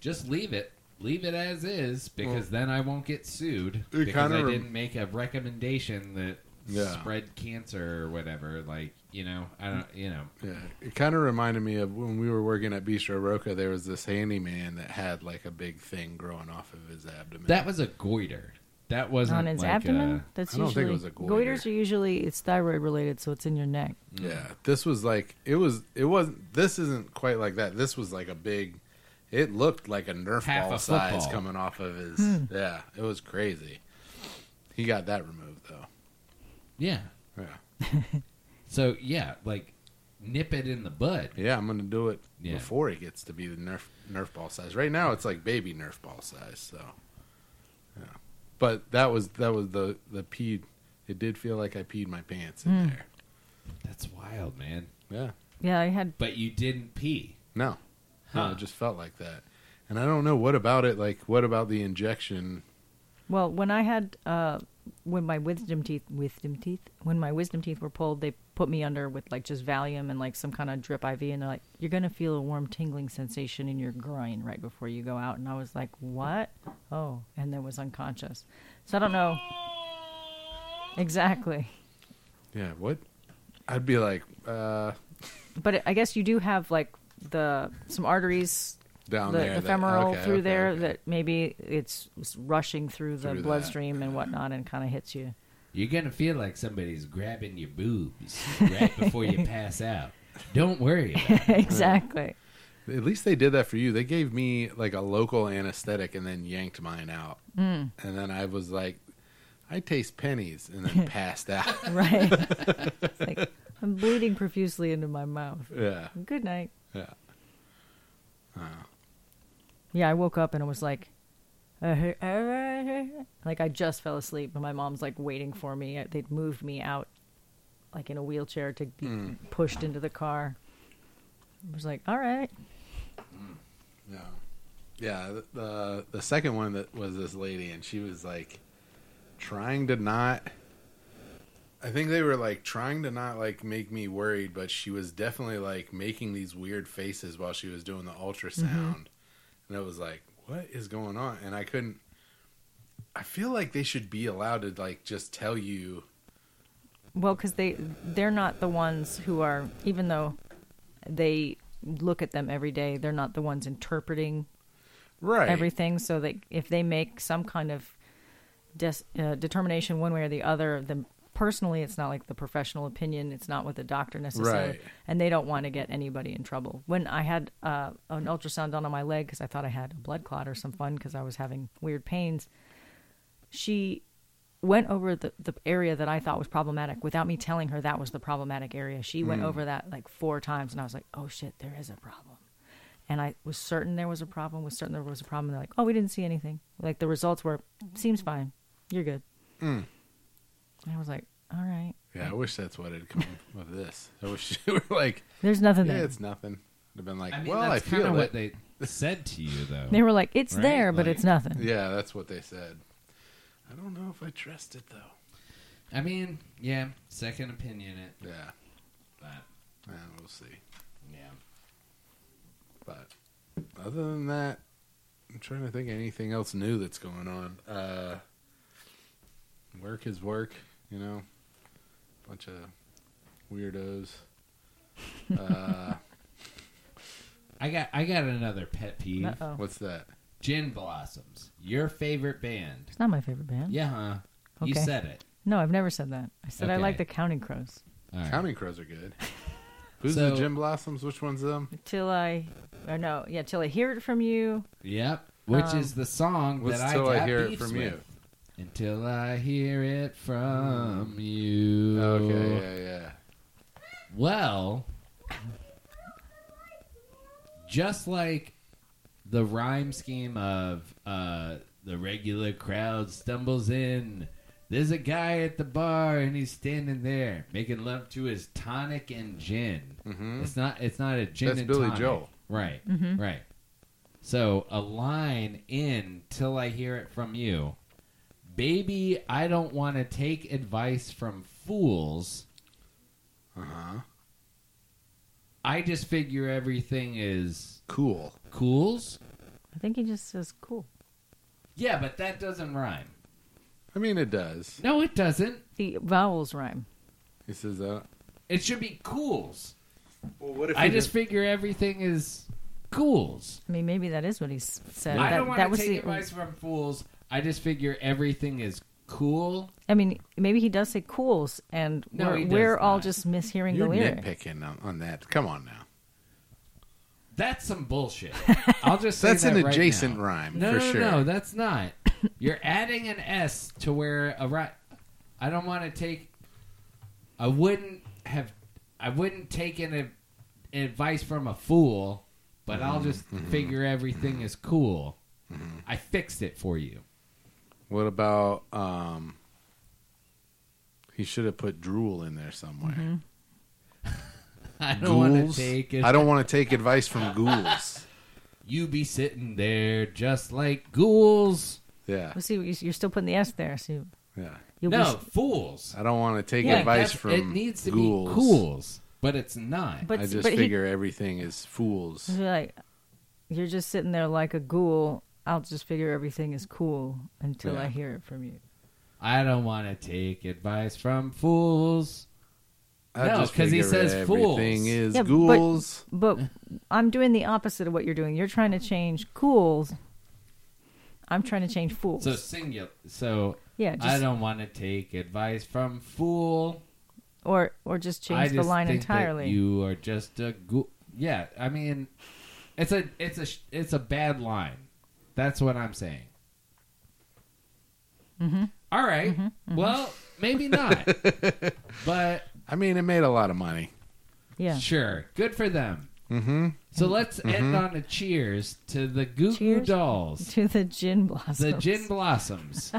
B: just leave it, leave it as is, because then I won't get sued
D: It
B: because
D: kinda
B: I
D: rem-
B: didn't make a recommendation that
D: Yeah.
B: spread cancer or whatever. Like you know, I don't, you know,
D: Yeah, it kind of reminded me of when we were working at Bistro Roca. There was this handyman that had like a big thing growing off of his abdomen.
B: Mm. that was a goiter. That wasn't
A: On its
B: like
A: abdomen?
B: a-
A: That's
D: uh, I don't think it
A: usually.
D: was a goiter.
A: Goiters are usually, it's thyroid related, so it's in your neck.
D: yeah, this was like it was. It wasn't. This isn't quite like that. This was like a big. It looked like a Nerf
B: Half
D: ball
B: a
D: size
B: football. Hmm.
D: coming off of his. Yeah, it was crazy. He got that removed though.
B: yeah.
D: Yeah,
B: So yeah, like nip it in the bud.
D: yeah. I'm gonna do it
B: Yeah.
D: before it gets to be the Nerf Nerf ball size. Right now, it's like baby Nerf ball size. So, yeah. But that was that was the the peed. It did feel like I peed my pants in
A: Hmm.
D: there.
B: That's wild, man.
D: Yeah.
A: Yeah, I had.
B: But you didn't pee.
D: No. No,
B: Huh.
D: it just felt like that. And I don't know what about it. Like, what about the injection?
A: Well, when I had, uh, when my wisdom teeth, wisdom teeth, when my wisdom teeth were pulled, they put me under with like just Valium and like some kind of drip IV, and they're like, "You're gonna feel a warm tingling sensation in your groin right before you go out." And I was like, "What?" Oh, and then was unconscious. So I don't know exactly,
D: Yeah. What? I'd be like uh,
A: but I guess you do have like the some arteries.
D: down
A: the
D: there, that-
A: ephemeral
D: okay,
A: through
D: okay,
A: there
D: okay.
A: that maybe it's rushing through the
D: Through that.
A: bloodstream and whatnot and kind of hits you.
B: You're gonna feel like somebody's grabbing your boobs
A: <laughs>
B: right before you pass out. Don't worry. About
D: <laughs>
B: it.
A: exactly.
D: At least they did that for you. They gave me like a local anesthetic and then yanked mine out.
A: Hmm.
D: Mm. And then I was like, I taste pennies,
A: <laughs>
D: and then passed out.
A: Right. It's like, I'm bleeding profusely into my mouth.
D: Yeah.
A: Good night.
D: Yeah.
A: Yeah, I woke up and it was like, <laughs> like I just fell asleep, and my mom's like waiting for me. Uh, They'd moved me out, like in a wheelchair, to be pushed into the car. I was like, all right.
D: Yeah. Yeah, th- the the second one that was this lady and she was like trying to not I think they were like trying to not like make me worried, but she was definitely like making these weird faces while she was doing the ultrasound. And it was like, what is going on? And I couldn't I feel like they should be allowed to like just tell you
A: Well, because they they're not the ones who are, even though they look at them every day, they're not the ones interpreting
D: right
A: everything so that if they make some kind of des- uh, determination one way or the other then personally it's not like the professional opinion it's not with the doctor necessarily
D: Right.
A: and they don't want to get anybody in trouble when i had uh, an ultrasound done on my leg because i thought i had a blood clot or some fun because i was having weird pains she went over the, the area that i thought was problematic without me telling her
D: Hmm.
A: that was the problematic area she went over that like four times and i was like oh shit there is a problem And I was certain there was a problem, was certain there was a problem. They're like, oh, we didn't see anything. Like the results were,
B: Mm-hmm.
A: seems fine. You're good.
D: Mm.
A: And I was like, all right.
D: Yeah, I wish that's what had come with this. I wish <laughs> you were like,
A: There's nothing
D: yeah,
A: there.
D: it's nothing. I'd have been like,
B: I mean,
D: well, I
B: that's kind
D: feel
B: of what
D: what
B: they
D: <laughs>
B: said to you, though.
A: They were like, it's
B: Right,
A: there, but
B: like-
A: it's nothing.
D: Yeah, that's what they said. I don't know if I trust it though.
B: I mean, yeah, second opinion it,
D: Yeah,
B: but
D: yeah we'll see.
B: yeah.
D: But other than that, I'm trying to think of anything else new that's going on. Uh, work is work, you know. Bunch of
B: <laughs>
D: weirdos. Uh,
B: I got I got another pet peeve.
A: Uh oh.
D: what's that?
B: Gin Blossoms, your favorite band.
A: It's not my favorite band.
B: Yeah, huh? You
A: Okay.
B: said it.
A: No, I've never said that. I said I
B: Okay.
A: like the Counting Crows.
B: All right.
D: Counting crows are good. Who's the
B: So-
D: Jim Blossoms? Which one's them?
A: Till I, or no, yeah, till I hear it from you.
B: Yep. Which
A: Um,
B: is the song that
D: What's
B: I
D: till
B: got
D: I hear it
B: beefs
D: from
B: with.
D: you?
B: Until I hear it from you.
D: Mm. Okay, yeah, yeah.
B: Well, just like the rhyme scheme of uh, the regular crowd stumbles in, there's a guy at the bar and he's standing there making love to his tonic and gin.
D: Mm-hmm.
B: It's not. It's not a gin
D: That's
B: and
D: Billy
B: tonic.
D: Joel.
B: Right. Right. So a line in till I hear it from you, baby. I don't want to take advice from fools.
D: Uh huh.
B: I just figure everything is
D: Cool.
B: cools.
A: I think he just says cool.
B: Yeah, but that doesn't rhyme.
D: I mean, it does.
B: No, it doesn't.
A: The vowels rhyme.
D: He says uh, that.
B: It should be cools.
D: Well, what if
B: I just figure everything is cools.
A: I mean, maybe that is what he s- said.
B: I
A: that,
B: don't
A: that
B: want to
A: was
B: take
A: the.
B: advice from fools. I just figure everything is cool.
A: I mean, maybe he does say cools, and
B: No,
A: we're,
B: he does
A: we're all
B: not.
A: just mishearing
D: you're
A: the lyric.
D: nitpicking on, on that? Come on now.
B: That's some
A: <laughs>
B: bullshit. I'll just say
D: That's
B: that
D: an
B: right
D: adjacent
B: now.
D: rhyme
B: No,
D: for
B: no,
D: sure.
B: no, that's
D: <coughs>
B: not. You're adding an S to where a right. I don't want to take. I wouldn't have. I wouldn't take an ad- advice from a fool, but I'll
D: Mm-hmm.
B: just figure everything is cool. I fixed it for you. <laughs>
D: What about um? He should have put drool in there somewhere.
B: Mm-hmm. I don't want
D: Ghouls?
B: to take it.
D: I don't want to take advice from ghouls.
B: You be sitting there just like ghouls.
D: Yeah,
A: Well, see, you- you're still putting the S there, so you-
D: yeah.
A: you'll be.
B: No
A: s-
B: fools.
D: I don't want to take
B: Yeah,
D: advice
B: that's-
D: from
B: it needs to
D: ghouls.
B: be cools, but it's not.
A: But,
D: I just
A: but he-
D: figure everything is fools.
B: Mm-hmm.
A: You're like, you're just sitting there like a ghoul. I'll just figure everything is cool until
D: Yeah.
A: I hear it from you.
B: I don't want to take advice from fools.
D: I
B: No,
D: just
B: 'cause he
D: figure
B: says fools.
D: everything is
A: Yeah, but-
D: ghouls.
B: <laughs>
A: But I'm doing the opposite of what you're doing. You're trying to change cools. I'm trying to change fools.
B: So singular. So
A: yeah, just,
B: I don't want to take advice from fool.
A: or or just
B: I
A: change
B: just
A: the line
B: think that
A: entirely.
B: you are just a ghoul. Yeah, I mean, it's a it's a sh- it's a bad line. That's what I'm saying.
A: Mm-hmm.
B: All right. Well, maybe
A: <laughs>
B: not. but
D: I mean, it made a lot of money.
A: yeah.
B: sure, good for them.
D: Mm-hmm.
B: So let's end on a cheers to the Goo Goo
A: Cheers.
B: Dolls.
A: <laughs> <laughs> To the gin blossoms.
B: The gin blossoms.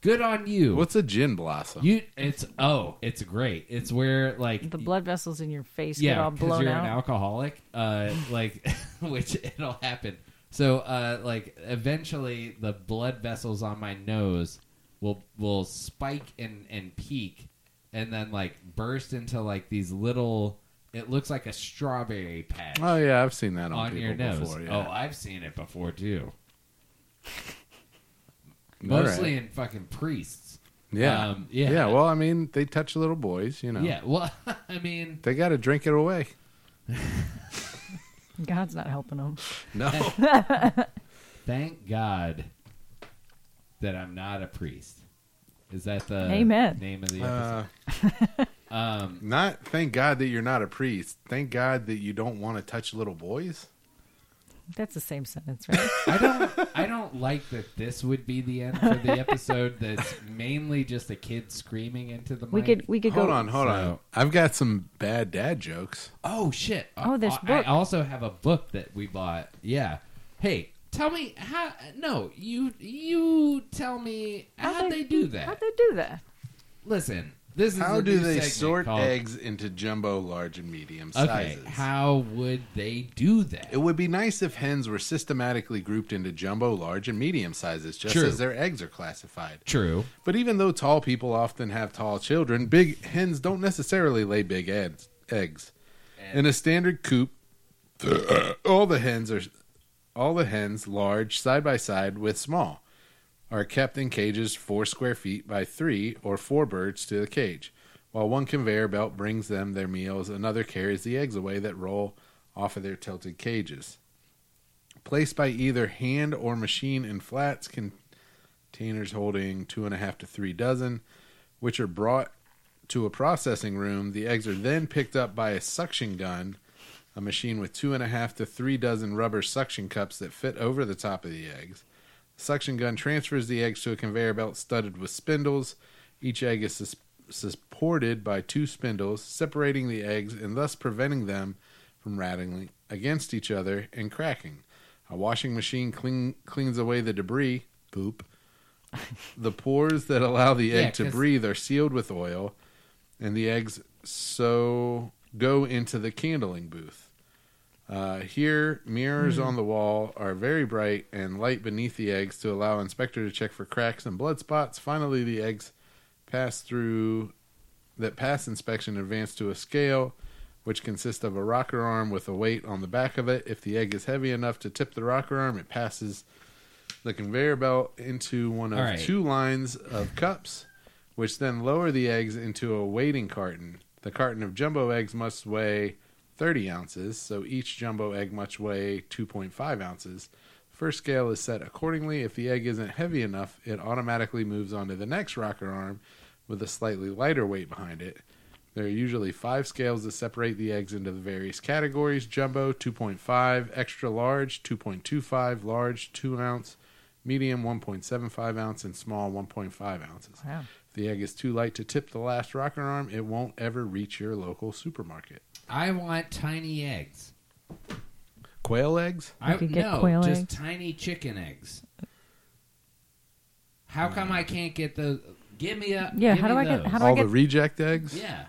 B: Good on you.
D: <laughs> What's a gin blossom?
B: you? It's oh, it's great. It's where like
A: the blood vessels in your face get
B: yeah,
A: all
B: because
A: blown
B: you're
A: out.
B: an alcoholic.
A: <laughs>
B: Uh, like <laughs> which it'll happen. So uh, like eventually the blood vessels on my nose will will spike and and peak, and then like burst into like these little. It looks like a strawberry patch
D: oh yeah, I've seen that on,
B: on
D: people
B: your nose.
D: before. Yeah.
B: Oh, I've seen it before too.
D: All right.
B: Mostly in fucking priests.
D: Yeah.
B: Um, yeah.
D: Yeah. Well, I mean, they touch little boys, you know.
B: Yeah, well, <laughs> I mean,
D: They got to drink it away.
A: God's not helping them.
D: No.
B: <laughs> thank God that I'm not a priest. Is that the
A: Amen.
B: name of the episode?
D: Uh,
B: um,
D: not thank God that you're not a priest. Thank God that you don't want to touch little boys.
A: That's the same
B: <laughs>
A: sentence, right?
B: I don't. I don't like that this would be the end for the episode. That's mainly just a kid screaming into the.
A: we
B: mic.
A: could we could
D: Hold
A: go.
D: on, hold on.
B: So-
D: I've got some bad dad jokes.
B: Oh shit!
A: Oh, there's
B: I, I
A: book.
B: also have a book that we bought. Yeah. Hey, tell me how. No, you you tell me how would they do
A: How'd
B: that.
A: they do that?
B: Listen, this is
D: How
B: a
D: do
B: new
D: they
B: segment
D: sort
B: called-
D: eggs into jumbo, large, and medium
B: Okay,
D: sizes?
B: how would they do that?
D: It would be nice if hens were systematically grouped into jumbo, large, and medium sizes, just
B: True.
D: as their eggs are classified.
B: True.
D: But even though tall people often have tall children, big hens don't necessarily lay big eggs. Eggs in a standard coop, <coughs> all the hens are all the hens large side by side with small are kept in cages four square feet by three or four birds to the cage. While one conveyor belt brings them their meals, another carries the eggs away that roll off of their tilted cages. Placed by either hand or machine in flats containers holding two and a half to three dozen, which are brought to a processing room. The eggs are then picked up by a suction gun, a machine with two and a half to three dozen rubber suction cups that fit over the top of the eggs. The suction gun transfers the eggs to a conveyor belt studded with spindles. Each egg is sus- supported by two spindles, separating the eggs and thus preventing them from rattling against each other and cracking. A washing machine clean, cleans away the debris,
B: <laughs>
D: poop. The pores that allow the egg
B: Yeah,
D: to
B: 'cause-
D: breathe are sealed with oil, and the eggs so go into the candling booth. Uh, here,
B: Hmm.
D: mirrors on the wall are very bright and light beneath the eggs to allow inspector to check for cracks and blood spots. Finally, the eggs pass through that pass inspection advance to a scale, which consists of a rocker arm with a weight on the back of it. If the egg is heavy enough to tip the rocker arm, it passes the conveyor belt into one of
B: All right.
D: two lines of cups, which then lower the eggs into a waiting carton. The carton of jumbo eggs must weigh 30 ounces, so each jumbo egg must weigh 2.5 ounces. First scale is set accordingly. If the egg isn't heavy enough, it automatically moves on to the next rocker arm with a slightly lighter weight behind it. There are usually five scales that separate the eggs into the various categories jumbo 2.5, extra large 2.25, large 2 ounce, medium 1.75 ounce, and small 1.5 ounces.
A: Wow.
D: If the egg is too light to tip the last rocker arm, it won't ever reach your local supermarket.
B: I want tiny eggs.
D: Quail eggs?
B: I
A: could get
B: no,
A: quail
B: just
A: eggs.
B: tiny chicken eggs. How come I can't get those? Give me a
A: Yeah,
B: give
A: how do
B: me
A: I get-
B: those.
A: how do I
D: All the
A: get-
D: reject eggs?
B: yeah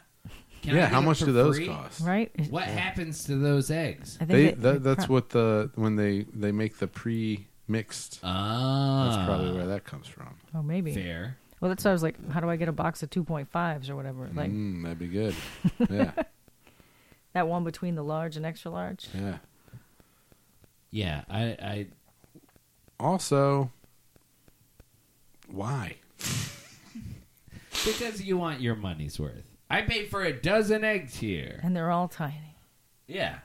B: Can I
D: Yeah,
B: get
D: how
B: them
D: much
B: for
D: do those
B: free?
D: cost?
A: Right?
B: What happens to those eggs?
A: I think
D: They,
A: that-
D: that, that's
A: pro-
D: what the when they they make the pre-mixed.
B: Ah,
D: That's probably where that comes from.
A: Oh, maybe.
B: fair.
A: Well, that's why I was like, how do I get a box of 2.5s or whatever?
B: Mm-hmm.
A: Like
D: Mm, that'd
A: <laughs>
D: be good. Yeah,
A: that one between the large and extra large.
D: yeah.
B: Yeah, I, I
D: Also, why?
B: because you want your money's worth. I paid for a dozen eggs here.
A: And they're all tiny.
B: Yeah,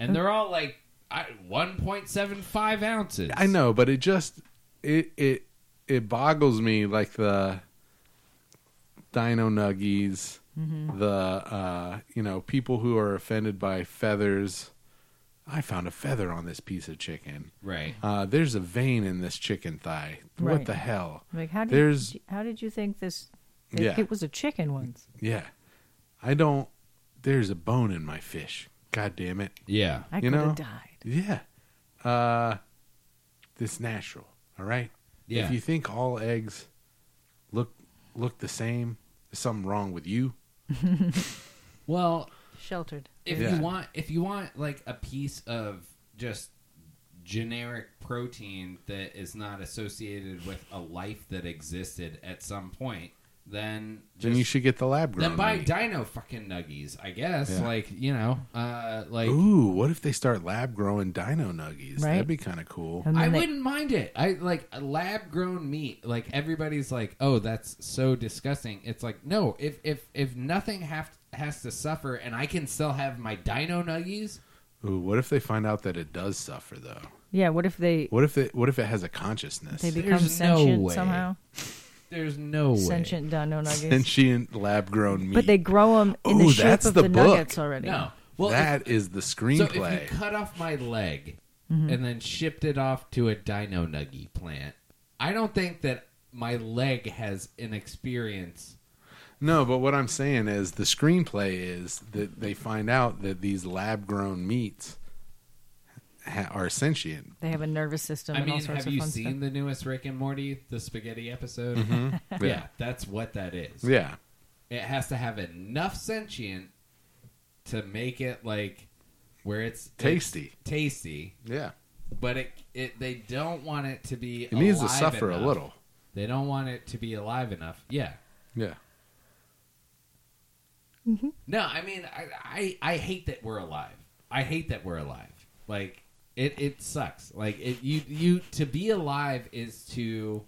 B: and they're all like I, 1.75 ounces.
D: I know, but it just it it it boggles me like the dino nuggies,
A: Mm-hmm.
D: the uh, you know people who are offended by feathers. I found a feather on this piece of chicken.
B: right?
D: Uh, there's a vein in this chicken thigh. What
A: Right.
D: the hell?
A: Like how did
D: There's-
A: you, how did you think this? It,
D: Yeah.
A: it was a chicken once.
D: Yeah, I don't. There's a bone in my fish. God damn it.
B: Yeah,
A: I
D: You
A: could
D: know?
A: have died.
D: Yeah. Uh this natural, all right?
B: yeah.
D: If you think all eggs look look the same, there's something wrong with you.
B: well,
A: Sheltered.
B: if
D: Yeah.
B: you want if you want like a piece of just generic protein that is not associated with a life that existed at some point then
D: Then
B: just-
D: you should get the lab grown.
B: then buy
D: meat.
B: dino fucking nuggies i guess
D: Yeah.
B: like you know uh like
D: Ooh, what if they start lab growing dino nuggies?
A: Right.
D: That'd be kind of cool.
A: And
B: I
A: then they-
B: wouldn't mind it. I like lab grown meat. Like everybody's like, "Oh, that's so disgusting." It's like, "No, if if if nothing have, has to suffer and I can still have my dino nuggies?"
D: Ooh, what if they find out that it does suffer though?
A: Yeah. What if they
D: What if it what if it has a consciousness?
A: they become
B: There's no
A: sentient
B: way.
A: somehow?
B: There's no way.
A: Sentient dino
D: <laughs> and
A: nuggets.
D: she and lab grown meat.
A: But they grow them in
D: Ooh,
A: the shape
D: that's
A: of
D: the
A: the,
D: book.
A: nuggets already.
B: No. Well, if-
D: that is the
B: So
D: screenplay.
B: if you cut off my leg and then shipped it off to a dino nuggy plant. I don't think that my leg has an experience.
D: No, but what I'm saying is the screenplay is that they find out that these lab grown meats ha- are sentient.
A: They have a nervous system
B: I
A: and all
B: mean,
A: sorts
B: have
A: of
B: you
A: fun
B: seen
A: stuff.
B: the newest Rick and Morty, the spaghetti episode? <laughs> yeah. that's what that is.
D: Mm-hmm. Yeah.
B: It has to have enough sentient to make it like where it's
D: Tasty.
B: it's tasty,
D: Yeah.
B: but it, it they don't want it to be.
D: It needs to
B: alive
D: suffer a
B: enough.
D: little.
B: They don't want it to be alive enough. Yeah.
D: Yeah.
B: No, I mean, I, I, I hate that we're alive. I hate that we're alive. Like it, it sucks. Like it, you, you to be alive is to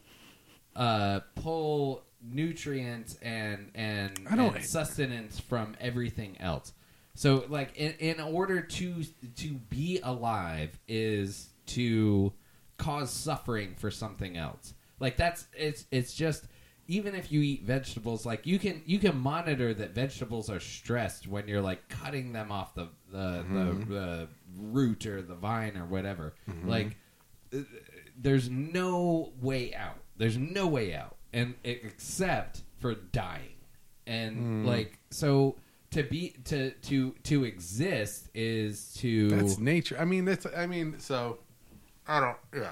B: uh, pull nutrients and and,
D: I don't
B: and
D: hate-
B: sustenance from everything else. So, like, in, in order to to be alive is to cause suffering for something else. Like that's it's it's just even if you eat vegetables, like you can you can monitor that vegetables are stressed when you're like cutting them off the the, the, the root or the vine or whatever. Like there's no way out. There's no way out, and e-, except for dying,
D: Hmm.
B: and like so to be to to to exist is to
D: That's nature. I mean, that's. I mean, so I don't.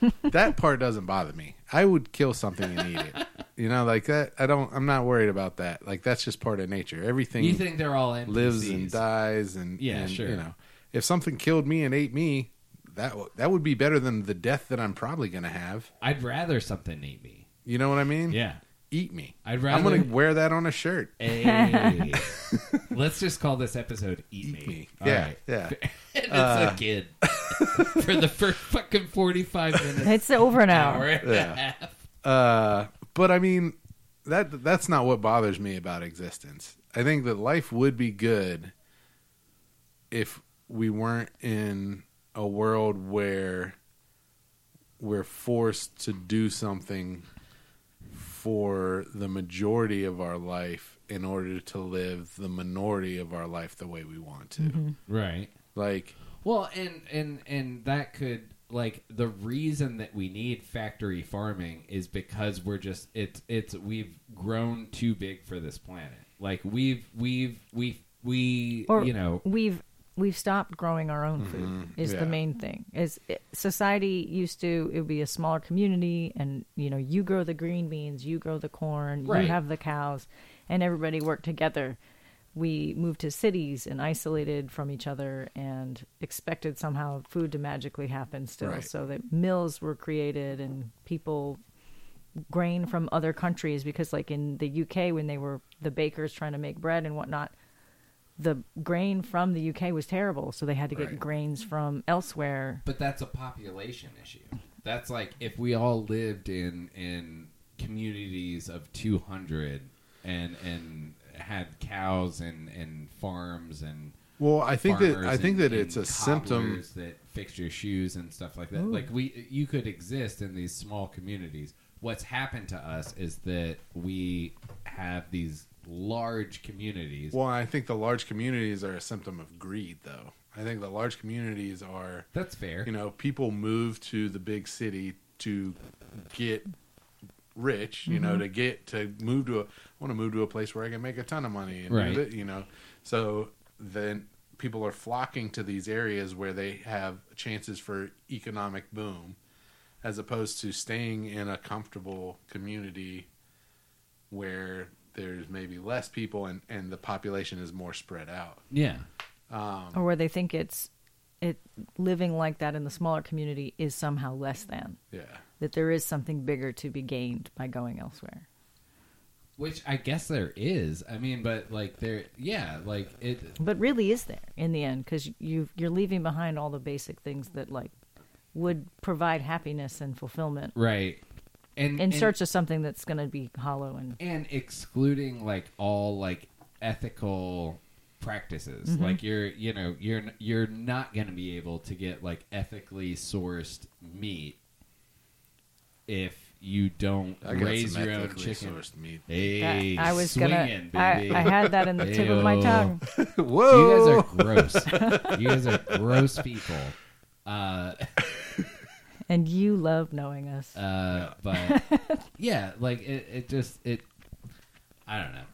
D: Yeah, <laughs> that part doesn't bother me. I would kill something and eat it. You know, like that. I don't. I'm not worried about that. Like that's just part of nature. Everything
B: you think they're all NPCs.
D: lives and dies, and
B: Yeah,
D: and,
B: sure.
D: You know, if something killed me and ate me, that w- that would be better than the death that I'm probably gonna have.
B: I'd rather something eat me.
D: You know what I mean?
B: Yeah.
D: Eat me.
B: I'd
D: I'm
B: rather.
D: gonna wear that on a shirt. <laughs>
B: Hey. Let's just call this episode "Eat, Me."
D: me.
B: All
D: yeah, Uh.
B: right. <laughs>
D: yeah.
B: and it's a kid <laughs> for the first fucking forty-five minutes,
A: It's over an
B: hour
A: hour.
B: and
D: Yeah.
B: a half.
D: Uh, but I mean, that that's not what bothers me about existence. I think that life would be good if we weren't in a world where we're forced to do something for the majority of our life in order to live the minority of our life the way we want to.
B: <laughs> Mm-hmm. Right.
D: Like,
B: Well, and and and that could like the reason that we need factory farming is because we're just it's it's we've grown too big for this planet. Like we've we've we we
A: Or-
B: you know
A: We've we've stopped growing our own food. Is
D: yeah.
A: the main thing. Is it, society used to it would be a smaller community, and you know you grow the green beans, you grow the corn,
B: Right.
A: you have the cows, and everybody worked together. We moved to cities and isolated from each other, and expected somehow food to magically happen. Still,
D: Right.
A: so that mills were created and people grain from other countries because like in the UK when they were the bakers trying to make bread and whatnot the grain from the UK was terrible so they had to get
D: Right.
A: grains from elsewhere
B: But that's a population issue. That's like if we all lived in in communities of 200 and and had cows and and farms and
D: well, I think that I
B: farmers
D: think
B: and-
D: that it's a
B: and
D: symptom.
B: cobblers that fix your shoes and stuff like that. Like we, you could exist in these small communities. What's happened to us is that we have these large communities.
D: Well, I think the large communities are a symptom of greed, though. I think the large communities are,
B: That's fair.
D: you know, people move to the big city to get rich, you
B: Mm-hmm.
D: know, to get to move to a, I want to move to a place where I can make a ton of money, and do
B: Right.
D: thi- you know, so then people are flocking to these areas where they have chances for economic boom, as opposed to staying in a comfortable community where there's maybe less people and, and the population is more spread out.
B: yeah.
D: Um,
A: or where they think it's it living like that in the smaller community is somehow less than
D: Yeah.
A: that there is something bigger to be gained by going elsewhere
B: Which I guess there is. I mean, but like there, yeah, like it.
A: but really is there in the end cuz you you're leaving behind all the basic things that like would provide happiness and fulfillment
B: Right. And
A: in
B: and-
A: search of something that's going to be hollow and
B: and excluding like all like ethical practices
A: Mm-hmm.
B: like you're you know you're you're not going to be able to get like ethically sourced meat if you don't
D: I got
B: raise
D: some
B: your own
D: ethically
B: chicken
D: sourced meat.
A: That-
B: hey
A: I was
B: swinging,
A: gonna. I,
B: baby.
A: I had that in the tip of my
B: Ayo.
A: tongue.
B: you
D: Whoa.
B: guys are gross you guys are gross people Uh,
A: And you love knowing us.
B: Uh,
A: <laughs>
B: but yeah, like it, it just it. I don't know.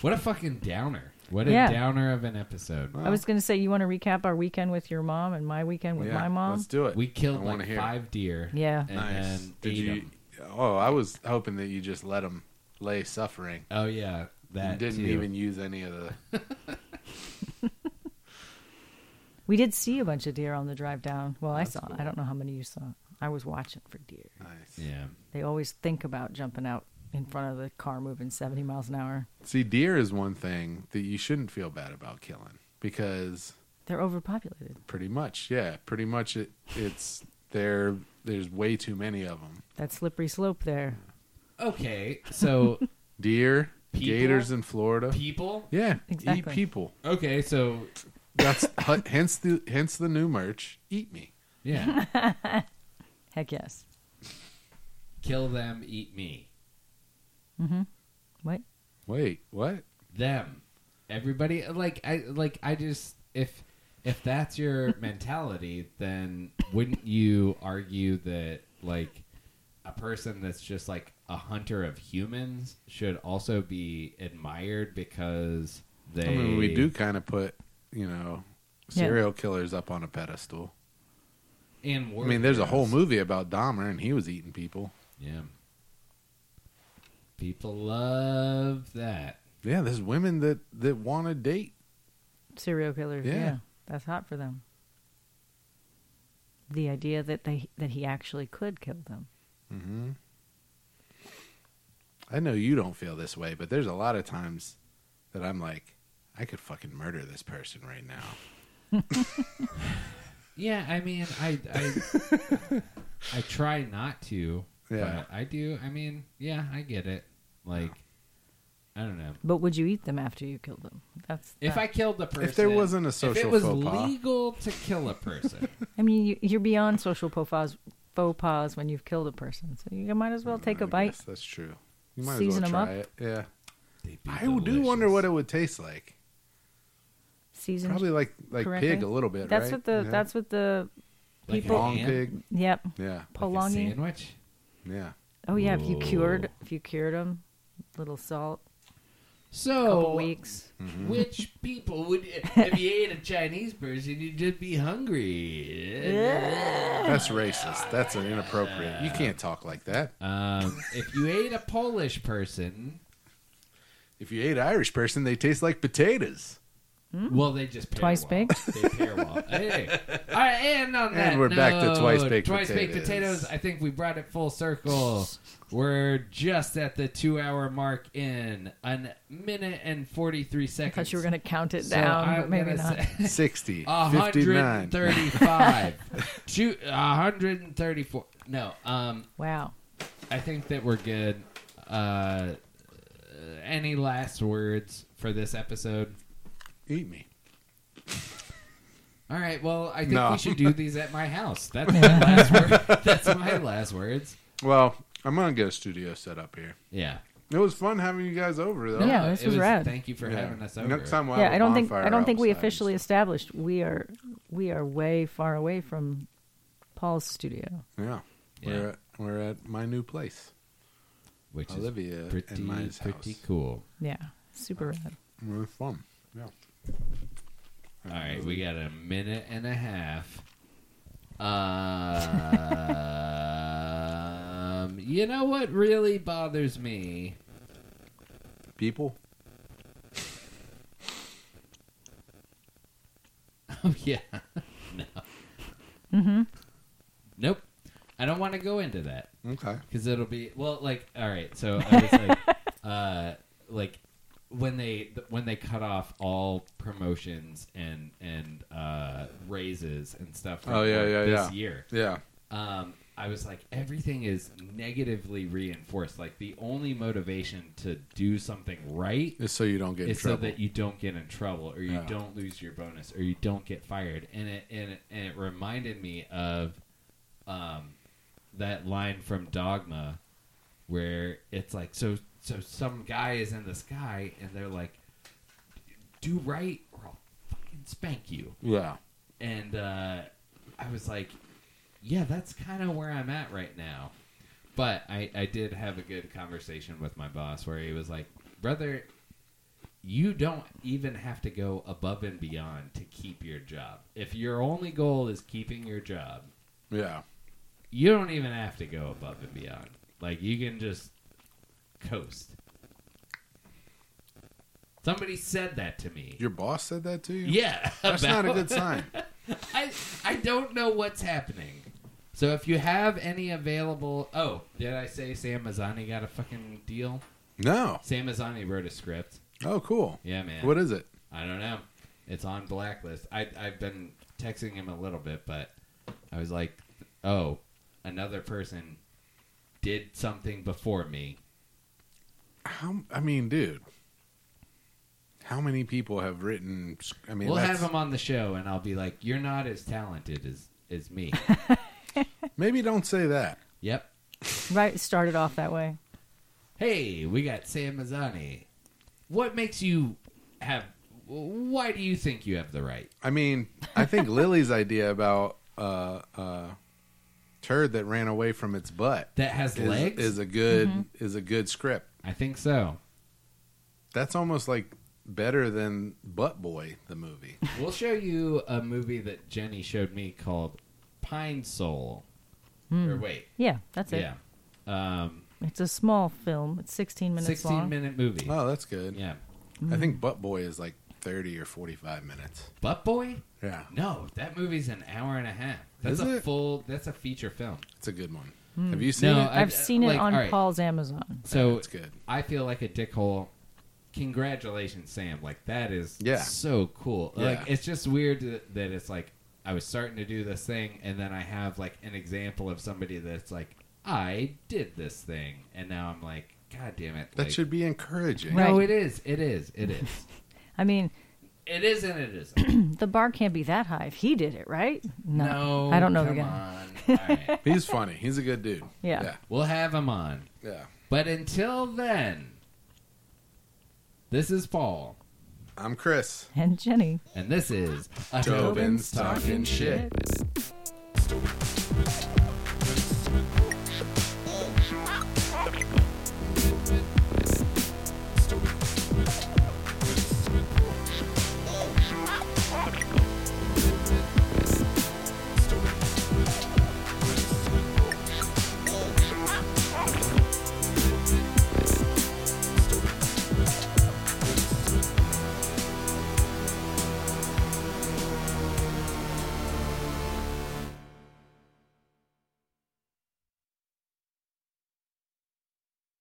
B: What a fucking downer! What a
A: Yeah.
B: downer of an episode.
A: I was going to say, you want to recap our weekend with your mom and my weekend with
D: Yeah,
A: my mom?
D: Let's do it.
B: We killed
D: I wanna
B: like
D: hear.
B: five deer.
A: Yeah.
B: and
D: nice.
B: then
D: Did
B: ate
D: you?
B: 'em.
D: Oh, I was hoping that you just let them lay suffering.
B: Oh yeah, that
D: you didn't
B: too.
D: even use any of
B: <laughs>
D: the.
A: We did see a bunch of deer on the drive down. Well, I saw. I don't know how many you saw. I was watching for deer.
D: Nice.
B: Yeah,
A: They always think about jumping out in front of the car moving 70 miles an hour.
D: See, deer is one thing that you shouldn't feel bad about killing because
A: They're overpopulated.
D: pretty much, yeah, pretty much it, it's there. There's way too many of them.
A: That slippery slope there.
B: Okay, so
D: Deer,
B: People?
D: gators in Florida.
B: people.
D: yeah, eat
A: Exactly.
D: people.
B: Okay, so
D: That's <laughs> hu- hence the hence the new merch. Eat me.
B: yeah,
A: Heck yes.
B: kill them, eat me,
A: What?
D: Wait, what?
B: them, everybody. Like I like I just if if that's your mentality, then wouldn't you argue that like a person that's just like a hunter of humans should also be admired because they
D: I mean, we do kind of put you know
A: Yeah.
D: serial killers up on a pedestal.
B: and
D: I mean, there's a whole
B: warriors.
D: movie about Dahmer, and he was eating people.
B: Yeah. People love that.
D: Yeah, there's women that that want to date.
A: Serial killers.
D: Yeah.
A: Yeah. That's hot for them. The idea that they that he actually could kill them.
D: I know you don't feel this way, but there's a lot of times that I'm like, I could fucking murder this person right now.
B: Yeah, I mean, I I,
D: <laughs>
B: I try not to,
D: Yeah.
B: but I do. I mean, yeah, I get it. Like, I don't know.
A: But would you eat them after you killed them? That's
B: If I killed the person,
D: If there wasn't a
B: if
D: social
B: it was
D: faux pas.
B: legal to kill a
D: <laughs>
B: person,
A: I mean, you, you're beyond social faux pas, faux pas when you've killed a person. So you might as well take
D: I
A: a bite.
D: guess that's true. You might
A: Season
D: as
A: 'em
D: well
A: up.
D: try it. Yeah,
B: they'd be
D: I do wonder
B: delicious.
D: what it would taste like.
A: Season.
D: Probably like like
A: correctly?
D: pig a little bit.
A: that's
D: right?
A: what the
D: Yeah.
A: that's what the
B: like
A: people-
B: a
D: long
B: ham?
D: pig.
A: yep
D: Yeah,
B: Like a
A: prolonging.
B: sandwich.
D: yeah.
A: oh yeah, if you cured
B: Whoa.
A: if you cured them, little salt, couple
B: So,
A: weeks.
D: Mm-hmm.
B: which people would if you ate a Chinese person, you'd just be
A: <laughs>
B: hungry.
D: That's racist. That's an inappropriate. You can't talk like that.
B: Um, if you ate a Polish person,
D: If you ate an Irish person, they taste like potatoes.
B: well, they just pair
A: Hmm? Twice
B: well.
A: baked?
B: They pair well. Hey. All right, and on
D: And
B: that,
D: we're back to
B: note,
D: twice baked
B: twice baked
D: potatoes.
B: potatoes. I think we brought it full circle. We're just at the two-hour mark in a minute and forty-three
A: I
B: seconds.
A: thought you were gonna count it
B: So
A: down,
B: I'm
A: but maybe
B: gonna
A: not.
D: <laughs>
B: say-
D: 60, 59.
B: 135. Two- 134. No, um,
A: <laughs> Wow.
B: I think that we're good. Uh, any last words for this episode?
D: Eat me.
B: All right. Well, I think
D: No.
B: we should do
D: <laughs>
B: these at my house. That's my last word. <laughs> That's my last words.
D: Well, I'm going to get a studio set up here.
B: Yeah. Uh,
D: It was fun having you guys over, though.
A: Yeah, this
B: it
A: was rad.
B: Thank you for
D: Yeah.
B: having us over.
D: Next time we'll
A: yeah,
D: have a
A: I don't think
D: bonfire
A: I don't think we
D: outside.
A: officially established we are we are way far away from Paul's studio.
D: Yeah. We're,
B: Yeah.
D: at, we're at my new place.
B: which is
D: Olivia
B: pretty
D: and mine's
B: pretty
D: house.
B: cool.
A: Yeah, super rad.
D: Really fun. Yeah.
B: All right, we got a minute and a
D: <laughs>
B: half. Um, you know what really bothers me?
D: People?
B: <laughs> Oh yeah, no. Mm-hmm. Nope. I don't want to go into that.
D: Okay.
B: because it'll be well like all right so i was like uh like when they when they cut off all promotions and and uh raises and stuff like
D: Oh, yeah,
B: that
D: yeah,
B: this
D: yeah.
B: year
D: Yeah.
B: um i was like everything is negatively reinforced like the only motivation to do something right
D: It's so you don't get in
B: is so
D: trouble.
B: that you don't get in trouble or you
D: Yeah.
B: don't lose your bonus or you don't get fired and it and it, and it reminded me of um, that line from dogma where it's like so so some guy is in the sky and they're like do right or i'll fucking spank you
D: yeah.
B: and uh, I- I was like, yeah, that's kind of where I'm at right now. But I, I did have a good conversation with my boss where he was like, brother, you don't even have to go above and beyond to keep your job. If your only goal is keeping your job,
D: Yeah.
B: you don't even have to go above and beyond. Like you can just coast. Somebody said that to me.
D: Your boss said that to you?
B: yeah,
D: That's not a
B: about- <laughs>
D: good sign.
B: I I don't know what's happening. So if you have any available, oh, did I say Sam Mazzani got a fucking deal?
D: No.
B: Sam Mazzani wrote a script.
D: Oh, cool.
B: Yeah, man.
D: What is it?
B: I don't know. It's on blacklist. I I've been texting him a little bit, but I was like, oh, another person did something before me.
D: How? I mean, dude. How many people have written? s- I mean,
B: we'll
D: that's-
B: have him on the show, and I'll be like, you're not as talented as as
D: <laughs>
B: me.
D: maybe don't say that.
B: yep.
A: Right, started off that way.
B: Hey, we got Sam Mazzani. What makes you have? Why do you think you have the right?
D: I mean, I
B: <laughs>
D: think Lily's idea about uh, uh, turd that ran away from its butt
B: That has
D: is,
B: legs. Mm-hmm.
D: is a good is a good script.
B: I think so.
D: That's almost like better than Butt Boy
B: <laughs>
D: the movie.
B: We'll show you a movie that Jenny showed me called Pine Soul.
A: Hmm.
B: Or wait,
A: Yeah, that's it.
B: yeah, um,
A: It's a small film. It's 16 minutes
B: sixteen
A: long.
B: minute movie.
D: Oh, that's good.
B: Yeah, Mm-hmm.
D: I think Butt Boy is like thirty or forty five minutes.
B: Butt Boy.
D: Yeah,
B: No, that movie's an hour and a half. That's
D: Is
B: a
D: it?
B: full. That's a feature film.
D: it's a good one.
B: Hmm.
D: Have you seen
B: No,
D: it?
B: I-
A: I've seen it
B: like,
A: on
B: all right.
A: Paul's Amazon.
B: So
D: it's good.
B: I feel like a dickhole. Congratulations, Sam. Like that is
D: Yeah.
B: so cool. Like
D: Yeah.
B: it's just weird that that it's like I was starting to do this thing and then I have like an example of somebody that's like I did this thing and now I'm like god damn it.
D: That
B: like,
D: should be encouraging.
B: No,
A: Right.
B: it is. It is. It is.
D: <laughs>
A: I mean,
B: it is and it isn't.
A: the bar can't be that high if he did it, right? <laughs>
B: no.
A: I don't know
B: Come
A: the guy.
B: on. All right.
A: <laughs>
D: He's funny. He's a good dude.
A: Yeah.
D: Yeah.
B: We'll have him on.
D: yeah.
B: But until then, this is Paul.
D: I'm Chris.
A: And Jenny.
B: And this is a
D: Tobin's talking shit.